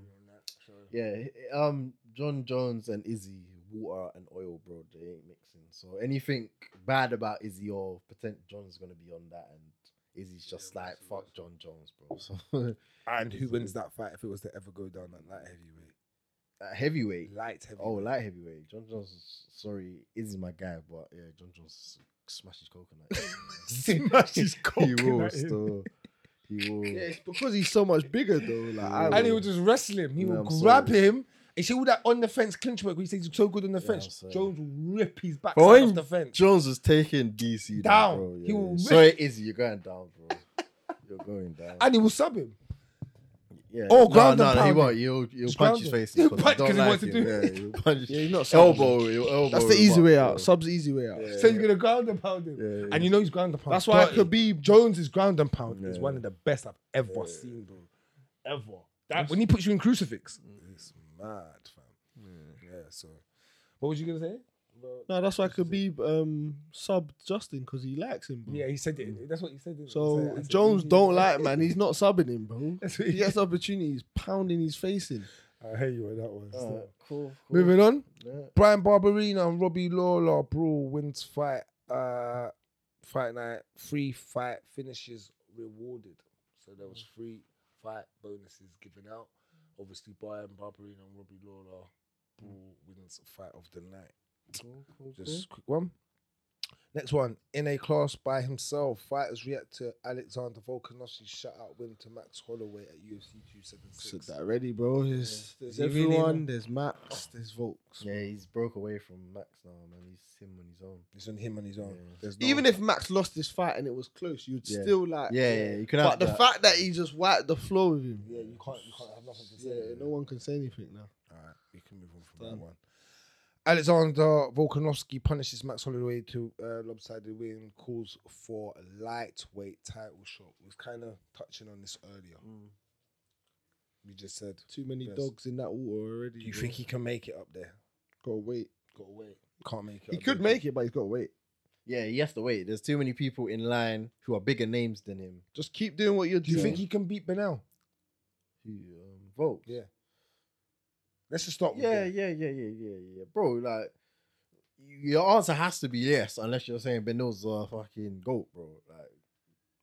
C: yeah, h- um, John Jones and Izzy water and oil, bro. They ain't mixing. So anything bad about Izzy or potent John's gonna be on that, and Izzy's just like fuck John Jones, bro. So
B: And who wins that fight if it was to ever go down at light heavyweight?
C: at heavyweight.
B: Light heavyweight.
C: Oh, light heavyweight. John Jones, is- sorry, Izzy my guy, but yeah, John Jones smashes coconut.
B: smash his cock.
C: he will
B: at him.
C: still. He will.
E: Yeah, it's because he's so much bigger though. Like, I
B: and he
E: will-
B: would just wrestle him. He
C: Yeah,
B: will
C: I'm
B: grab
C: sorry.
B: him. You see all that on the fence clinch work. where He says he's so good on the
C: Yeah, I'm
B: fence.
C: sorry.
B: Jones will rip his back
C: Bro,
B: off
C: when
B: the fence.
C: Jones was taking DC
B: Down.
C: down. Bro.
B: He
C: Yeah,
B: will
C: yeah.
B: rip-
C: Sorry, Izzy, you're going down, bro. you're going down.
B: and he will sub him.
C: yeah.
B: Oh, ground and
C: he
B: pound
C: won't. He'll, he'll
B: Just
C: punch his
B: ground him.
C: face.
B: He'll
C: because I
B: punch
C: don't
B: 'cause he wants
C: like
B: to
C: him.
B: do
C: Yeah, he'll punch
E: Yeah, he's not
C: his
E: soft.
C: elbow. He'll elbow.
E: That's the
C: him
E: easy
C: up,
E: way
C: bro.
E: out. Sub's the easy way out.
C: Yeah.
B: So he's gonna ground and pound him.
C: Yeah, yeah.
B: And you know he's ground and pound.
E: That's why
B: dirty.
E: Khabib.
B: Jones is ground and pound is
C: Yeah.
B: one of the best I've ever seen, bro. Ever. That, when he puts you in crucifix. It's mad, fam. Yeah. so what was you gonna say?
E: No, that's why Khabib um subbed Justin because he likes him, bro.
B: Yeah, he said it. That's what he said. didn't he? He said it.
E: So
B: I said,
E: Jones
B: "Mm."
E: don't like man. He's not subbing him, bro.
B: That's what
E: He
B: he-
E: gets opportunities, pounding his face in.
B: I hate you on that one.
C: Alright,
B: still.
C: cool. cool.
B: Moving on.
C: Yeah.
B: Brian Barberina and Robbie Lawler brawl wins fight. Uh, fight night free fight finishes rewarded. So there was three fight bonuses given out. Obviously, Brian Barberina and Robbie Lawler brawl wins fight of the night.
C: Cool, cool, cool.
B: Just a quick one. Next one. In a class by himself, fighters react to Alexander Volkanovski's shutout win to Max Holloway at UFC 276.
E: Said that already, bro. There's,
B: Yeah.
E: there's
B: Is he really
E: everyone.
B: not?
E: there's Max. There's Volks.
C: Yeah, he's broke away from Max now, man. He's him on his own.
B: It's on him on his own.
C: Yeah.
B: There's no
E: Even
B: one-
E: if Max lost this fight and it was close, you'd
C: Yeah.
E: still like.
C: Yeah, yeah, you can
E: But
C: have
E: the
C: that.
E: fact that he just wiped the floor with him.
B: yeah, you can't, you can't have nothing to say.
E: Yeah, no one can say anything now.
B: All right, we can move on from that
E: Done.
B: one. Alexander Volkanovski punishes Max Holloway to uh, lopsided win, calls for a lightweight title shot. We was kind of touching on this earlier. We just said,
E: Mm. Too many
B: Yes.
E: dogs in that water already.
B: do you
E: bro.
B: think he can make it up there?
E: Gotta wait.
B: Got to wait. Can't make it.
E: He could make it, but he's gotta wait.
C: Yeah, he has to wait. There's too many people in line who are bigger names than him.
E: Just keep doing what you're
B: Do you
E: doing.
B: think he can beat Benel?
C: Who um, vote?
B: Yeah. Let's just start.
C: Yeah,
B: with
C: yeah, yeah, yeah, yeah, yeah, bro. Like your answer has to be yes, unless you're saying Benil's a fucking goat, bro. Like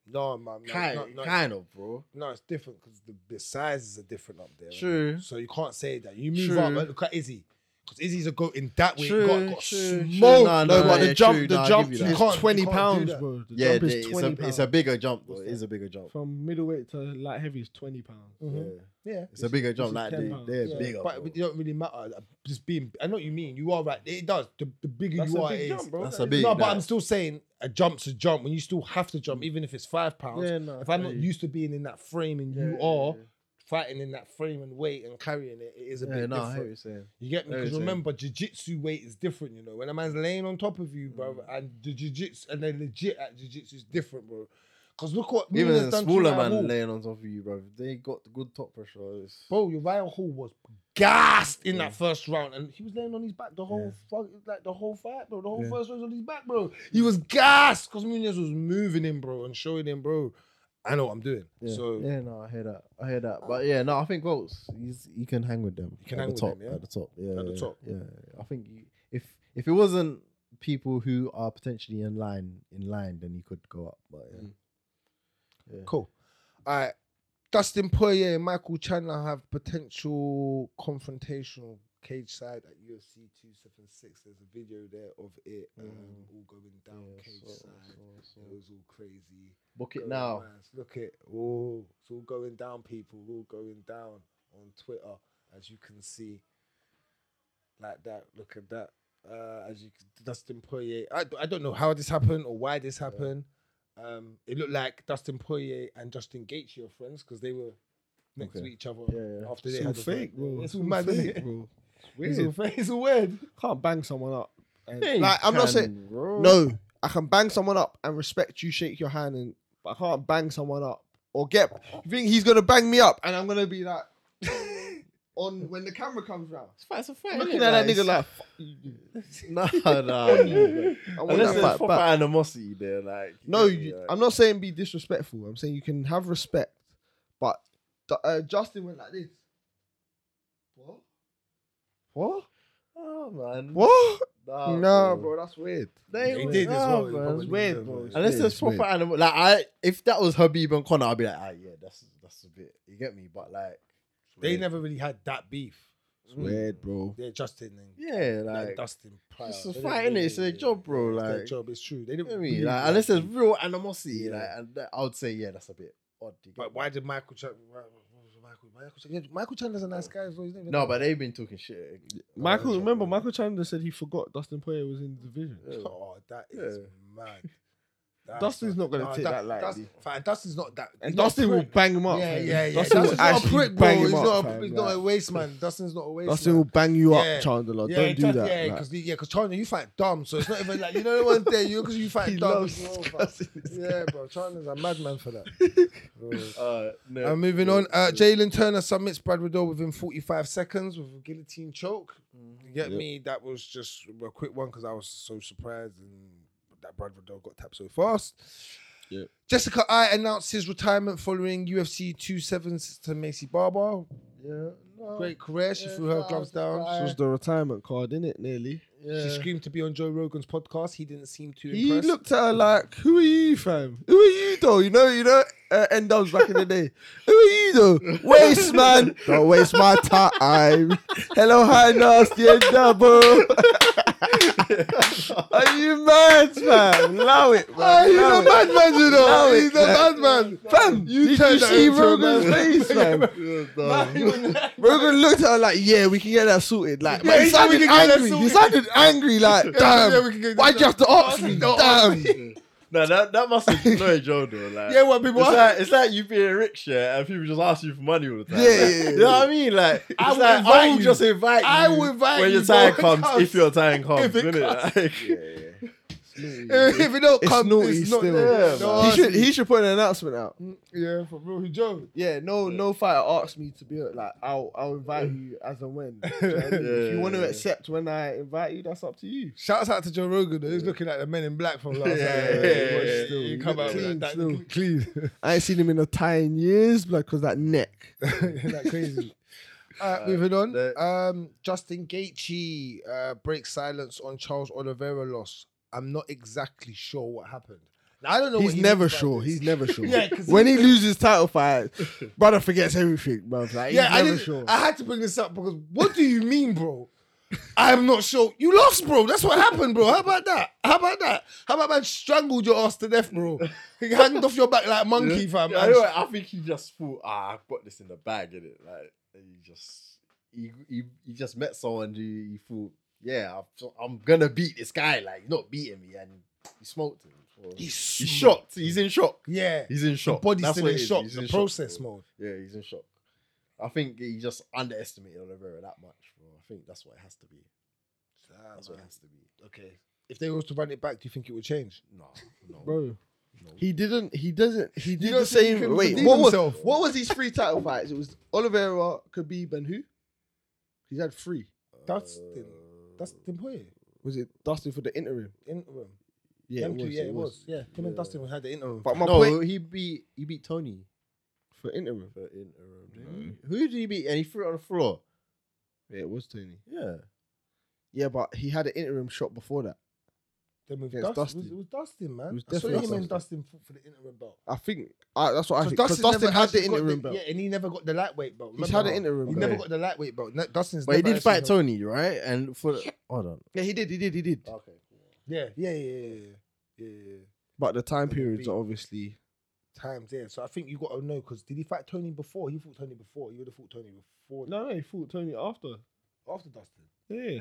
B: No, man. No,
C: kind,
B: no, no,
C: kind of, bro.
B: no, it's different because the, the sizes are different up there. innit?
C: True.
B: So you can't say that. You move
C: True.
B: up. Look at Izzy. Because Izzy's a goat in that way.
C: True,
B: True, got, got
C: true, true.
B: smoked.
C: Nah,
E: no,
C: nah,
E: but
C: yeah,
E: the jump,
C: true, nah,
E: the
C: I'll
E: jump
C: give
E: is
C: you that.
B: You can't- you
E: 20
B: can't do
E: pounds,
B: that.
E: bro. The
C: yeah,
E: jump
C: it-
E: is
C: it's,
E: 20
C: a, it's
E: pounds.
C: a bigger jump. Though. It is a bigger jump.
E: From middleweight to light heavy is 20 pounds.
C: Yeah.
B: Mhm. Yeah.
C: It's a bigger jump.
E: is
C: Like
E: 10
C: they,
E: pounds.
C: they're
E: Yeah.
C: bigger.
B: But
C: bro.
B: it don't really matter. Just being, I know what you mean. You are right. It does. The, the bigger
E: That's
B: you
E: a
B: are,
E: big
B: it is.
E: jump, bro.
C: That's
E: That
C: a
E: is-
C: big
B: No, but
C: that.
B: I'm still saying a jump's a jump. When you still have to jump, even if it's five pounds.
E: Yeah, no,
B: if I'm
E: I
B: not
E: feel you.
B: used to being in that frame and
E: Yeah,
B: you
E: yeah,
B: are
E: yeah.
B: fighting in that frame and weight and carrying it, it is a
C: Yeah,
B: bit
C: nah, I hear what
B: different.
C: you're saying.
B: You get me?
C: I hear what
B: Because
C: you're saying.
B: remember, jiu-jitsu weight is different, you know. When a man's laying on top of you, bro,
C: Mm.
B: and the jiu-jitsu and they're legit at jiu-jitsu is different, bro. Because look what
C: Even
B: Mina's
C: a
B: done to
C: smaller
B: Ryan Hall.
C: man laying on top of you, bro. They got good top pressure. It's-
B: Bro, Uriah Hall was gassed in that first round, and he was laying on his back the whole fuck, like the whole fight, bro. The whole first round was on his back, bro. He was gassed because Munoz was moving him, bro, and showing him, bro. I know what I'm doing.
C: Yeah.
B: So
C: yeah, no, I hear that. I hear that. But yeah, no, I think Golds, he's he can hang with them.
B: can
C: at
B: hang
C: the
B: with
C: top.
B: them, yeah?
C: At the top. Yeah.
B: At the
C: yeah,
B: top.
C: Yeah. I think you, if if it wasn't people who are potentially in line in line, then he could go up. But
B: Mm.
C: yeah.
B: cool. All right. Dustin Poirier and Michael Chandler have potential confrontational cage side at UFC 276. There's a video there of it um, all going down
C: Mm. Yeah,
B: cage
C: so-
B: side.
C: so-
B: It was all crazy.
C: book it
B: Going
C: now.
B: mad. Look it. Oh, it's all going down, people. All going down on Twitter, as you can see. Like that. Look at that. Uh, as you c- Dustin Poirier. I, d- I don't know how this happened or why this happened. Um, it looked like Dustin Poirier and Justin Gaethje are friends because they were next to
C: Okay.
B: each other
C: Yeah, yeah.
B: after
E: It's
B: they
E: all
B: had a fight.
E: fake, bro.
B: It's all mad, isn't
E: fake,
B: it?
E: bro.
B: It's all
E: Weird.
B: fake. It's all weird.
E: Can't bang someone up. and-
C: Yeah, you
E: like, I'm not
C: can,
E: saying
C: bro.
E: no. I can bang someone up and respect you, shake your hand, and but I can't bang someone up or get. You think he's gonna bang me up, and I'm gonna be like on when the camera comes round,
C: It's a fact.
E: looking at that nigga like. "Fuck you."
C: Nah, nah. nah.
E: I want
C: Unless
E: that
C: there's
E: fight
C: proper
E: back.
C: animosity there, like
E: No,
C: yeah,
E: you, I'm not saying be disrespectful. I'm saying you can have respect, but D- uh, Justin went like this. What? What?
C: oh man,
E: What?
C: Nah,
E: no, Uh, bro, that's weird.
C: They,
B: He
C: were-
B: did as
C: nah,
B: well, he
C: bro.
B: probably
E: weird,
B: did,
E: bro.
B: man.
E: It's
C: Unless
E: weird,
C: there's
E: it's
C: proper
E: weird.
C: animal, like I, if that was Habib and Connor, I'd be like, ah, yeah, that's that's a bit. You get me, but like,
B: They never really had that beef.
E: It's weird, bro.
B: They're Justin and
C: yeah,
B: like,
C: like
B: Dustin Pryor.
C: it's a
B: They
C: fight,
B: didn't
C: innit? It's
B: really-
C: their job, bro,
B: It's their
C: like-
B: job. It's true. They didn't.
C: you know what I mean,
B: really
C: like
B: like
C: unless there's
B: beef.
C: real animosity,
B: Yeah.
C: like, and that, I would say, yeah, that's a bit odd. you get
B: But
C: me?
B: why did Michael Chan? why- what was Michael? Michael Chan. Yeah, Michael Chandler's a nice guy. as well, isn't he?
C: No, but they've been talking shit.
E: Michael, remember Michael Chandler said he forgot Dustin Poirier was in the division.
B: Oh, that is
C: Yeah.
B: mad. That's
E: Dustin's not
B: mad.
E: gonna take that
B: Dust-
E: lightly.
B: fine, Dustin's not that.
E: And
B: he's not a
E: Dustin will
B: prick.
E: bang him up.
B: Yeah,
E: fam.
B: yeah, yeah.
E: Dustin will
B: not a
E: actually
B: prick, bro.
E: bang him
B: He's
E: up,
B: not. A,
E: fam,
B: he's not
E: like-
B: a waste man. Dustin's not a waste.
E: Dustin
B: man.
E: will bang you
B: Yeah.
E: up, Chandler.
B: Yeah,
E: Don't do
B: just-
E: that.
B: Yeah,
E: like-
B: because yeah, because China, you fight dumb, so it's not even like you know the one there. You because you fight
E: He
B: dumb.
E: loves
B: as well, fam.
E: Dustin's
B: yeah, bro. China's a madman for that. Bro.
C: Uh, no.
B: Uh, moving on, uh, Jalen Turner submits Brad Riddle within 45 seconds with a guillotine choke. You get me? That was just a quick one because I was so surprised and that Brad Riddle got tapped so fast.
E: Yep.
B: Jessica I announced his retirement following UFC 276 to Macy Barber.
C: yeah, no,
B: Great career. She
C: Yeah,
B: threw her
C: no,
B: gloves
C: it's all
B: down.
E: This
C: right.
E: was the retirement card, innit? Nearly.
C: yeah.
B: She screamed to be on Joe Rogan's podcast. He didn't seem too
E: He
B: impressed.
E: looked at her like, "Who are you, fam? Who are you, though? You know, you know, uh, end dubs back in the day. Who are you, though? Waste man, don't waste my time. Hello, hi, nasty end dub, bro. are you mad, man? Allow it, man.
B: Ah, he's
E: Allow
B: a
E: it.
B: madman, you know.
E: Allow it,
B: He's a
E: man.
B: madman.
E: Fam, you did you
B: turned that
E: see
B: into a
E: Rogan's
B: man.
E: face, fam?
C: Yeah, no.
E: Rogan looked at her like, "Yeah, we can get that sorted." Like,
B: Yeah,
E: man, he
B: he said we
E: sounded
B: can get that
E: angry. He
B: sorted.
E: sounded angry, like,
B: Yeah, yeah,
E: "Damn,
B: we can get
E: why'd
B: that
E: you have to ask me? Damn."
C: no, that that must have annoyed Joe though. Like,
B: Yeah, what people
C: It's
B: are.
C: like, it's like you being rich, yeah, and people just ask you for money all the time.
E: Yeah,
C: Like,
E: yeah, yeah,
C: You know what I mean? Like, it's like, I,
B: will
C: will
B: invite you.
C: just invite you.
B: I will invite
C: when
B: you,
C: your time
B: bro.
C: comes,
B: Comes.
C: if your time comes,
B: If it
C: isn't
B: comes.
C: Like,
B: if it don't
E: It's
B: come,
E: naughty
B: it's not
E: still.
B: there.
C: Yeah,
B: No,
E: he should he should put an announcement out.
B: Yeah, for real, he joking.
E: Yeah, no no fighter asked me to be like I'll I'll invite you as and when. Do you know what I mean? If you want to
C: Yeah.
E: accept when I invite you, that's up to you.
B: Shouts out to Joe Rogan. Though. He's looking like the Men in Black from last
C: Yeah,
B: night.
C: yeah,
B: He was
C: yeah,
B: still-
E: yeah.
B: he come out
E: Clean
B: with that,
E: still.
B: that clean,
E: I ain't seen him in a tie in years, blood, cause that neck.
B: that crazy. Uh, moving on,
C: the-
B: um, Justin Gaethje uh, breaks silence on Charles Oliveira loss. I'm not exactly sure what happened. Now, I don't know. what
E: He's
B: he
E: never
B: means by
E: sure.
B: this.
E: He's never sure.
B: Yeah, 'cause
E: when he, loses title fight, brother forgets everything, bro. Like, he's
B: yeah, I
E: never
B: didn't.
E: sure.
B: I had to bring this up because what do you mean, bro? I'm not sure. You lost, bro. That's what happened, bro. How about that? How about that? How about man strangled your ass to death, bro? He hanged off your back like a monkey, fam.
D: Yeah, I, know, I think he just thought, ah, I've got this in the bag, innit? Like, and he just.
C: You, you, you just met someone who you thought, yeah, I'm, so- I'm gonna beat this guy. Like, he's not beating me, and you smoked him. Or-
B: He's
C: He's shocked. He's in shock.
B: Yeah.
C: He's in
B: The
C: shock.
B: body's
C: That's
B: still
C: what
B: in
C: it is.
B: shock.
C: He's
B: The
C: in shock,
B: process
C: bro.
B: mode.
C: Yeah, he's in shock. I think he just underestimated Oliveira that much, bro. I think that's what it has to be. That's what it has to be.
B: Okay. If they was to run it back, do you think it would change?
C: No, no.
E: bro. He didn't. He doesn't. He did
B: don't
E: the
B: think he
E: same.
B: can
E: Wait,
B: redeem
E: what was,
B: himself?
E: what was his three title fights? It was Oliveira, Khabib, and who? He's had three.
B: Dustin.
E: Uh,
B: That's Timpoye.
E: Was it Dustin for the interim?
B: Interim.
E: Yeah,
B: Them two, yeah, it was. Yeah. Him and Dustin had the interim.
E: But my
C: no,
E: point
C: he beat he beat Tony
E: for interim.
C: for interim.
B: Mm-hmm.
C: didn't he? Who did he beat? And he threw it on the floor.
E: Yeah, it was Tony.
C: Yeah.
E: Yeah, but he had an interim shot before that.
B: Them with
E: Against
B: Dust- it was-
E: Dustin.
B: It was Dustin, man.
E: It was
B: I saw him
E: definitely
B: and Dustin for, for the interim belt.
E: I think I, that's what I
B: So
E: think. Because
B: never
E: Dustin had
B: actually
E: the
B: got
E: interim belt.
B: Yeah, and he never got the lightweight belt.
E: He's
B: Remember
E: had an
B: that?
E: interim
B: He
E: belt.
B: never
E: Yeah.
B: got the lightweight belt. No, Dustin's.
C: But he
B: never
C: did fight
B: actually
C: Tony, right? And for the, hold on.
E: Yeah, he did. He did. He did.
B: held- Okay. Yeah, yeah, yeah, yeah, yeah, yeah, yeah, yeah.
E: But the time
B: the
E: periods
B: beat.
E: are obviously.
B: Times, yeah. So I think you got to know because did he fight Tony before? He fought Tony before. You would have fought Tony before.
E: No, no, he fought Tony after.
B: After Dustin,
E: Yeah.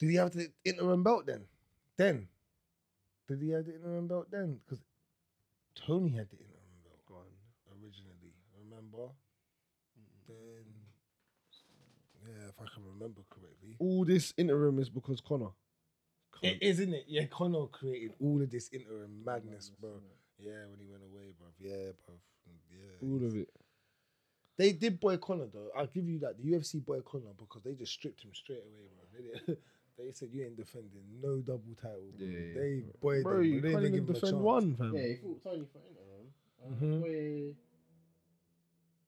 B: did he have the interim belt then? Then, did he have the interim belt then? Because Tony had the interim belt originally. Remember? Then, yeah, if I can remember correctly.
E: All this interim is because Connor.
B: It is, isn't it? Yeah, Connor created all of this interim madness, bro. Yeah, when he went away, bro. Yeah, bro. Yeah.
E: All of it.
B: They did boy Connor though. I'll give you that. The UFC boy Connor because they just stripped him straight away, bro. They, did- they said you ain't defending no double title. Bro.
D: Yeah,
B: they boy,
E: Bro, you
B: they
E: can't even defend one, fam.
C: he fought Tony for interim.
B: Mhm.
C: Wait,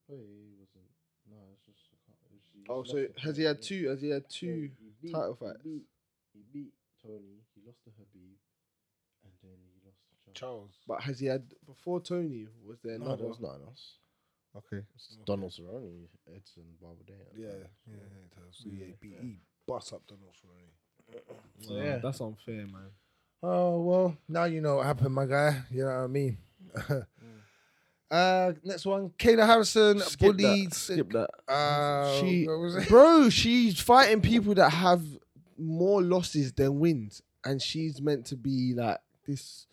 C: wasn't. No, it's just.
E: Oh, so has he had two? Has he had two? beat- title he fights? beat-
C: he beat Tony. He lost to Habib, and then he lost to
B: Charles.
E: But has he had before Tony? Was there
B: No,
E: another?
B: there
E: one?
B: was
C: not enough.
E: Okay.
C: Donald Cerrone, Edson Barbadella.
B: Yeah, yeah, yeah. So yeah, he beat- he bust up Donald Cerrone.
E: Nah,
B: Yeah.
E: That's unfair, man.
B: Oh well, now you know what happened, my guy. You know what I mean. uh, next one, Kayla Harrison
E: Skip
B: bullied.
E: that. Skip that.
B: Uh,
E: she,
B: what was it?
E: bro, she's fighting people that have more losses than wins, and she's meant to be like this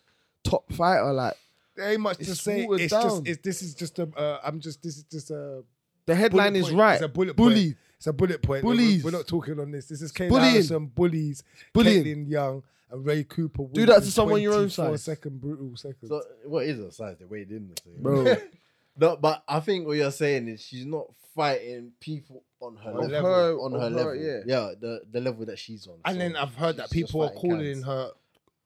E: top fighter. Like
B: There ain't much to
E: It's
B: say.
E: watered
B: It's
E: down.
B: just it's, this is just a. Uh, I'm just this is just
E: the
B: a. bullet
E: headline is
B: point.
E: right.
B: It's a bullet
E: Bullied.
B: point. It's a bullet point.
E: Bullies.
B: We're, we're not talking on this. This is Kayla
E: Bullying.
B: Harrison bullies.
E: Bullying.
B: Caitlin Young and Ray Cooper.
E: Do that to someone your own size.
B: Second brutal second.
C: So what is her size? They weighed in the same.
E: Bro.
C: no, but I think what you're saying is she's not fighting people on her
E: On
C: level.
E: her-
C: on
E: on
C: her,
E: her,
C: level.
E: yeah.
C: yeah, the the level that she's on.
B: and
C: So
B: then I've heard that
C: she's just
B: people are
C: fighting
B: calling
C: cans.
B: her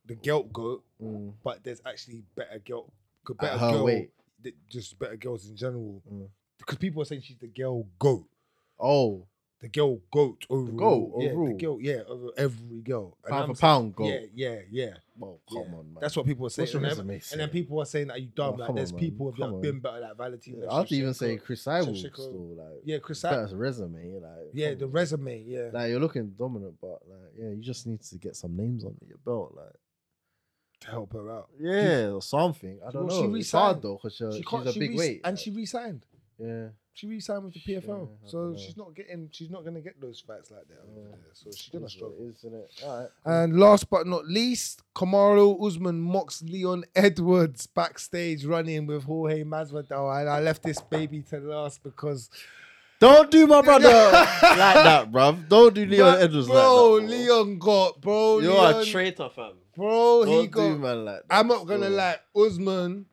B: the guilt goat.
C: Mm.
B: but there's actually better girl, g- better
C: her
B: girl,
C: weight.
B: th- just better girls in general.
C: Mm.
B: Because people are saying she's the girl goat,
C: Oh,
B: the girl goat overall.
C: goat
B: yeah,
C: overall.
B: the girl, yeah, over every girl. And
C: pound
B: I'm
C: for pound, go.
B: saying, Yeah, yeah, yeah.
C: Well, come
B: yeah.
C: on, man.
B: That's what people are saying.
C: What's your
B: And then,
C: resume
B: and then
C: saying?
B: people are saying that you dumb.
C: Oh,
B: like
C: come
B: there's
C: on, man.
B: people who have
C: Come
B: been
C: on.
B: better like Valentina.
C: I'd even say
B: Shevchenko.
C: Chris Seiwald
B: Shevchenko.
C: still like
B: Yeah, Chris.
C: that's
B: Seiweld.
C: resume like
B: Yeah,
C: come
B: the
C: on.
B: resume. Yeah.
C: Like you're looking dominant, but like yeah, you just need to get some names under your belt, like
B: to help her out.
C: yeah or something. I don't
B: Well, she
C: know. it's
B: resigned.
C: hard though because
B: she
C: she's
B: can't.
C: a
B: she
C: big
B: re-
C: weight,
B: and
C: like,
B: she re-signed.
C: yeah.
B: She re-signed with the
C: Yeah,
B: PFL,
C: I
B: so
C: dunno.
B: she's not getting, she's not gonna get those fights like that over there. So she's gonna
C: Is what
B: struggle.
C: it is, innit? Alright.
B: And last but not least, Kamaro Usman mocks Leon Edwards backstage running with Jorge Masvidal, and I left this baby to last because
C: Don't do my brother like that, bruv. Don't do Leon
B: Bro,
C: Edwards
B: bro,
C: like that.
B: Leon got bro,
D: You're
B: Leon,
D: a traitor, fam.
B: bro,
C: Don't
B: he
C: do
B: got.
C: man like that.
B: I'm not gonna
C: bro.
B: lie, Usman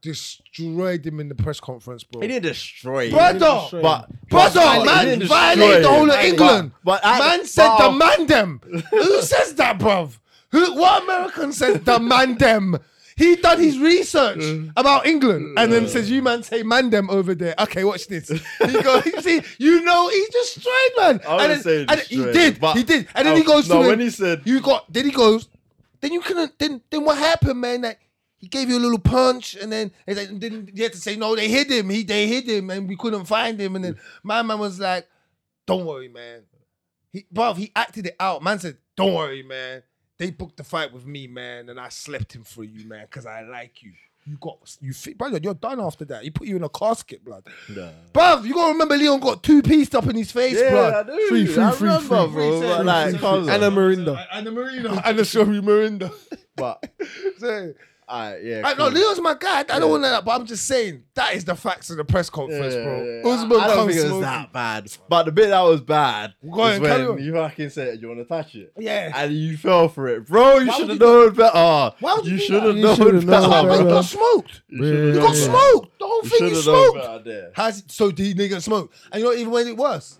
B: destroyed him in the press conference, bro.
D: He didn't destroy you.
B: Brother,
E: destroy
C: But
B: Brother,
C: but-
B: man,
C: He
B: violate the whole of
C: destroyed him.
B: England.
C: But, but I-
B: man said
C: but-
B: demand them. Who says that, bruv? Who, what American says demand them? He done his research about England and then says, You man say man them over there. Okay, watch this. He goes, you see, you know he destroyed man.
D: I
B: and
D: wouldn't
B: then,
D: say
B: and he
D: destroyed,
B: did,
D: but-
B: he did. And then he
D: Oh,
B: goes
D: no,
B: to
D: when
B: him,
D: he said-
B: You got then he goes, then you couldn't then then what happened, man? That he gave you a little punch and then and then then you had to say, No, they hid him. He they hid him and we couldn't find him. And then my man was like, Don't worry, man. He, bruv, he acted it out. Man said, "Don't worry, man. They booked the fight with me, man, and I slept him for you, man, because I like you. You got you, fit, brother. You're done after that. He put you in a casket, blood. Bruv, you gotta remember, Leon got two pieced up in his face, blood.
C: do.
E: Free, free, free, free.
C: bro.
E: Free,
C: Like,
E: free, free. Anna Marinda.
B: And the Marina.
E: Anna Shori Marinda.
C: but
B: Say,
C: I yeah.
B: I know
E: Hmm.
C: cool.
B: Leon's my guy. I don't want that, but I'm just saying that is the facts of the press
C: Yeah,
B: conference,
C: yeah,
B: bro.
C: yeah.
E: Usman
C: I, I don't
E: comes
C: think it was
E: smoking.
C: that bad, but the bit that was bad
B: Go
C: was
B: on, carry
C: when
B: on.
C: you fucking said you want to touch it,
B: Yeah.
C: and you fell for it, bro. You
B: Why
C: should
B: would
C: have
B: you
C: known better. Ah,
B: Why would you
C: you
B: do
C: should have
B: that?
E: You shoulda
C: known
E: known
B: Oh, but
E: better.
B: you
C: better.
B: got smoked. You
C: You
B: got
C: shoulda-
B: smoked. The whole
C: You
B: thing
C: should
B: you
C: have known
B: smoked.
C: better there.
B: Has so the nigga smoked. And you know even when it was,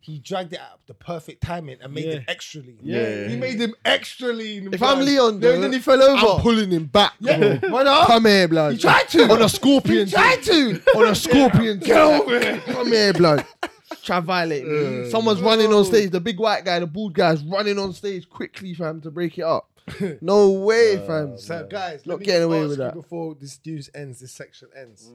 B: he dragged it out the perfect timing and made him extra lean.
C: Yeah.
B: He made him extra lean.
E: If I'm
B: blood.
E: Leon,
B: then,
E: though,
B: then he fell over.
E: I'm pulling him back.
B: yeah.
E: bro.
B: What up?
E: Come here, blood.
B: He tried to.
E: On a scorpion.
B: He tried to.
E: On a scorpion.
B: Get over it.
E: Come here, blood. Try violate me. Someone's running on stage. The big white guy, the bald guy's running on stage quickly, fam, to break it up. No way, fam.
B: So guys,
E: Not
B: let me
E: getting away
B: ask
E: with
B: you
E: that. Hmm.
B: Before this news ends, this section ends.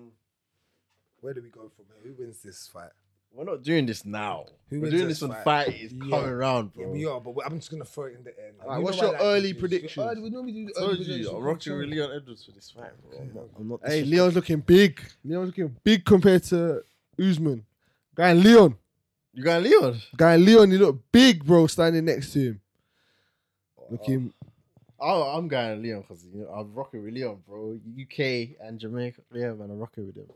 B: Where do we go from here? Who wins this fight?
C: We're not doing this now. We're
B: Who wins
C: doing
B: this
C: this when
B: fight?
C: fight is
B: Yeah.
C: coming round, bro.
B: Yeah, we are, but we- I'm just gonna throw it in the end.
E: Alright,
B: You
E: what's
B: know I
E: your
B: to
E: early
B: do this.
E: predictions?
B: Early- we normally do
C: I
B: early
C: told you,
B: predictions.
C: I'm rocking with Leon Edwards for this fight, bro. I'm not, I'm not
E: Hey,
C: disrespecting-
E: Leon's looking big. Leon's looking big compared to Usman. Guy Leon.
C: You got Leon?
E: Guy Leon, he looked big, bro, standing next to him. Looking.
C: Oh, I'm going Leon because you know, I'm rocking with Leon, bro. UK and Jamaica, yeah, man, I'm rocking with him.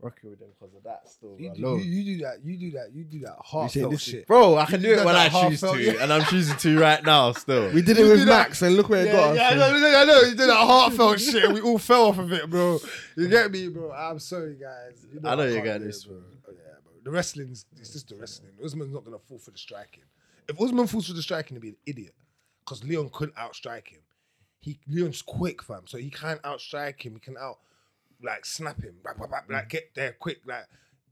C: Rocking with him because of that still
B: You do,
C: alone.
B: you, you do that. You do that. You do that
E: saying
B: heartfelt
E: this
B: shit.
C: bro, I can
B: You
C: do
B: did
C: it when I
B: that
C: choose
B: half-felt,
C: to,
B: yeah.
C: and I'm choosing to right now still.
E: We did it
B: do
E: with
B: that.
E: Max, and look where it
B: Yeah,
E: got
B: yeah, I
E: us.
B: know, I know. You did that heartfelt shit. We all fell off of it, bro. You get me, bro? I'm sorry, guys. You
C: I know
B: I
C: you
B: can't
C: got
B: do
C: this,
B: it, Oh, yeah, bro. The wrestling's it's just the wrestling. Usman's not gonna fall for the striking. If Usman falls for the striking, he'd be an idiot because Leon couldn't outstrike him. He Leon's quick, fam, so he can't outstrike him. He can out like snap him, bap, bap, bap,
C: Mm.
B: like get there quick. Like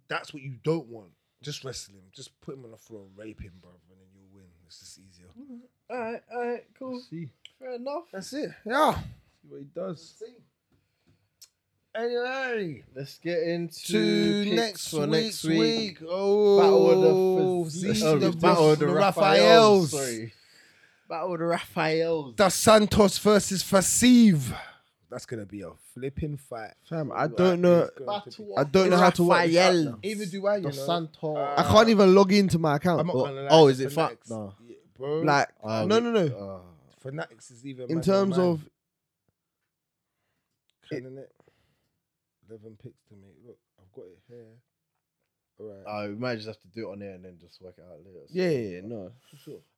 B: that's what you don't want. Just wrestle him. Just put him on the floor and rape him, bro, and then you'll win. It's just easier.
C: All right, all right, cool. Fair enough.
B: That's it. Yeah.
E: He does.
B: Anyway,
C: Let's get into
B: to
C: picks
B: next
C: for
B: week,
C: next week.
B: Oh,
C: Battle of the,
B: see
C: Faz-
B: the,
C: oh,
B: Battle of the Raphaels.
C: Sorry. Battle of the Raphaels.
B: Dos Santos versus Fasiv. That's gonna be a flipping fight.
E: Fam, I don't know. I don't know how to work this app now.
B: Even do I, you know. Uh,
C: Dos Santos.
E: I can't even log into my account.
B: I'm not
E: but-
B: gonna lie,
E: oh, is it
B: Fanatics-
E: fucked?
C: No.
B: Yeah, bro.
E: Like,
C: Um,
E: no, no, no.
B: Fanatics is even
E: in terms of
B: Cannon it. Eleven picks to make. Look, I've got it here. All right.
C: Uh, we might just have to do it on there and then just work it out later.
E: yeah, yeah, yeah, no,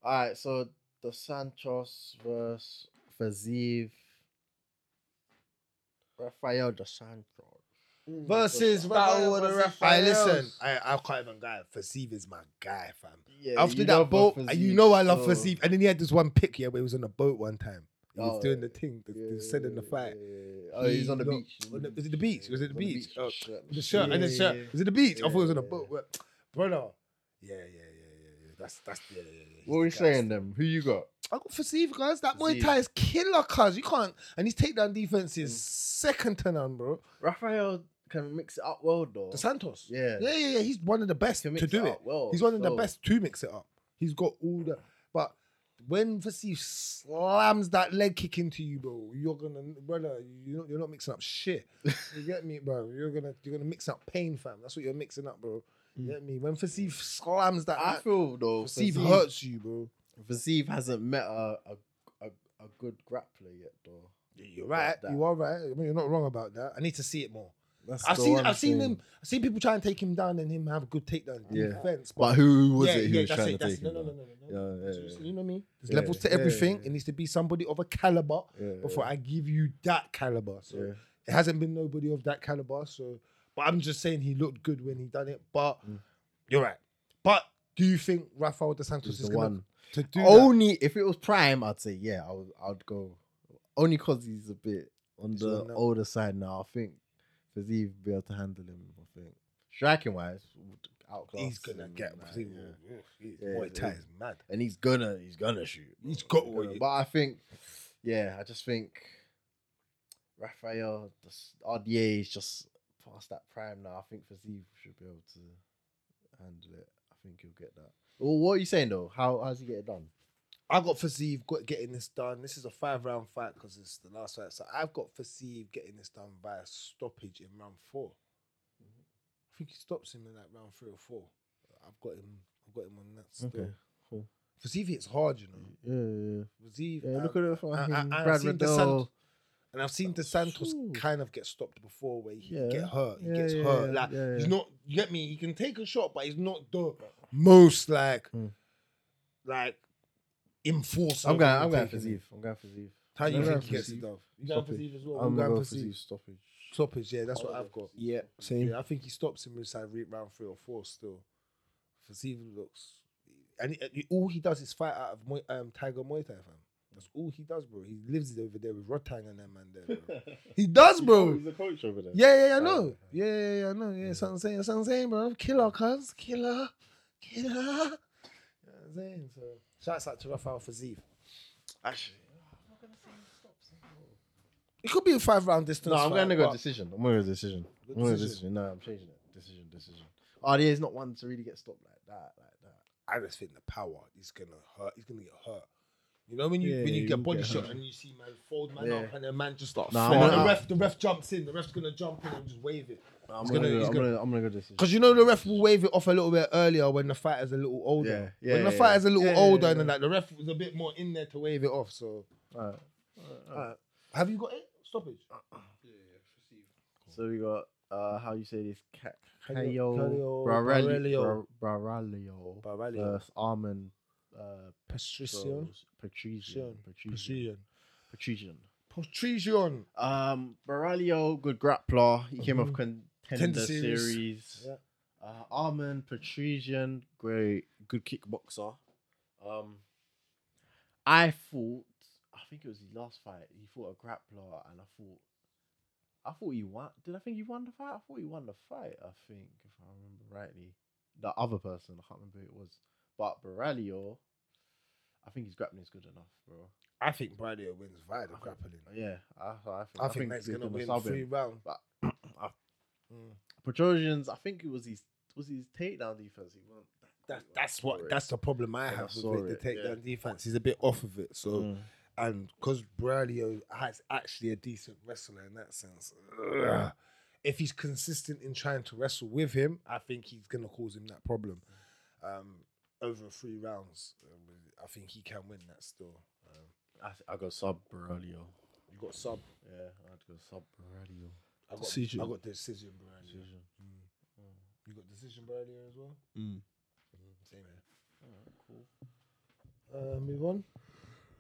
C: All right, so the Santos versus Faziv. Rafael dos Santos.
B: versus
E: Battle of the
B: I listen.
E: Raphaels.
B: I, I can't even guy. Fasiv is my guy, fam.
C: Yeah,
B: After
C: you
B: that
C: love
B: boat,
C: Fazeev,
B: and you know I love
C: so-
B: Fasiv. And then he had this one pick here where he was on a boat one time. He was
C: Oh,
B: doing
C: yeah.
B: the thing, the,
C: Yeah,
B: the said in the
C: yeah,
B: fight.
C: yeah, yeah. Oh, he's
B: He
C: on the
B: looked-
C: beach.
B: on the- is it the beach? Was it the
C: He's on
B: beach?
C: the
B: Oh,
C: shirt.
B: The shirt and the
C: Yeah,
B: shirt.
C: yeah,
B: Was it the beach? I thought it was on a
C: Yeah.
B: boat. But, brother. Yeah, yeah, yeah, yeah, yeah. That's that's yeah, yeah, yeah.
C: What were you saying then? Who you got?
B: I got Fasiv, guys. That Muay
C: Fazeev.
B: Thai is killer, cuz. You can't. And his takedown defense
C: Mm.
B: is second to none, bro.
C: Rafael can mix it up well though.
B: The Santos.
C: Oh. Yeah.
B: Yeah, yeah, yeah. He's one of the best to
C: Can mix
B: do it.
C: up well,
B: He's one of the
C: so-
B: best to mix it up. He's got all the. But when Vasif slams that leg kick into you, bro, you're gonna, brother, you're not, you're not mixing up shit. You get me, bro? You're gonna, you're gonna mix up pain, fam. That's what you're mixing up, bro. You get me? When Vasif slams that,
C: Mm. I
B: leg,
C: feel though.
B: Vasif
C: Fazeev-
B: hurts you, bro.
C: Fazeev hasn't met a a, a a good grappler yet though.
B: You're right.
C: that.
B: You are right. I mean, you're not wrong about that. I need to see it more.
C: That's
B: I've
C: the
B: seen,
C: one
B: I've seen
C: thing.
B: him. I've seen people try and take him down and him have a good takedown
C: Yeah.
B: defense.
C: But who was
B: yeah,
C: it who
B: yeah,
C: was
B: that's
C: trying
B: it,
C: to
B: that's,
C: take him?
B: no, no,
C: down?
B: no, no, no, no.
C: Yeah, yeah,
B: It's-
C: yeah.
B: You know me. There's
C: Yeah,
B: levels to
C: yeah,
B: everything.
C: yeah.
B: It needs to be somebody of a caliber
C: Yeah,
B: before I give you that caliber. So
C: yeah.
B: it hasn't been nobody of that caliber. So, but I'm just saying he looked good when he done it. But
C: Mm.
B: you're right. But do you think Rafael dos Santos
C: He's
B: is
C: the
B: going
C: one. Oh,
B: to do that?
C: Only if it was prime, I'd say yeah, I would, I'd go. Only because he's a bit on
B: He's
C: the
B: on that-
C: older side now. I think Fazeev be able to handle him. I think striking wise, would outclass.
B: He's gonna
C: him,
B: get.
C: like,
B: he-
C: yeah.
B: he's-
C: Yeah,
B: Muay Thai
C: yeah.
B: is mad.
C: and he's gonna he's gonna shoot. bro.
B: He's got
C: He's
B: what
C: gonna-
B: you-
C: But I think, yeah, I just think Rafael the s- RDA is just past that prime now. I think Fazeev should be able to handle it. I think he'll get that. Well, what are you saying though? How how's he get it done?
B: I got Fasiev got getting this done. This is a five round fight because it's the last fight. So I've got Fasiev getting this done by stoppage in round 4 I think he stops him in like round three or four. I've got him. I've got him on that. Still.
C: Okay, cool.
B: Fasiev hits hard, you know.
C: Yeah, yeah. yeah.
B: Fasiev.
C: Yeah,
B: um,
C: look at it from
B: I- I-
C: him,
B: I've
C: Brad
B: seen the
C: Riddell.
B: and I've seen the Santos
C: Ooh.
B: kind of get stopped before where he
C: Yeah.
B: get hurt. He
C: Yeah,
B: gets
C: yeah,
B: hurt.
C: yeah,
B: like
C: yeah,
B: he's
C: yeah.
B: not. You get me? He can take a shot, but he's not the most like
C: Mm.
B: like enforcer.
C: I'm going. I'm
B: when
C: going
B: taking
C: for
B: it.
C: Zeev. I'm going for Zeev.
B: How do you
C: I'm going
B: think he
C: for
B: gets
C: Zeev.
B: it done? You going for
C: Stoppage.
B: Zeev as well.
C: I'm
B: I'm going
C: going
B: for
C: for
B: Zeev.
C: Zeev stoppage.
B: Stoppage. Yeah, that's what I've got.
E: Yeah, same.
B: Yeah, I think he stops him inside re- round three or four still. Fazeev looks, and he- he- all he does is fight out of Muay, um, Tiger Muay Thai, fam. That's all he does, bro. He lives over there with Rotang and them man there. Bro. he does, bro.
C: He's a coach over there.
B: Yeah, yeah, yeah, I know. Yeah, yeah, yeah, I know. Yeah, that's what I'm saying. That's what I'm saying, bro. Killer, cuz. Killer. Killer. You know what I'm saying? So, shouts out to Rafael Fazeev. Actually, it could be a five round distance.
C: No, I'm
B: fight,
C: going to go
B: but-
C: decision. I'm going to go decision. I'm going to
B: Decision.
C: decision. No, I'm changing it. Decision, decision. RDA is not one to really get stopped like that, like that.
B: I just think the power is gonna hurt. He's gonna get hurt. You know when you
E: Yeah,
B: when you
E: he
B: get
E: will
B: body
E: get
B: shot and you see man fold man
C: Yeah.
B: up and then man just start.
C: Nah,
B: Nah,
C: I'm gonna-
B: the ref the ref jumps in. The ref's gonna jump in and just wave it.
C: I'm
B: He's
C: going
B: gonna-
C: to go.
B: he's
C: I'm
B: gonna-
C: going to. I'm going to go decision.
B: Because you know the ref will wave it off a little bit earlier when the fighter's a little older.
C: Yeah, yeah,
B: when the
C: yeah,
B: fighter's a little
C: yeah, yeah,
B: older
C: yeah.
B: and then like the ref was a bit more in there to wave it off. So
C: Alright.
B: Alright. have you got it? Stoppage.
C: So we got uh, how you say this? Ca-
B: Caio-
C: Caio
B: Caio
C: Barrelio Bra- Barrelio
B: Barrelio.
C: versus Armin uh,
B: Patricio.
C: Petros- Patrician Patrician
B: Patrician.
C: Patrician.
B: Patrician.
C: Um, Barrelio, good grappler. He came off Mm-hmm. contender
B: Contender
C: series.
B: series. Yeah.
C: Uh, Armin Patrician, great, good kickboxer. Um, I thought, I think it was his last fight. He fought a grappler, and I thought, I thought he won. Did I think he won the fight? I thought he won the fight. I think, if I remember rightly, the other person I can't remember who it was, but Baralio. I think his grappling is good enough, bro.
B: I think Bradio wins via the grappling.
C: Yeah, I, I think.
B: I, think, Meg's
C: they're
B: gonna win
C: sub him.
B: three rounds.
C: I, Petrosians, I think it was his was his takedown defense. He went.
B: That's that's what that's the problem I
C: When I
B: have
C: saw
B: with it, the
C: it, yeah.
B: takedown defense. He's a bit off of it. So
E: Mm.
B: and because Braulio has actually a decent wrestler in that sense, ugh, if he's consistent in trying to wrestle with him, I think he's gonna cause him that problem. Um, over three rounds, um, I think he can win that still. Um,
C: I, th- I got sub Baralio.
B: you got sub.
C: Yeah, I'd go sub Baralio.
B: I got
E: Decision.
B: I got decision, Braulio. Mm. You got decision, Braulio as well.
E: Mm.
B: Mm, same here. Uh, move on.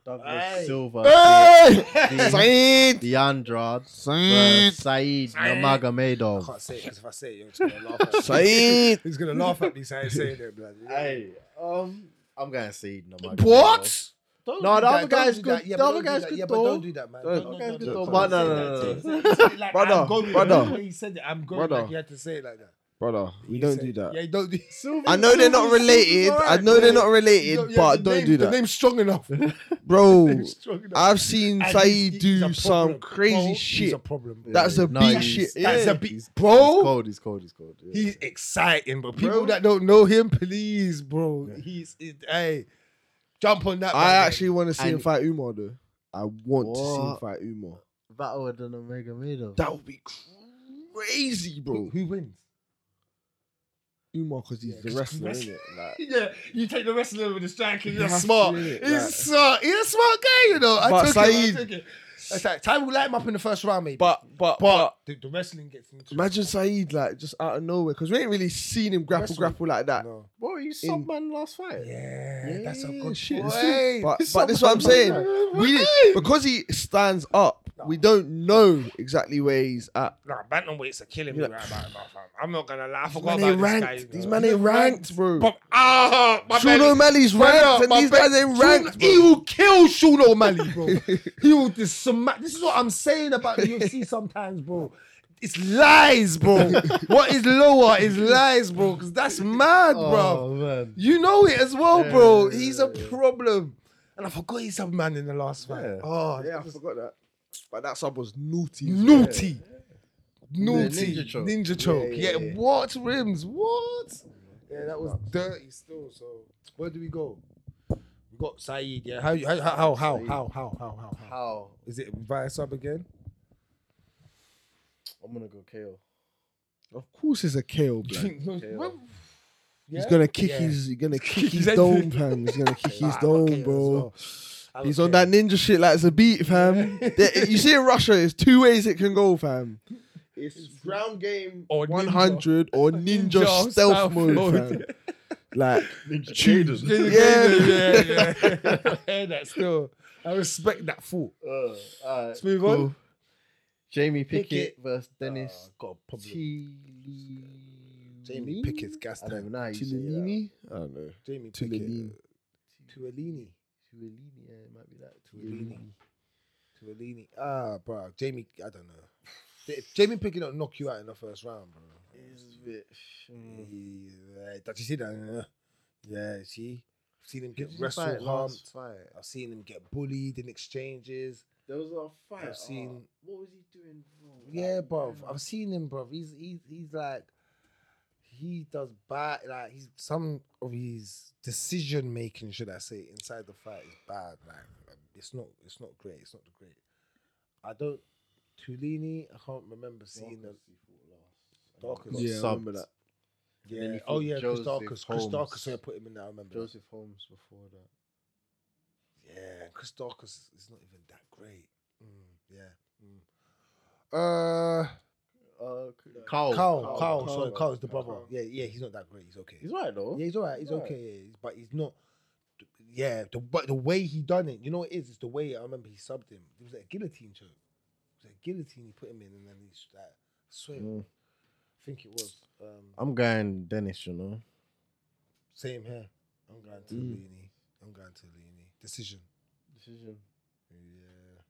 C: Douglas
B: Aye.
C: Silva.
E: Hey!
C: Said. DeAndra.
E: Said.
C: versus Said
B: I
C: Namagamadov.
B: can't say it because if I say it, you're just gonna laugh at me.
E: Said.
B: He's gonna laugh at me saying saying it, blood.
C: Hey, um, I'm going to Said Namagamadov.
E: What?
B: Don't
C: No,
B: do
C: the other
B: that, don't
C: guy's
B: do
C: good.
B: that. Yeah,
C: the
B: but
C: other
B: don't do
C: guy's
B: that.
C: good
B: Yeah, but
C: though.
B: don't do that, man.
C: The
B: Don't-
C: other
B: don't-
C: guy's
B: don't-
C: good
B: don't
C: though.
B: say
C: But no,
B: that.
C: no, no,
B: Say-
C: no.
B: say- say it like that.
E: Brother,
B: I'm going with
E: brother.
B: the way he said it. I'm going
E: Brother.
B: like you had to say it like that.
E: Brother, we
B: You
E: don't
B: said-
E: do that.
B: Yeah, you don't do
E: I know they're not related. I know they're not related,
B: You don't- yeah,
E: but
B: the
E: don't
B: name-
E: do
B: The
E: that,
B: name's strong enough.
E: bro.
B: Name's strong enough.
E: I've seen
B: And
E: Saeed
B: he's- he's a
E: do some
B: problem. Bro,
E: crazy
B: He's a
E: shit.
B: problem. bro.
E: That's a
C: No,
E: big
C: he's-
E: shit.
B: That's
E: yeah.
B: a big
C: He's
B: bro.
C: cold, he's cold, he's cold. Yeah.
B: He's exciting, but people
E: Bro.
B: that don't know him, please, bro. He's it, hey, jump on that.
E: I
B: man.
E: actually want to see him
C: And-
E: fight Umar though. I want to see him
C: What?
E: fight Umar.
C: Battle with the Namagamadov.
E: That would be crazy,
B: Who,
E: bro.
B: who wins?
E: Umar because he's
B: Yeah,
E: the
B: 'cause
E: wrestler,
B: he's
E: innit? Like,
B: Yeah, you take the wrestler with the striker. You're
E: has to,
B: smart.
E: innit?
B: He's
E: Like-
B: smart. He's a smart guy, you know. I
E: But
B: took him.
E: Saeed-
B: I took him. It's like, Ty will light him up in the first round, maybe.
E: but but
B: but the, the wrestling gets him. to-
E: imagine Saeed like just out of nowhere because we ain't really seen him grapple
B: Wrestling.
E: grapple like that.
B: No.
C: What, you
E: In-
C: sub man last fight?
B: Yeah, that's a
E: Yeah,
B: good
E: shit.
B: shit.
E: But, but this is what I'm saying. We because he stands up, we don't know exactly where he's at.
B: Nah, bantamweights are killing me
E: You're
B: right about now, fam. I'm not gonna lie. I
E: These
B: forgot
E: man
B: about
E: ain't
B: this guy.
E: ranked.
B: you
E: These
B: know.
E: man ain't ranked, bro.
B: But ah, my
E: Sean
B: man.
E: O'Malley's ranked, and these guys ain't ranked.
B: He
E: bro.
B: will kill Sean O'Malley, bro. he will just smack. This is what I'm saying about the UFC sometimes, bro. It's lies, bro. what is lower is lies, bro. Because that's mad, bro.
C: Oh, man.
B: You know it as well,
C: Yeah,
B: bro.
C: yeah,
B: He's
C: yeah,
B: a problem. And I forgot he's a man in the last fight.
C: Yeah.
B: Oh,
E: Yeah, I forgot that. But that sub was naughty.
B: Naughty. Naughty.
C: ninja choke.
B: Ninja choke. Yeah,
E: yeah, yeah.
B: what rims? What? Yeah, that was dirty still. So where do we go? We got Saeed. Yeah, how you- how how how how how how how how? how?
F: How?
B: Is it via sub again?
F: I'm gonna go KO.
E: Of course, it's a KO. blood.
B: No, what?
E: He's
B: Yeah?
E: gonna kick
B: Yeah.
E: his, he's gonna kick
B: He's
E: his
B: like-
E: dome, fam. He's gonna kick
B: Nah,
E: his
B: I got KO
E: dome,
B: as
E: bro.
B: well. I got
E: He's on
B: KO.
E: that ninja shit like it's a beat, fam. There- you see in Russia, there's two ways it can go, fam. It's ground game
B: Or
E: 100 or ninja, stealth, mode, fam. Like,
B: Yeah,
E: Yeah.
B: yeah, yeah. yeah. I hear that still. I respect that thought.
C: Uh, alright,
B: Let's move on.
C: cool. Jamie
F: Pickett.
C: Pickett, versus Dennis
B: Uh, got a problem.
C: T.
B: Jamie Pickett's gas
C: I don't even
B: tank.
C: know how you say that.
E: Chiellini? I don't know.
B: Jamie Pickett.
E: Chiellini.
B: Tuolini.
C: Tuolini, yeah, it might be that.
B: Tuolini. Tuolini. Ah, bro. Jamie, I don't know. J- Jamie Pickett don't knock you out in the first round, bro.
C: It's a bit. mm.
B: Yeah, Did you see that? Yeah, see? I've seen him
C: Who
B: get
C: did he fight
B: wrestled, harmed.
C: last fight?
B: I've seen him get bullied in exchanges.
C: There was a fight.
B: I've seen-
C: uh, what was he doing wrong?
B: Yeah,
C: Like,
B: bro.
C: man,
B: I've seen him, bro. He's he's he's like he does bad. Like he's some of his decision making, should I say, inside the fight is bad. Like it's not it's not great. It's not great. I don't. Tulini, I can't remember seeing
C: Marcus he fought last.
B: him. Darkest.
C: Got
E: Yeah, I
C: subbed.
E: remember that.
C: And then
B: Yeah.
C: he
B: Oh
C: fought
B: yeah, Chris
C: Joseph
B: Darkus. Chris
C: Holmes.
B: Darkus. I put him in there. I remember. that.
C: Joseph Holmes before that.
B: Yeah, Chris Darkus is not even that great. Mm, yeah. mm. Uh,
C: Uh, Carl.
B: Carl. Carl. Sorry,
C: Carl.
B: Carl's the brother.
C: Carl.
B: Yeah, yeah. He's not that great. He's okay.
C: He's right though.
B: Yeah, he's all right. He's
C: He's all
B: okay. Yeah, he's- but he's not. Yeah, the but the way he done it, you know, what it is. It's the way I remember he subbed him. It was like a guillotine choke. It was like a guillotine. He put him in, and then he's like, I swear,
F: Mm.
B: I think it was. Um,
F: I'm going Dennis. You know.
B: same here. I'm going to
E: Mm.
B: Lini. I'm going to Lini. Decision.
C: Decision.
B: Yeah,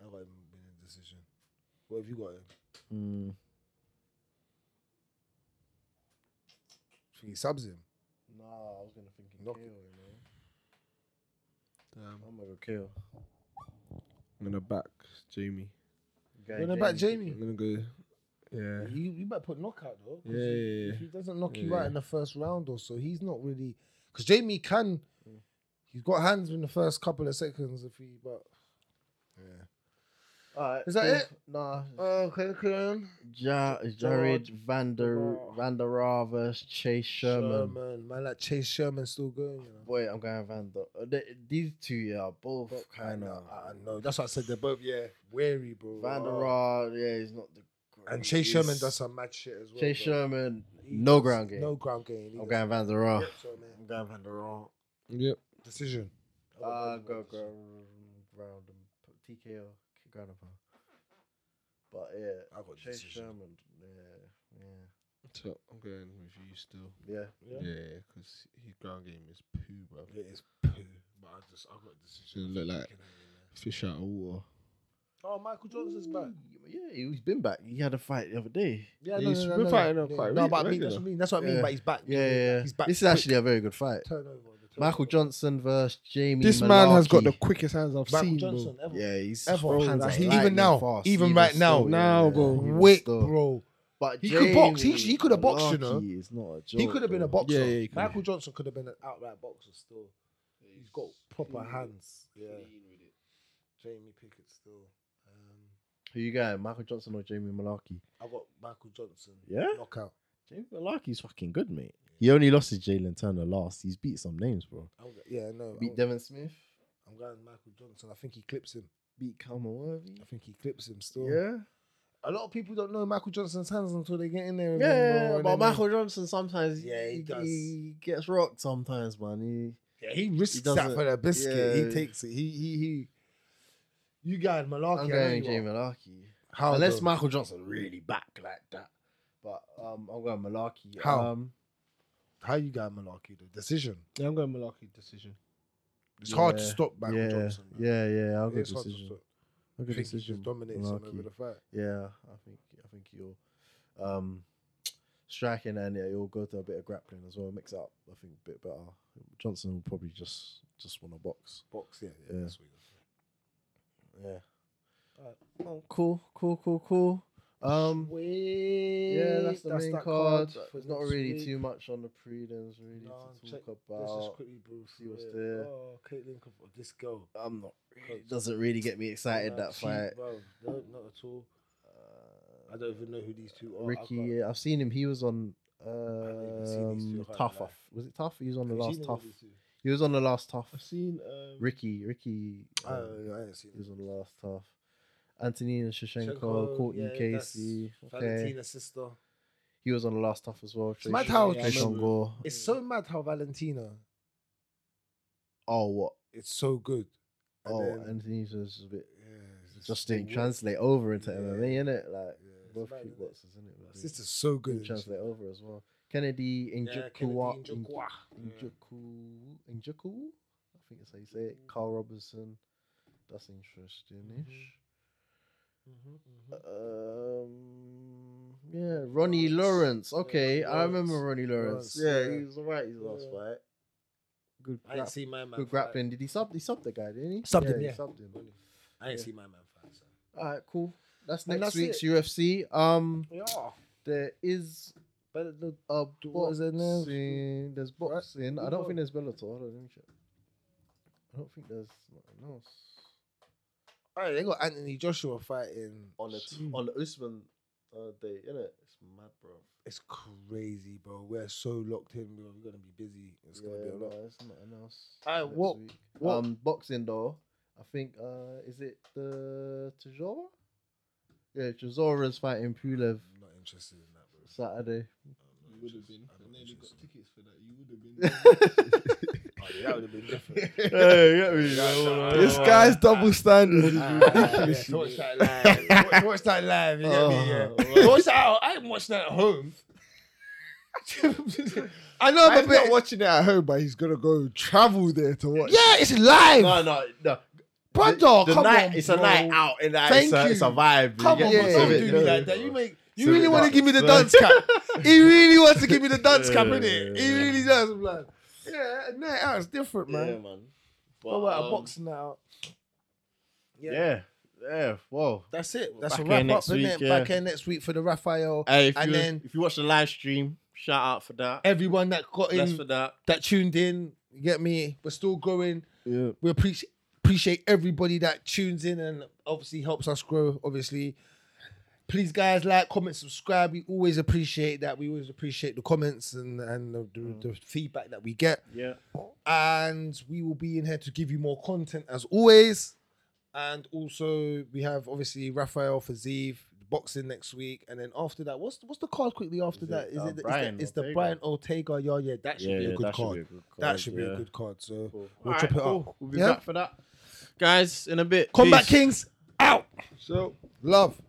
B: I got him winning decision. What have you got? Him?
F: Mm.
B: I think he subs him.
C: Nah, I was gonna think
B: Knock
C: KO, you know.
F: I'm gonna go KO.
E: I'm gonna back Jamie.
C: Guy
B: What about Jamie?
E: I'm gonna go. Yeah.
B: You, you might put knockout though. 'cause
E: Yeah,
B: he-
E: yeah,
B: If
E: yeah.
B: he doesn't knock you
E: Yeah,
B: out
E: yeah.
B: in the first round or so, he's not really because Jamie can. He's got hands in the first couple of seconds if he, but yeah.
C: Alright,
B: Is that it?
C: Nah.
B: Okay, okay.
C: Ja- Jared Vander
B: Gerard.
C: Vandera versus Chase Sherman.
B: Sherman, man, like Chase Sherman's still going. You know?
C: Boy, I'm going Vander. uh, they- These two, yeah, are both kind of.
B: I know. That's what I said. They're both yeah, wary, bro. Uh,
C: Vandera, yeah, he's not the. Greatest.
B: and Chase Sherman does some mad shit as well.
C: Chase
B: bro.
C: Sherman,
B: He
C: no
B: does-
C: ground game.
B: No ground game. He
C: I'm
B: does-
C: going Vandera.
B: Yep, so, man.
C: I'm going Vandera.
E: Yep.
B: Decision.
C: Uh, go go round and put TKO, kick ground and pound. But yeah,
B: I got
C: Chase
B: decision.
C: Sherman, yeah,
E: So I'm going with you still.
C: yeah, yeah.
B: Yeah.
E: Yeah, because his ground game is poo, bro.
B: It is poo, but I just I got decision.
E: It look like fish out of water.
B: Oh, Michael Johnson's back.
C: Yeah, he- he's been back. He had a fight the other day.
B: Yeah,
E: He's been fighting him quite
B: No,
E: re-
B: but I mean, that's
E: regular.
B: what I mean. That's what I mean.
C: Yeah.
B: But he's back.
C: Yeah, yeah, yeah.
B: He's back.
C: This is
B: quick.
C: actually a very good fight.
B: turnover. the turnover.
C: Michael Johnson versus Jamie.
E: This man has got the
C: Malarkey.
E: quickest hands I've
B: Michael
E: seen,
B: Johnson.
E: bro.
B: Ever.
C: Yeah, he's
B: Ever.
C: bro,
B: Hands
C: like
B: up. Even
C: lightning
B: now.
C: fast.
B: Even right now.
E: Now, bro.
C: even
B: Wick,
C: still.
B: bro.
C: But
B: He could box. He-
C: Jamie
B: he coulda boxed, you know.
C: Malarkey is not a joke.
B: He could have been a
C: bro.
B: boxer.
E: Yeah, yeah, he could've.
C: Mm.
B: Michael Johnson could have been an outright boxer still. He's got proper hands. Yeah. Jamie Pickett still. Um,
C: Who you got, Michael Johnson or Jamie Malarkey?
B: I got Michael Johnson.
C: Yeah?
B: Knockout.
C: Jamie Malarkey's fucking good, mate. He only lost to Jalen Turner last. He's beat some names, bro.
B: I'm, go- yeah, no.
C: Beat
B: I'm,
C: Devin Smith.
B: I'm going Michael Johnson. I think he clips him.
C: Beat Calmer Worthy.
B: I think he clips him still.
C: Yeah.
B: A lot of people don't know Michael Johnson's hands until they get in there. with him,
C: Yeah,
B: bro, and
C: but
B: then they-
C: Michael Johnson sometimes
B: Yeah, he
C: he,
B: does.
C: he gets rocked sometimes, man. He,
B: Yeah, he risks that
C: doesn't-
B: for the biscuit. He
C: yeah.
B: takes it. He he he. You got
C: I'm
B: Malarkey. I know
C: going
B: you are.
C: Jamie Malarkey.
B: How
C: Unless
B: though?
C: Michael Johnson really back like that. But um, I'm going Malarkey.
B: How?
C: Um,
B: how you got Malarkey? The decision.
E: Yeah, I'm going Malarkey decision.
B: It's hard to
C: Yeah,
B: stop Michael
C: yeah,
B: Johnson. man.
C: yeah, yeah. I'll go
B: It's hard to
C: decision.
B: stop.
C: I'll
B: I
C: go
B: think he
C: decision.
B: just dominates him over
C: Malarkey.
B: the fight.
C: Yeah, I think I think you'll um striking and yeah, you'll go to a bit of grappling as well. Mix it up, I think, a bit better. Johnson will probably just just want to box.
B: Box, yeah, yeah.
C: Yeah.
B: That's what he does.
C: Yeah.
B: Alright.
C: Oh, cool, cool, cool, cool. Um,
D: Wait,
C: yeah, that's the main card.
D: There's
C: There's not really too much on the prelims really
B: No,
C: to
B: check-
C: talk
B: Let's just
C: about.
B: quickly brew
C: see what's
B: through it.
C: there.
B: Oh, Caitlin, Cavall- this girl.
C: I'm not. It doesn't really get me excited
B: Nah,
C: that
B: she-
C: fight.
B: Bro, no, not at all. I don't even know who these two are. I
C: Ricky,
B: can't-
C: yeah, I've seen him. He was on
B: haven't even seen these two
C: um,
B: highlight.
C: tough. Off. Was it tough? He was on the
B: Have you
C: last
B: seen any
C: tough.
B: of these two?
C: He was on the last tough.
A: I've seen um,
C: Ricky, Ricky, uh,
B: Oh, yeah, I ain't seen
C: he was
B: them.
C: on the last tough. Antonina Shevchenko,
B: Shenko,
C: Courtney
B: yeah, that's
C: Casey. Okay,
B: Valentina's sister.
C: he was on the last tough as well. Trey-
B: mad how-
C: Trey
B: Yeah, I remember.
C: Gore.
B: It's so mad how Valentina
C: Oh what?
B: is so good. And
C: Oh,
B: then-
C: Antonina's was a bit.
B: yeah, it's
C: Just
B: the
C: didn't
B: worst.
C: translate over into
B: Yeah.
C: MMA, innit? Like
B: Yeah, it's
C: both
B: mad,
C: kickboxers,
B: innit?
C: innit? would be-
B: Sister's so good.
C: didn't translate over as well. Kennedy
B: Yeah,
C: Njoku,
B: Kennedy Njoku. Yeah.
C: Njoku, Njoku. I think that's how you say it. Carl Robertson. That's interesting-ish.
B: Mm-hmm,
C: Um, yeah, Ronnie Lawrence.
B: Lawrence. Yeah,
C: Okay,
B: Ronnie
C: I remember
B: Lawrence.
C: Ronnie Lawrence.
B: Lawrence,
C: Yeah,
B: yeah.
C: he was alright his last
B: Yeah.
C: fight. Good,
B: I ain't
C: grap-
B: seen my man.
C: good
B: fight.
C: grappling. Did he sub? He subbed the guy, didn't he?
B: Subbed him,
C: he
B: yeah.
C: subbed him.
B: I ain't
C: Yeah.
B: seen my man fight. So.
C: All right, cool. That's next
B: And that's
C: week's
B: it.
C: UFC. Um,
B: Yeah.
C: there is
B: But the,
C: a
B: what is her name?
C: boxing. There's boxing. I
B: Who
C: don't
B: bo-
C: think there's Bellator. Hold on, let me check. I don't think there's nothing else.
B: all right, they got Anthony Joshua fighting.
D: on the t- on the Usman uh, day, innit? It's mad, bro.
B: It's crazy, bro. We're so locked in, bro. We're gonna be busy. It's gonna be a
C: no,
B: lot.
C: there's nothing else.
B: Aye,
C: next
B: what-
C: week.
B: what-
C: Um, boxing though. I think uh, is it the Tajora? Yeah, Tajora's fighting Pulev
B: I'm not interested in that, bro.
C: Saturday.
B: I'm
A: You
B: not
A: would have
B: interested-
A: been.
B: I'm
A: I
B: not
A: nearly got
B: interested.
A: tickets for that. You would have been.
B: Oh, yeah, that would have been different.
A: this guy's double standard.
B: Ridiculous. Watch that live. Watch- Watch that live. You get me? Yeah. Watch that. out. I ain't watching that at home.
A: I know
B: I'm
A: I'm
B: a
A: a
B: bit-
A: not watching it at home, but he's gonna go travel there to watch.
B: Yeah, it's live.
D: No, no, no.
B: Brother,
D: The
B: come
D: night,
B: on,
D: it's a
B: bro.
D: night out, and that
B: Thank
D: it's, a,
B: you.
D: it's a vibe.
B: Come
D: you
B: on,
D: get
B: bro.
D: me?
B: Don't
D: So
B: do
D: it-
B: me
D: yeah.
B: like that. You make. You
D: So
B: really
D: it
B: want to
D: does.
B: give me the
D: So-
B: dance cap. he really wants to give me the dance cap, innit? He
D: Yeah.
B: really does. I'm like, yeah, a night out is different, man.
D: Yeah, man. But,
B: What about a
D: um,
B: boxing night out?
D: Yeah, yeah. Whoa.
B: That's it. That's
D: Back
B: a
D: here
B: wrap up.
D: next
B: Next
D: week,
B: week,
D: yeah.
B: Back here next week for the Raphael.
D: Hey, if
B: And
D: you
B: then-
D: if you watch the live stream, shout out for that.
B: Everyone that got
D: Bless
B: in,
D: for that.
B: that tuned in, you get me? We're still growing.
A: Yeah.
B: we appreciate appreciate everybody that tunes in and obviously helps us grow. Obviously, please guys like, comment, subscribe. We always appreciate that. We always appreciate the comments and and the,
C: Mm.
B: the, the feedback that we get.
D: Yeah.
B: And we will be in here to give you more content as always. And also we have obviously Raphael Fazeev boxing next week, and then after that, what's what's the card quickly after
D: Is
B: that?
D: it,
B: Is
D: uh,
B: it the,
D: Brian
B: it's the, it's the
D: Ortega?
B: Brian Ortega? Yeah, yeah, that should
D: yeah,
B: be a
D: yeah,
B: good
D: that Should
B: card.
D: be a good card.
B: that should be
D: yeah.
B: a good card. So
D: Cool.
B: we'll
D: Alright,
B: chop it
D: cool.
B: up.
D: We'll be
B: Yeah?
D: back for that, guys. In a bit.
B: Combat
D: Peace.
B: Kings out.
A: So
B: Love.